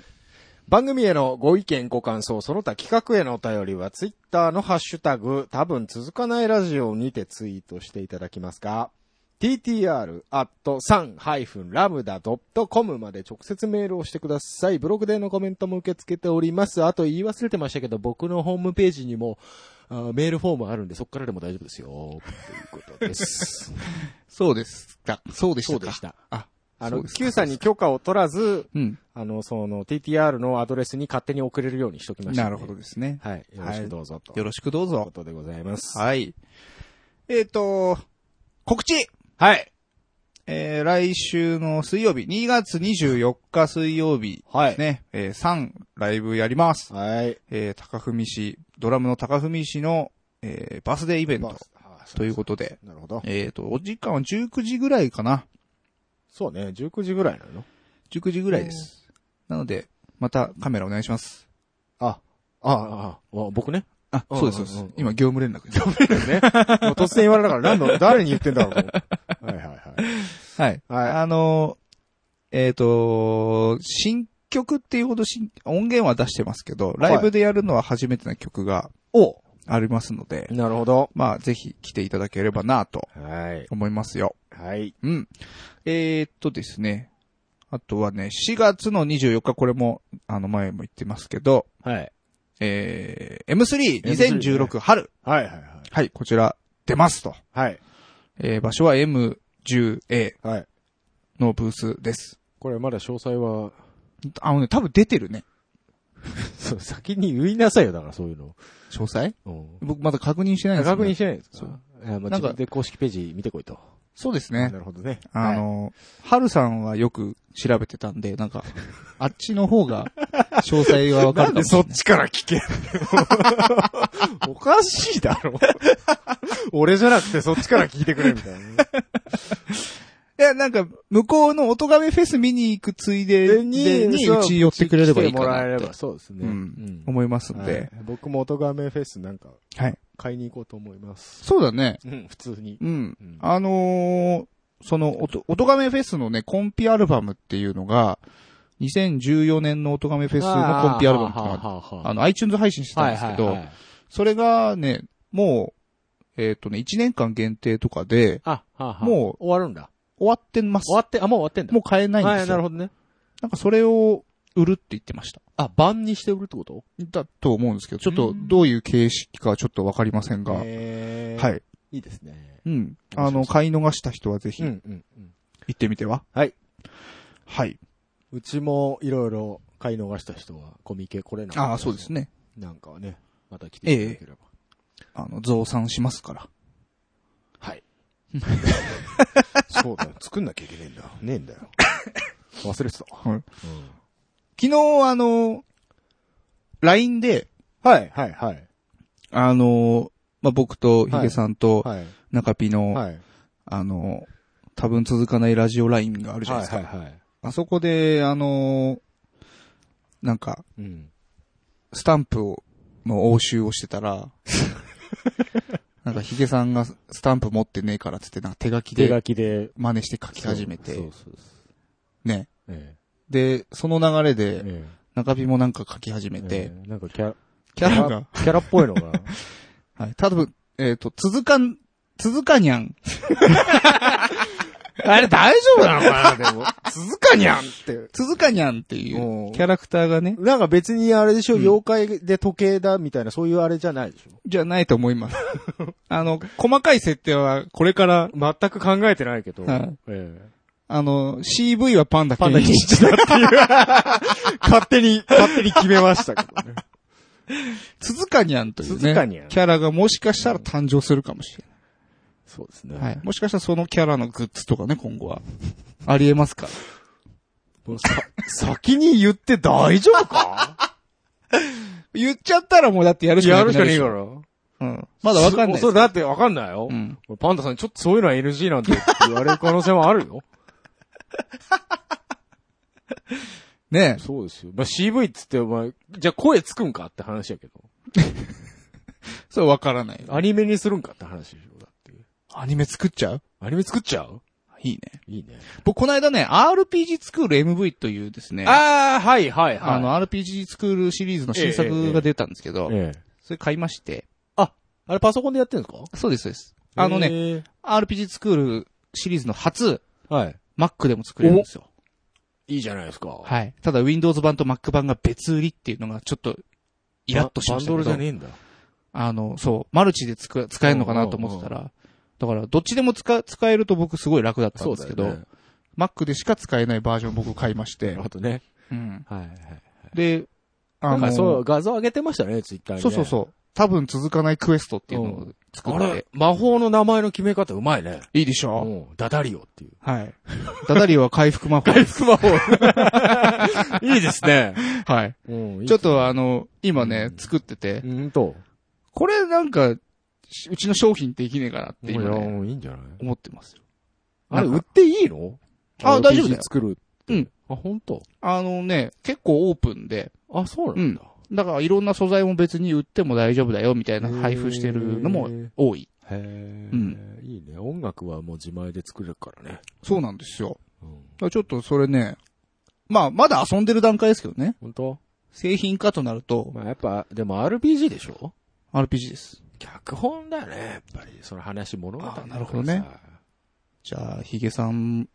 S1: 番組へのご意見、ご感想、その他企画へのお便りは、ツイッターのハッシュタグ、多分続かないラジオにてツイートしていただきますか、ttr.san-lambda.com まで直接メールをしてください。ブログでのコメントも受け付けております。あと言い忘れてましたけど、僕のホームページにも、あメールフォームあるんで、そこからでも大丈夫ですよ。ということです。
S2: そうです。だ、そうでした
S1: そう
S2: か。
S1: でした。
S2: あ、
S1: あ
S2: そ
S1: の、
S2: うですか
S1: Q さんに許可を取らず、
S2: うん。
S1: あの、その、TTR のアドレスに勝手に送れるようにしときました、
S2: なるほど。ですね。
S1: はい。よろしくどうぞと。
S2: よろしくどう
S1: というこ
S2: ぞ。
S1: とでございます。
S2: はい。えっ、と、告知
S1: はい。
S2: えー、来週の水曜日、2月24日水曜日
S1: は
S2: です。ね、えー、3ライブやります。
S1: はい。
S2: えー、高文氏、ドラムの高文氏の、えー、バースデーイベントという
S1: こ
S2: ことで、
S1: と。なるほど。
S2: えっ、と、お時間は19時ぐらいかな。
S1: そうね、19時ぐらいなの
S2: 19時ぐらいです。なので、またカメラお願いします。
S1: あ、ああ、あ、あ僕ね。
S2: あ、
S1: うん
S2: そうです、そう
S1: うんう
S2: で
S1: ん
S2: す。今、業務連絡です。
S1: ね。もう突然言われたから、何 の、誰に言ってんだろうと思う。はいはいはい。
S2: はい。
S1: はい
S2: あのー、えっ、と、新曲っていうほど新音源は出してますけど、ライブでやるのは初めての曲が
S1: お
S2: ありますので、
S1: なるほど。
S2: まあ、ぜひ来ていただければなと
S1: はい。
S2: 思いますよ。
S1: はい。
S2: うん。えー、っとですね。あとはね、4月の24日、これも、あの、前も言ってますけど、
S1: はい。
S2: えー、M32016 春。
S1: はいはいはい。
S2: はい、こちら、出ますと。
S1: はい。
S2: えー、場所は M10A
S1: はい。
S2: のブースです。
S1: これまだ詳細は、
S2: あのね、多分出てるね。
S1: そう、先に言いなさいよ、だからそういうの。
S2: 詳細
S1: うん。
S2: 僕まだ確認してないんですよ
S1: 確
S2: ね
S1: 認してないんです
S2: そ
S1: かえーまあ、
S2: なん
S1: 自
S2: か
S1: 分で公式ページ見てこいと。
S2: そうです
S1: な
S2: ね。
S1: るほどね。
S2: あ
S1: はい、
S2: の、春さんはよく調べてたんで、なんか、あっちの方が、 詳細がわかるかもしれない。
S1: ちから聞けおかしいだろ。俺じゃなくてそっちから聞いてくれみたいな。
S2: いや、なんか、向こうの音亀フェス見に行くついでに、に
S1: そう
S2: うち寄ってくれればいいか
S1: 来てもら
S2: な
S1: え
S2: っ
S1: れ
S2: て
S1: ば、そうですね。
S2: うん思いますん
S1: はい
S2: で。
S1: 僕も音ガメフェスなんか
S2: はい。
S1: 買いに行こうと思います。
S2: そうだね。
S1: うん、普通に。
S2: うん
S1: うん。
S2: あのーその、音、音亀フェスのね、コンピアルバムっていうのが、2014年の音亀フェスのコンピアルバムっていうのが、あ
S1: は
S2: の、iTunes 配信してたんですけど、それがね、もう、えっ、とね、1年間限定とかで、
S1: あ、はあはあ
S2: も
S1: 終わるんだ。
S2: 終わってます。
S1: 終わって、あ、もう終わってんだ。
S2: もう買えないん
S1: は
S2: で
S1: い、
S2: すよ。
S1: なるほどね。
S2: なんかそれを売るって言ってました。
S1: あ、版にして売るってこと
S2: だと思うんですけど、ちょっとどういう形式かちょっとわかりませんが、は
S1: えー
S2: い。
S1: いいですね。
S2: うん。あの、買い逃した人はぜひ
S1: う
S2: 行
S1: ん、うん、うん。
S2: ってみては。
S1: はい。
S2: はい。
S1: うちもいろいろ買い逃した人はコミケ来れなかった
S2: ああ、そうです。ね。
S1: なんかはね、また来ていただければ。
S2: あの、増産しますから。
S1: はい。そうだよ。作んなきゃいけねえんだ。ねえんだよ。忘れてた。
S2: はい。昨日、あの、LINE で、
S1: はい、はい、はい。
S2: あの、まあ、僕とヒゲさんと
S1: はい。
S2: 中ピの、
S1: はい。
S2: あの、多分続かないラジオ LINE があるじゃないですか。
S1: はい、はい。
S2: あそこで、あの、なんか、
S1: うん。
S2: スタンプを、の応酬をしてた ら、なんかヒゲさんがスタンプ持ってねえからっつって、なんか手書き
S1: 手
S2: で
S1: 書きで。
S2: 真似して書き始めて
S1: そ、うそうそ
S2: ね。
S1: う
S9: え
S2: で、その流れ
S9: え
S2: で、
S9: え
S2: 中日もなんか書き始め
S9: え
S2: て、
S9: ええなんかキャラ、
S2: キャラが、
S9: キャラっぽいのが。
S2: はい。多分、えっ、と、続かん、続かに ゃん。
S9: あれ大丈夫なのかなで も。鈴鹿にゃんって。
S2: 続かにゃんっていううんキャラクターがね、
S1: なんか別にあれでしょ、妖怪で時計だみたいな、そういうあれじゃないでしょ。
S2: じゃないと思い ます。あの、細かい設定はこれから、
S9: 全く考えてないけど。
S2: はい
S9: ええ
S2: あの、CV はパンダ
S1: パンダ禁止だって いう。勝手に、勝手に決めましたけどね。
S2: 鈴鹿にゃんという
S9: 鈴
S2: ね
S9: 鹿にゃん、
S2: キャラがもしかしたら誕生するかもしれ
S1: そうですね。
S2: ない。はい。もしかしたらそのキャラのグッズとかね、今後は。ありえますか
S1: もうさ、先に言って大丈夫 か
S2: 言っちゃったらもうだってやるしかない。。
S9: やるしかねえからら。
S2: うん。まだわかんない
S9: そ
S2: で
S9: う、だってわかんないよ
S2: う。ん。
S9: パンダさん、ちょっとそういうのは NG なんて言われる可能性もあるよ。
S2: ねえ。
S9: そうですよ。まあ、CV っつって、お前、じゃあ声つくんかって話やけど。
S2: それわからない。
S9: アニメにするんかって話でしょ。だって。
S2: アニメ作っちゃう
S9: アニメ作っちゃう
S2: いいね。
S9: いいね。
S2: 僕、この間ね、RPG スクール MV というですね、
S9: ああ、はいはいはい。
S2: あの、RPG スクールシリーズの新
S9: えええ
S2: 作
S9: え
S2: が出たんですけど、
S9: ええ、
S2: それ買いまして、
S1: あれパソコンでやってるんですか
S2: そうです、そうです。あのね、
S9: ね、
S2: RPG スクールシリーズの初、
S9: はい。
S2: Mac でも作れるんですよ。
S9: いいじゃないですか。い。
S2: はい。ただ、Windows 版と Mac 版が別売りっていうのが、ちょっと、イラッとしましたけ
S9: バンドルじ
S2: ど
S9: ゃ、ねえんだ。
S2: あの、そう、マルチでつく使えるのかなと思ってたら、だから、どっちでも使、使えると僕すごい楽だったんですけど、Mac でしか使えないバージョン僕買いまし
S9: な
S2: て
S9: る、ほどね。
S2: うん。
S9: はいはい。
S2: で、
S1: な
S2: あ
S1: ん
S2: の、
S1: かそう、画像上げてましたね、ツイッターに、ね。
S2: そうそうそう。多分続かないクエストっていうのを作っ
S9: あ
S2: て
S9: れ。、魔法の名前の決め方うまいね。
S2: いいでしょ
S9: うん。ダダリオっていう。
S2: はい。ダダリオは回復 魔法です。
S9: 魔 法。いいですね。
S2: はい。
S1: うん。
S2: ちょっ
S1: と、
S2: とあの、今ね、作ってて
S1: う、んと。
S2: これなんか、しうちの商品できねえかなって今
S1: いや
S2: ね、
S1: もういいんじゃない
S2: 思ってますよ。
S1: あれ、
S2: なん
S1: 売っ
S2: か
S1: ていいの
S2: あ大丈夫だよ
S1: RPG 作る。
S2: うん。
S1: あ、本当。
S2: あのね、結構オープンで、
S1: あ、そうなんだ。
S2: だからいろんな素材も別に売っても大丈夫だよみたいな配布してるのも多い。
S1: へえ、
S2: うん
S1: いいね。音楽はもう自前で作れるからね。
S2: そうなんですよ。
S1: うん。
S2: だからちょっとそれね、まあ、まだ遊んでる段階ですけどね。
S1: 本当
S2: 製品化となると、
S1: まあやっぱ、でも RPG でしょ
S2: RPG です。
S1: 脚本だよね、やっぱり。その話、物語だから
S2: あ
S1: さ。
S2: なるほどねじゃあ、ヒゲさん、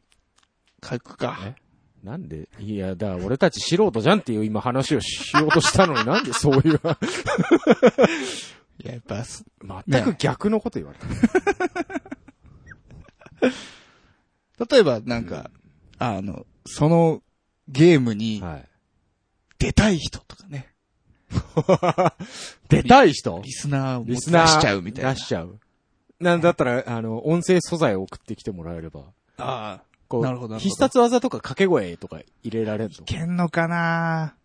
S2: 書くか。
S1: なんで、いや、だから俺たち素人じゃんっていう今話をしようとしたのになんでそういう、
S2: いや、やっぱ、す
S1: 全く逆のこと言われた。
S2: 例えばなんか、あの、そのゲームに
S1: はい。
S2: 出たい人とかね、
S1: 出たい人
S2: リスナーをもう
S1: リ
S2: 出
S1: スナー。
S2: しちゃうみたいな。
S1: 出しちゃう。なんだったら、あの、音声素材を送ってきてもらえれば。
S2: ああ、
S1: こう、
S2: なるほどなるほど
S1: 必殺技とか掛け声とか入れられるの
S2: いけんのかな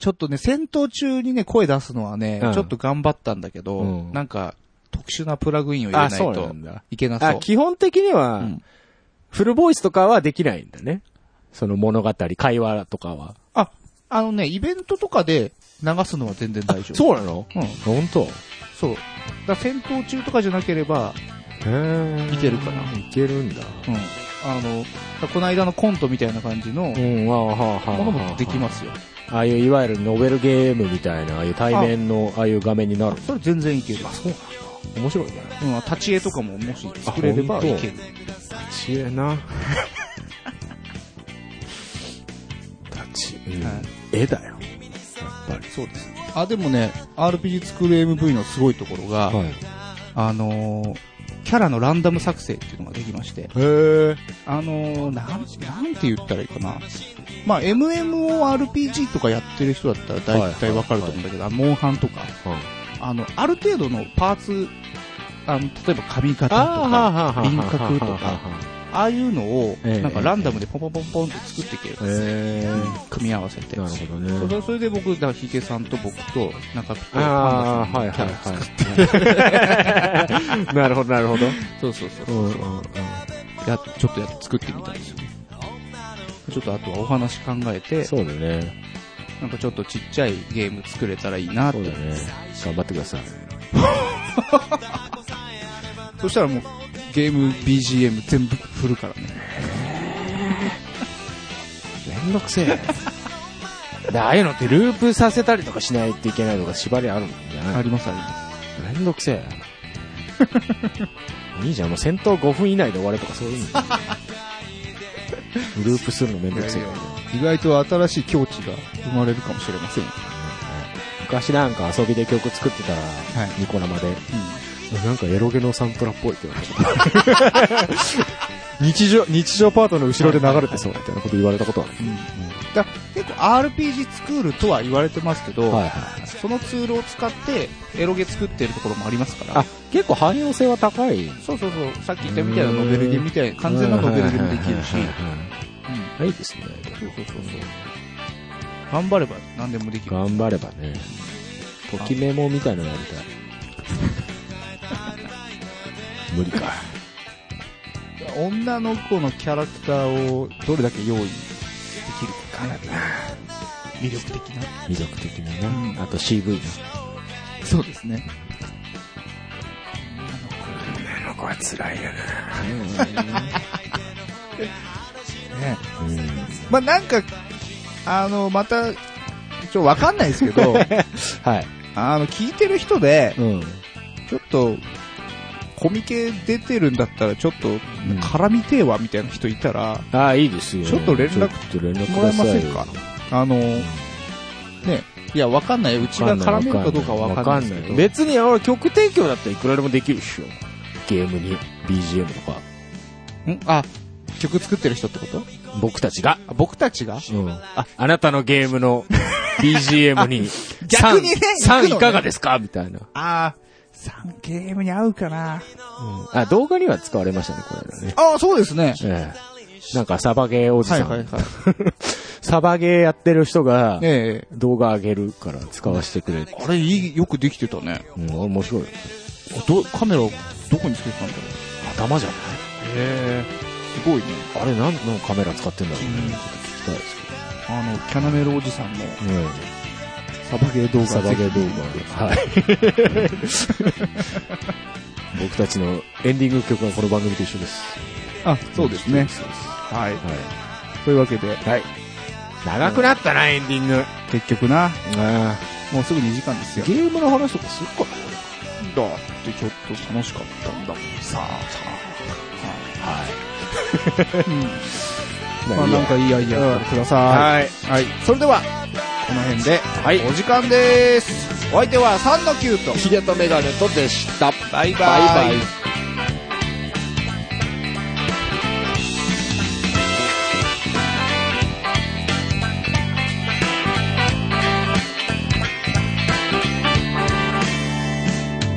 S2: ちょっとね、戦闘中にね、声出すのはね、
S1: うん
S2: ちょっと頑張ったんだけど、
S1: うん
S2: なんか、特殊なプラグインを入れないと
S1: だ。
S2: いけなそう。
S1: あ、基本的には、
S2: うん
S1: フルボイスとかはできないんだね。その物語、会話とかは。
S2: あ、あのね、イベントとかで流すのは全然大丈夫。う。
S1: うなの
S2: うん、
S1: 本当。
S2: そう。だから戦闘中とかじゃなければ、
S1: へ
S2: いけるかな。
S1: いけるんだ。
S2: うん。あの、この間のコントみたいな感じの
S1: うん、ああ、はあ、はあ。。
S2: ものもできますすよ。
S1: ああいう、いわゆるノベルゲームみたいな、ああいう対面の、ああいう画面になる。
S2: それ全然いける。
S1: そうなんだ。面白いね。
S2: うん、立ち絵とかももし作れれば
S1: あ
S2: い
S1: 本当
S2: ける。
S1: 立ち絵な。立ち、うん
S2: はい
S1: 絵だよ。
S2: そうです。あ、でもね、RPG 作る MV のすごいところが、
S1: はい。
S2: あのーキャラのランダム作成っていうのができまして、
S1: へえ。
S2: あのーなん、なんて言ったらいいかな。まあ、MMORPG とかやってる人だったら大体わかると思うんだけど、あのモンハンとか、
S1: はい
S2: あの、ある程度のパーツ、あの、例えば髪型と
S1: ああ、はあ、はあ、は
S2: か、
S1: あ。
S2: 輪郭と
S1: はあはあ
S2: か、
S1: はあ
S2: ああいうのを、
S1: ええ
S2: なんかランダムでポンポンポンポンって作っていける。
S1: へ
S2: 組み合わせて。
S1: なる
S2: そ
S1: ほどね。
S2: れそれで僕、だからヒゲさんと僕と、中ピと
S1: あ
S2: パ
S1: あ、
S2: ンダさ
S1: は
S2: ん
S1: い
S2: の
S1: は
S2: キ
S1: い
S2: ャラ作っ
S1: はい。なるほど、なるほど。
S2: てそうそうそう。
S1: うんうんうん
S2: や、ちょっとやっ作ってみたんですよ。ちょっとあとはお話考えて、
S1: そうだね。
S2: なんかちょっとちっちゃいゲーム作れたらいいなって
S1: そうだね。頑張ってください。
S2: そしたらもう、ゲーム BGM 全部振るからね。
S1: めん
S2: んどくせ え。
S1: でああいうのってループさせたりとかしないといけないとか縛りあるんじゃない、
S2: ありますあります。
S1: めんどくせ えいいじゃんもう戦闘5分以内で終われとかそういうのループするのめんどくせえ
S2: 意外と新しい境地が生まれるかもしれませんよ。
S1: 昔なんか遊びで曲作ってたら、
S2: い
S1: ニコ生で
S2: う
S1: なんかエロゲのサントラっぽいって言われ た日常日常パートの後ろで流れてそうみたいなこと言われたことはある
S2: ん。うん。だ結構 RPG スクールとは言われてますけど、
S1: はいはい
S2: そのツールを使ってエロゲ作ってるところもありますから。
S1: あ結構汎用性は高い
S2: そうそうそう。さっき言ったみたいなノベルゲみたいな、完全なノベルゲもできるし
S1: は、いはいはいはいはいはいいですね
S2: そうそうそうそう。頑張れば何でもできる。
S1: 頑張ればねときメモみたいなのやりたい無理か
S2: 女の子のキャラクターをどれだけ用意できるかかなり魅力的な。
S1: 魅力的なな、
S2: うん
S1: あと CV な
S2: そうですね。
S1: あの子は辛いよね
S2: ねまあなんか、あの、また、ちょ、わかんないですけ ど、
S1: はい
S2: あの、聞いてる人で、
S1: うん
S2: ちょっと、コミケ出てるんだったら、ちょっと、絡みてえわ、みたいな人いたら、
S1: ああいいですよ
S2: ちょっと連絡
S1: ちょっと連絡く
S2: もら
S1: だ
S2: えま
S1: さ
S2: せ
S1: い
S2: んかあの、ね、いや、わかんない。うちが絡めるかどうかはわかんないですけど。
S1: 別に俺曲提供だったらいくらでもできるっしょゲームに BGM とか
S2: んあ、曲作ってる人ってこと
S1: 僕たちが、
S2: あ僕たちが
S1: ああなたのゲームの BGM に
S2: 逆にね
S1: 3
S2: 行くのね
S1: いかがですかみたいな、
S2: あー、3ゲームに合うかな。
S1: あ動画には使われましたねこれ間ね
S2: あー、そうですね。
S1: ええ、なんかサバゲーおじ
S2: は
S1: さ
S2: い
S1: ん、
S2: はいはい。
S1: サバゲーやってる人が
S2: ええ
S1: 動画上げるから使わせてくれて、
S2: あれ、いい、よくできてたね。
S1: うん、面白いよ
S2: あど、カメラ、どこにつけてたんだろう。
S1: 頭じゃ
S2: へえ。すごいね。
S1: ないあれ何のカメラ使ってんだろうね、ちょっと聞きたいです
S2: あの、キャナメルおじさんの
S1: けど、ね
S2: サバゲー動画
S1: サバゲー動画。はい。 僕たちのエンディング曲はこの番組と一緒です。
S2: あ、そうですね。はい。
S1: はい。
S2: というわけで、
S1: はい。長くなったな、エンディング。
S2: 結局な、
S1: あ
S2: もうすぐ2時間ですよ。
S1: ゲームの話とかするか
S2: だってちょっと楽しかったんだもんさ
S1: は
S2: まあなんかいいアイディアくださ
S1: はい。
S2: い。はい。それでは、この辺で、
S1: はい
S2: お時間です。お相手は3の9と、
S1: ヒゲとメガネとでした。
S2: バイバ
S1: バ
S2: イ。
S1: イバイ
S10: オ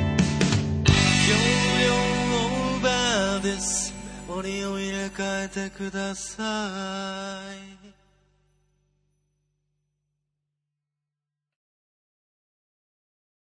S10: ーバーです。折を入れ替えてください。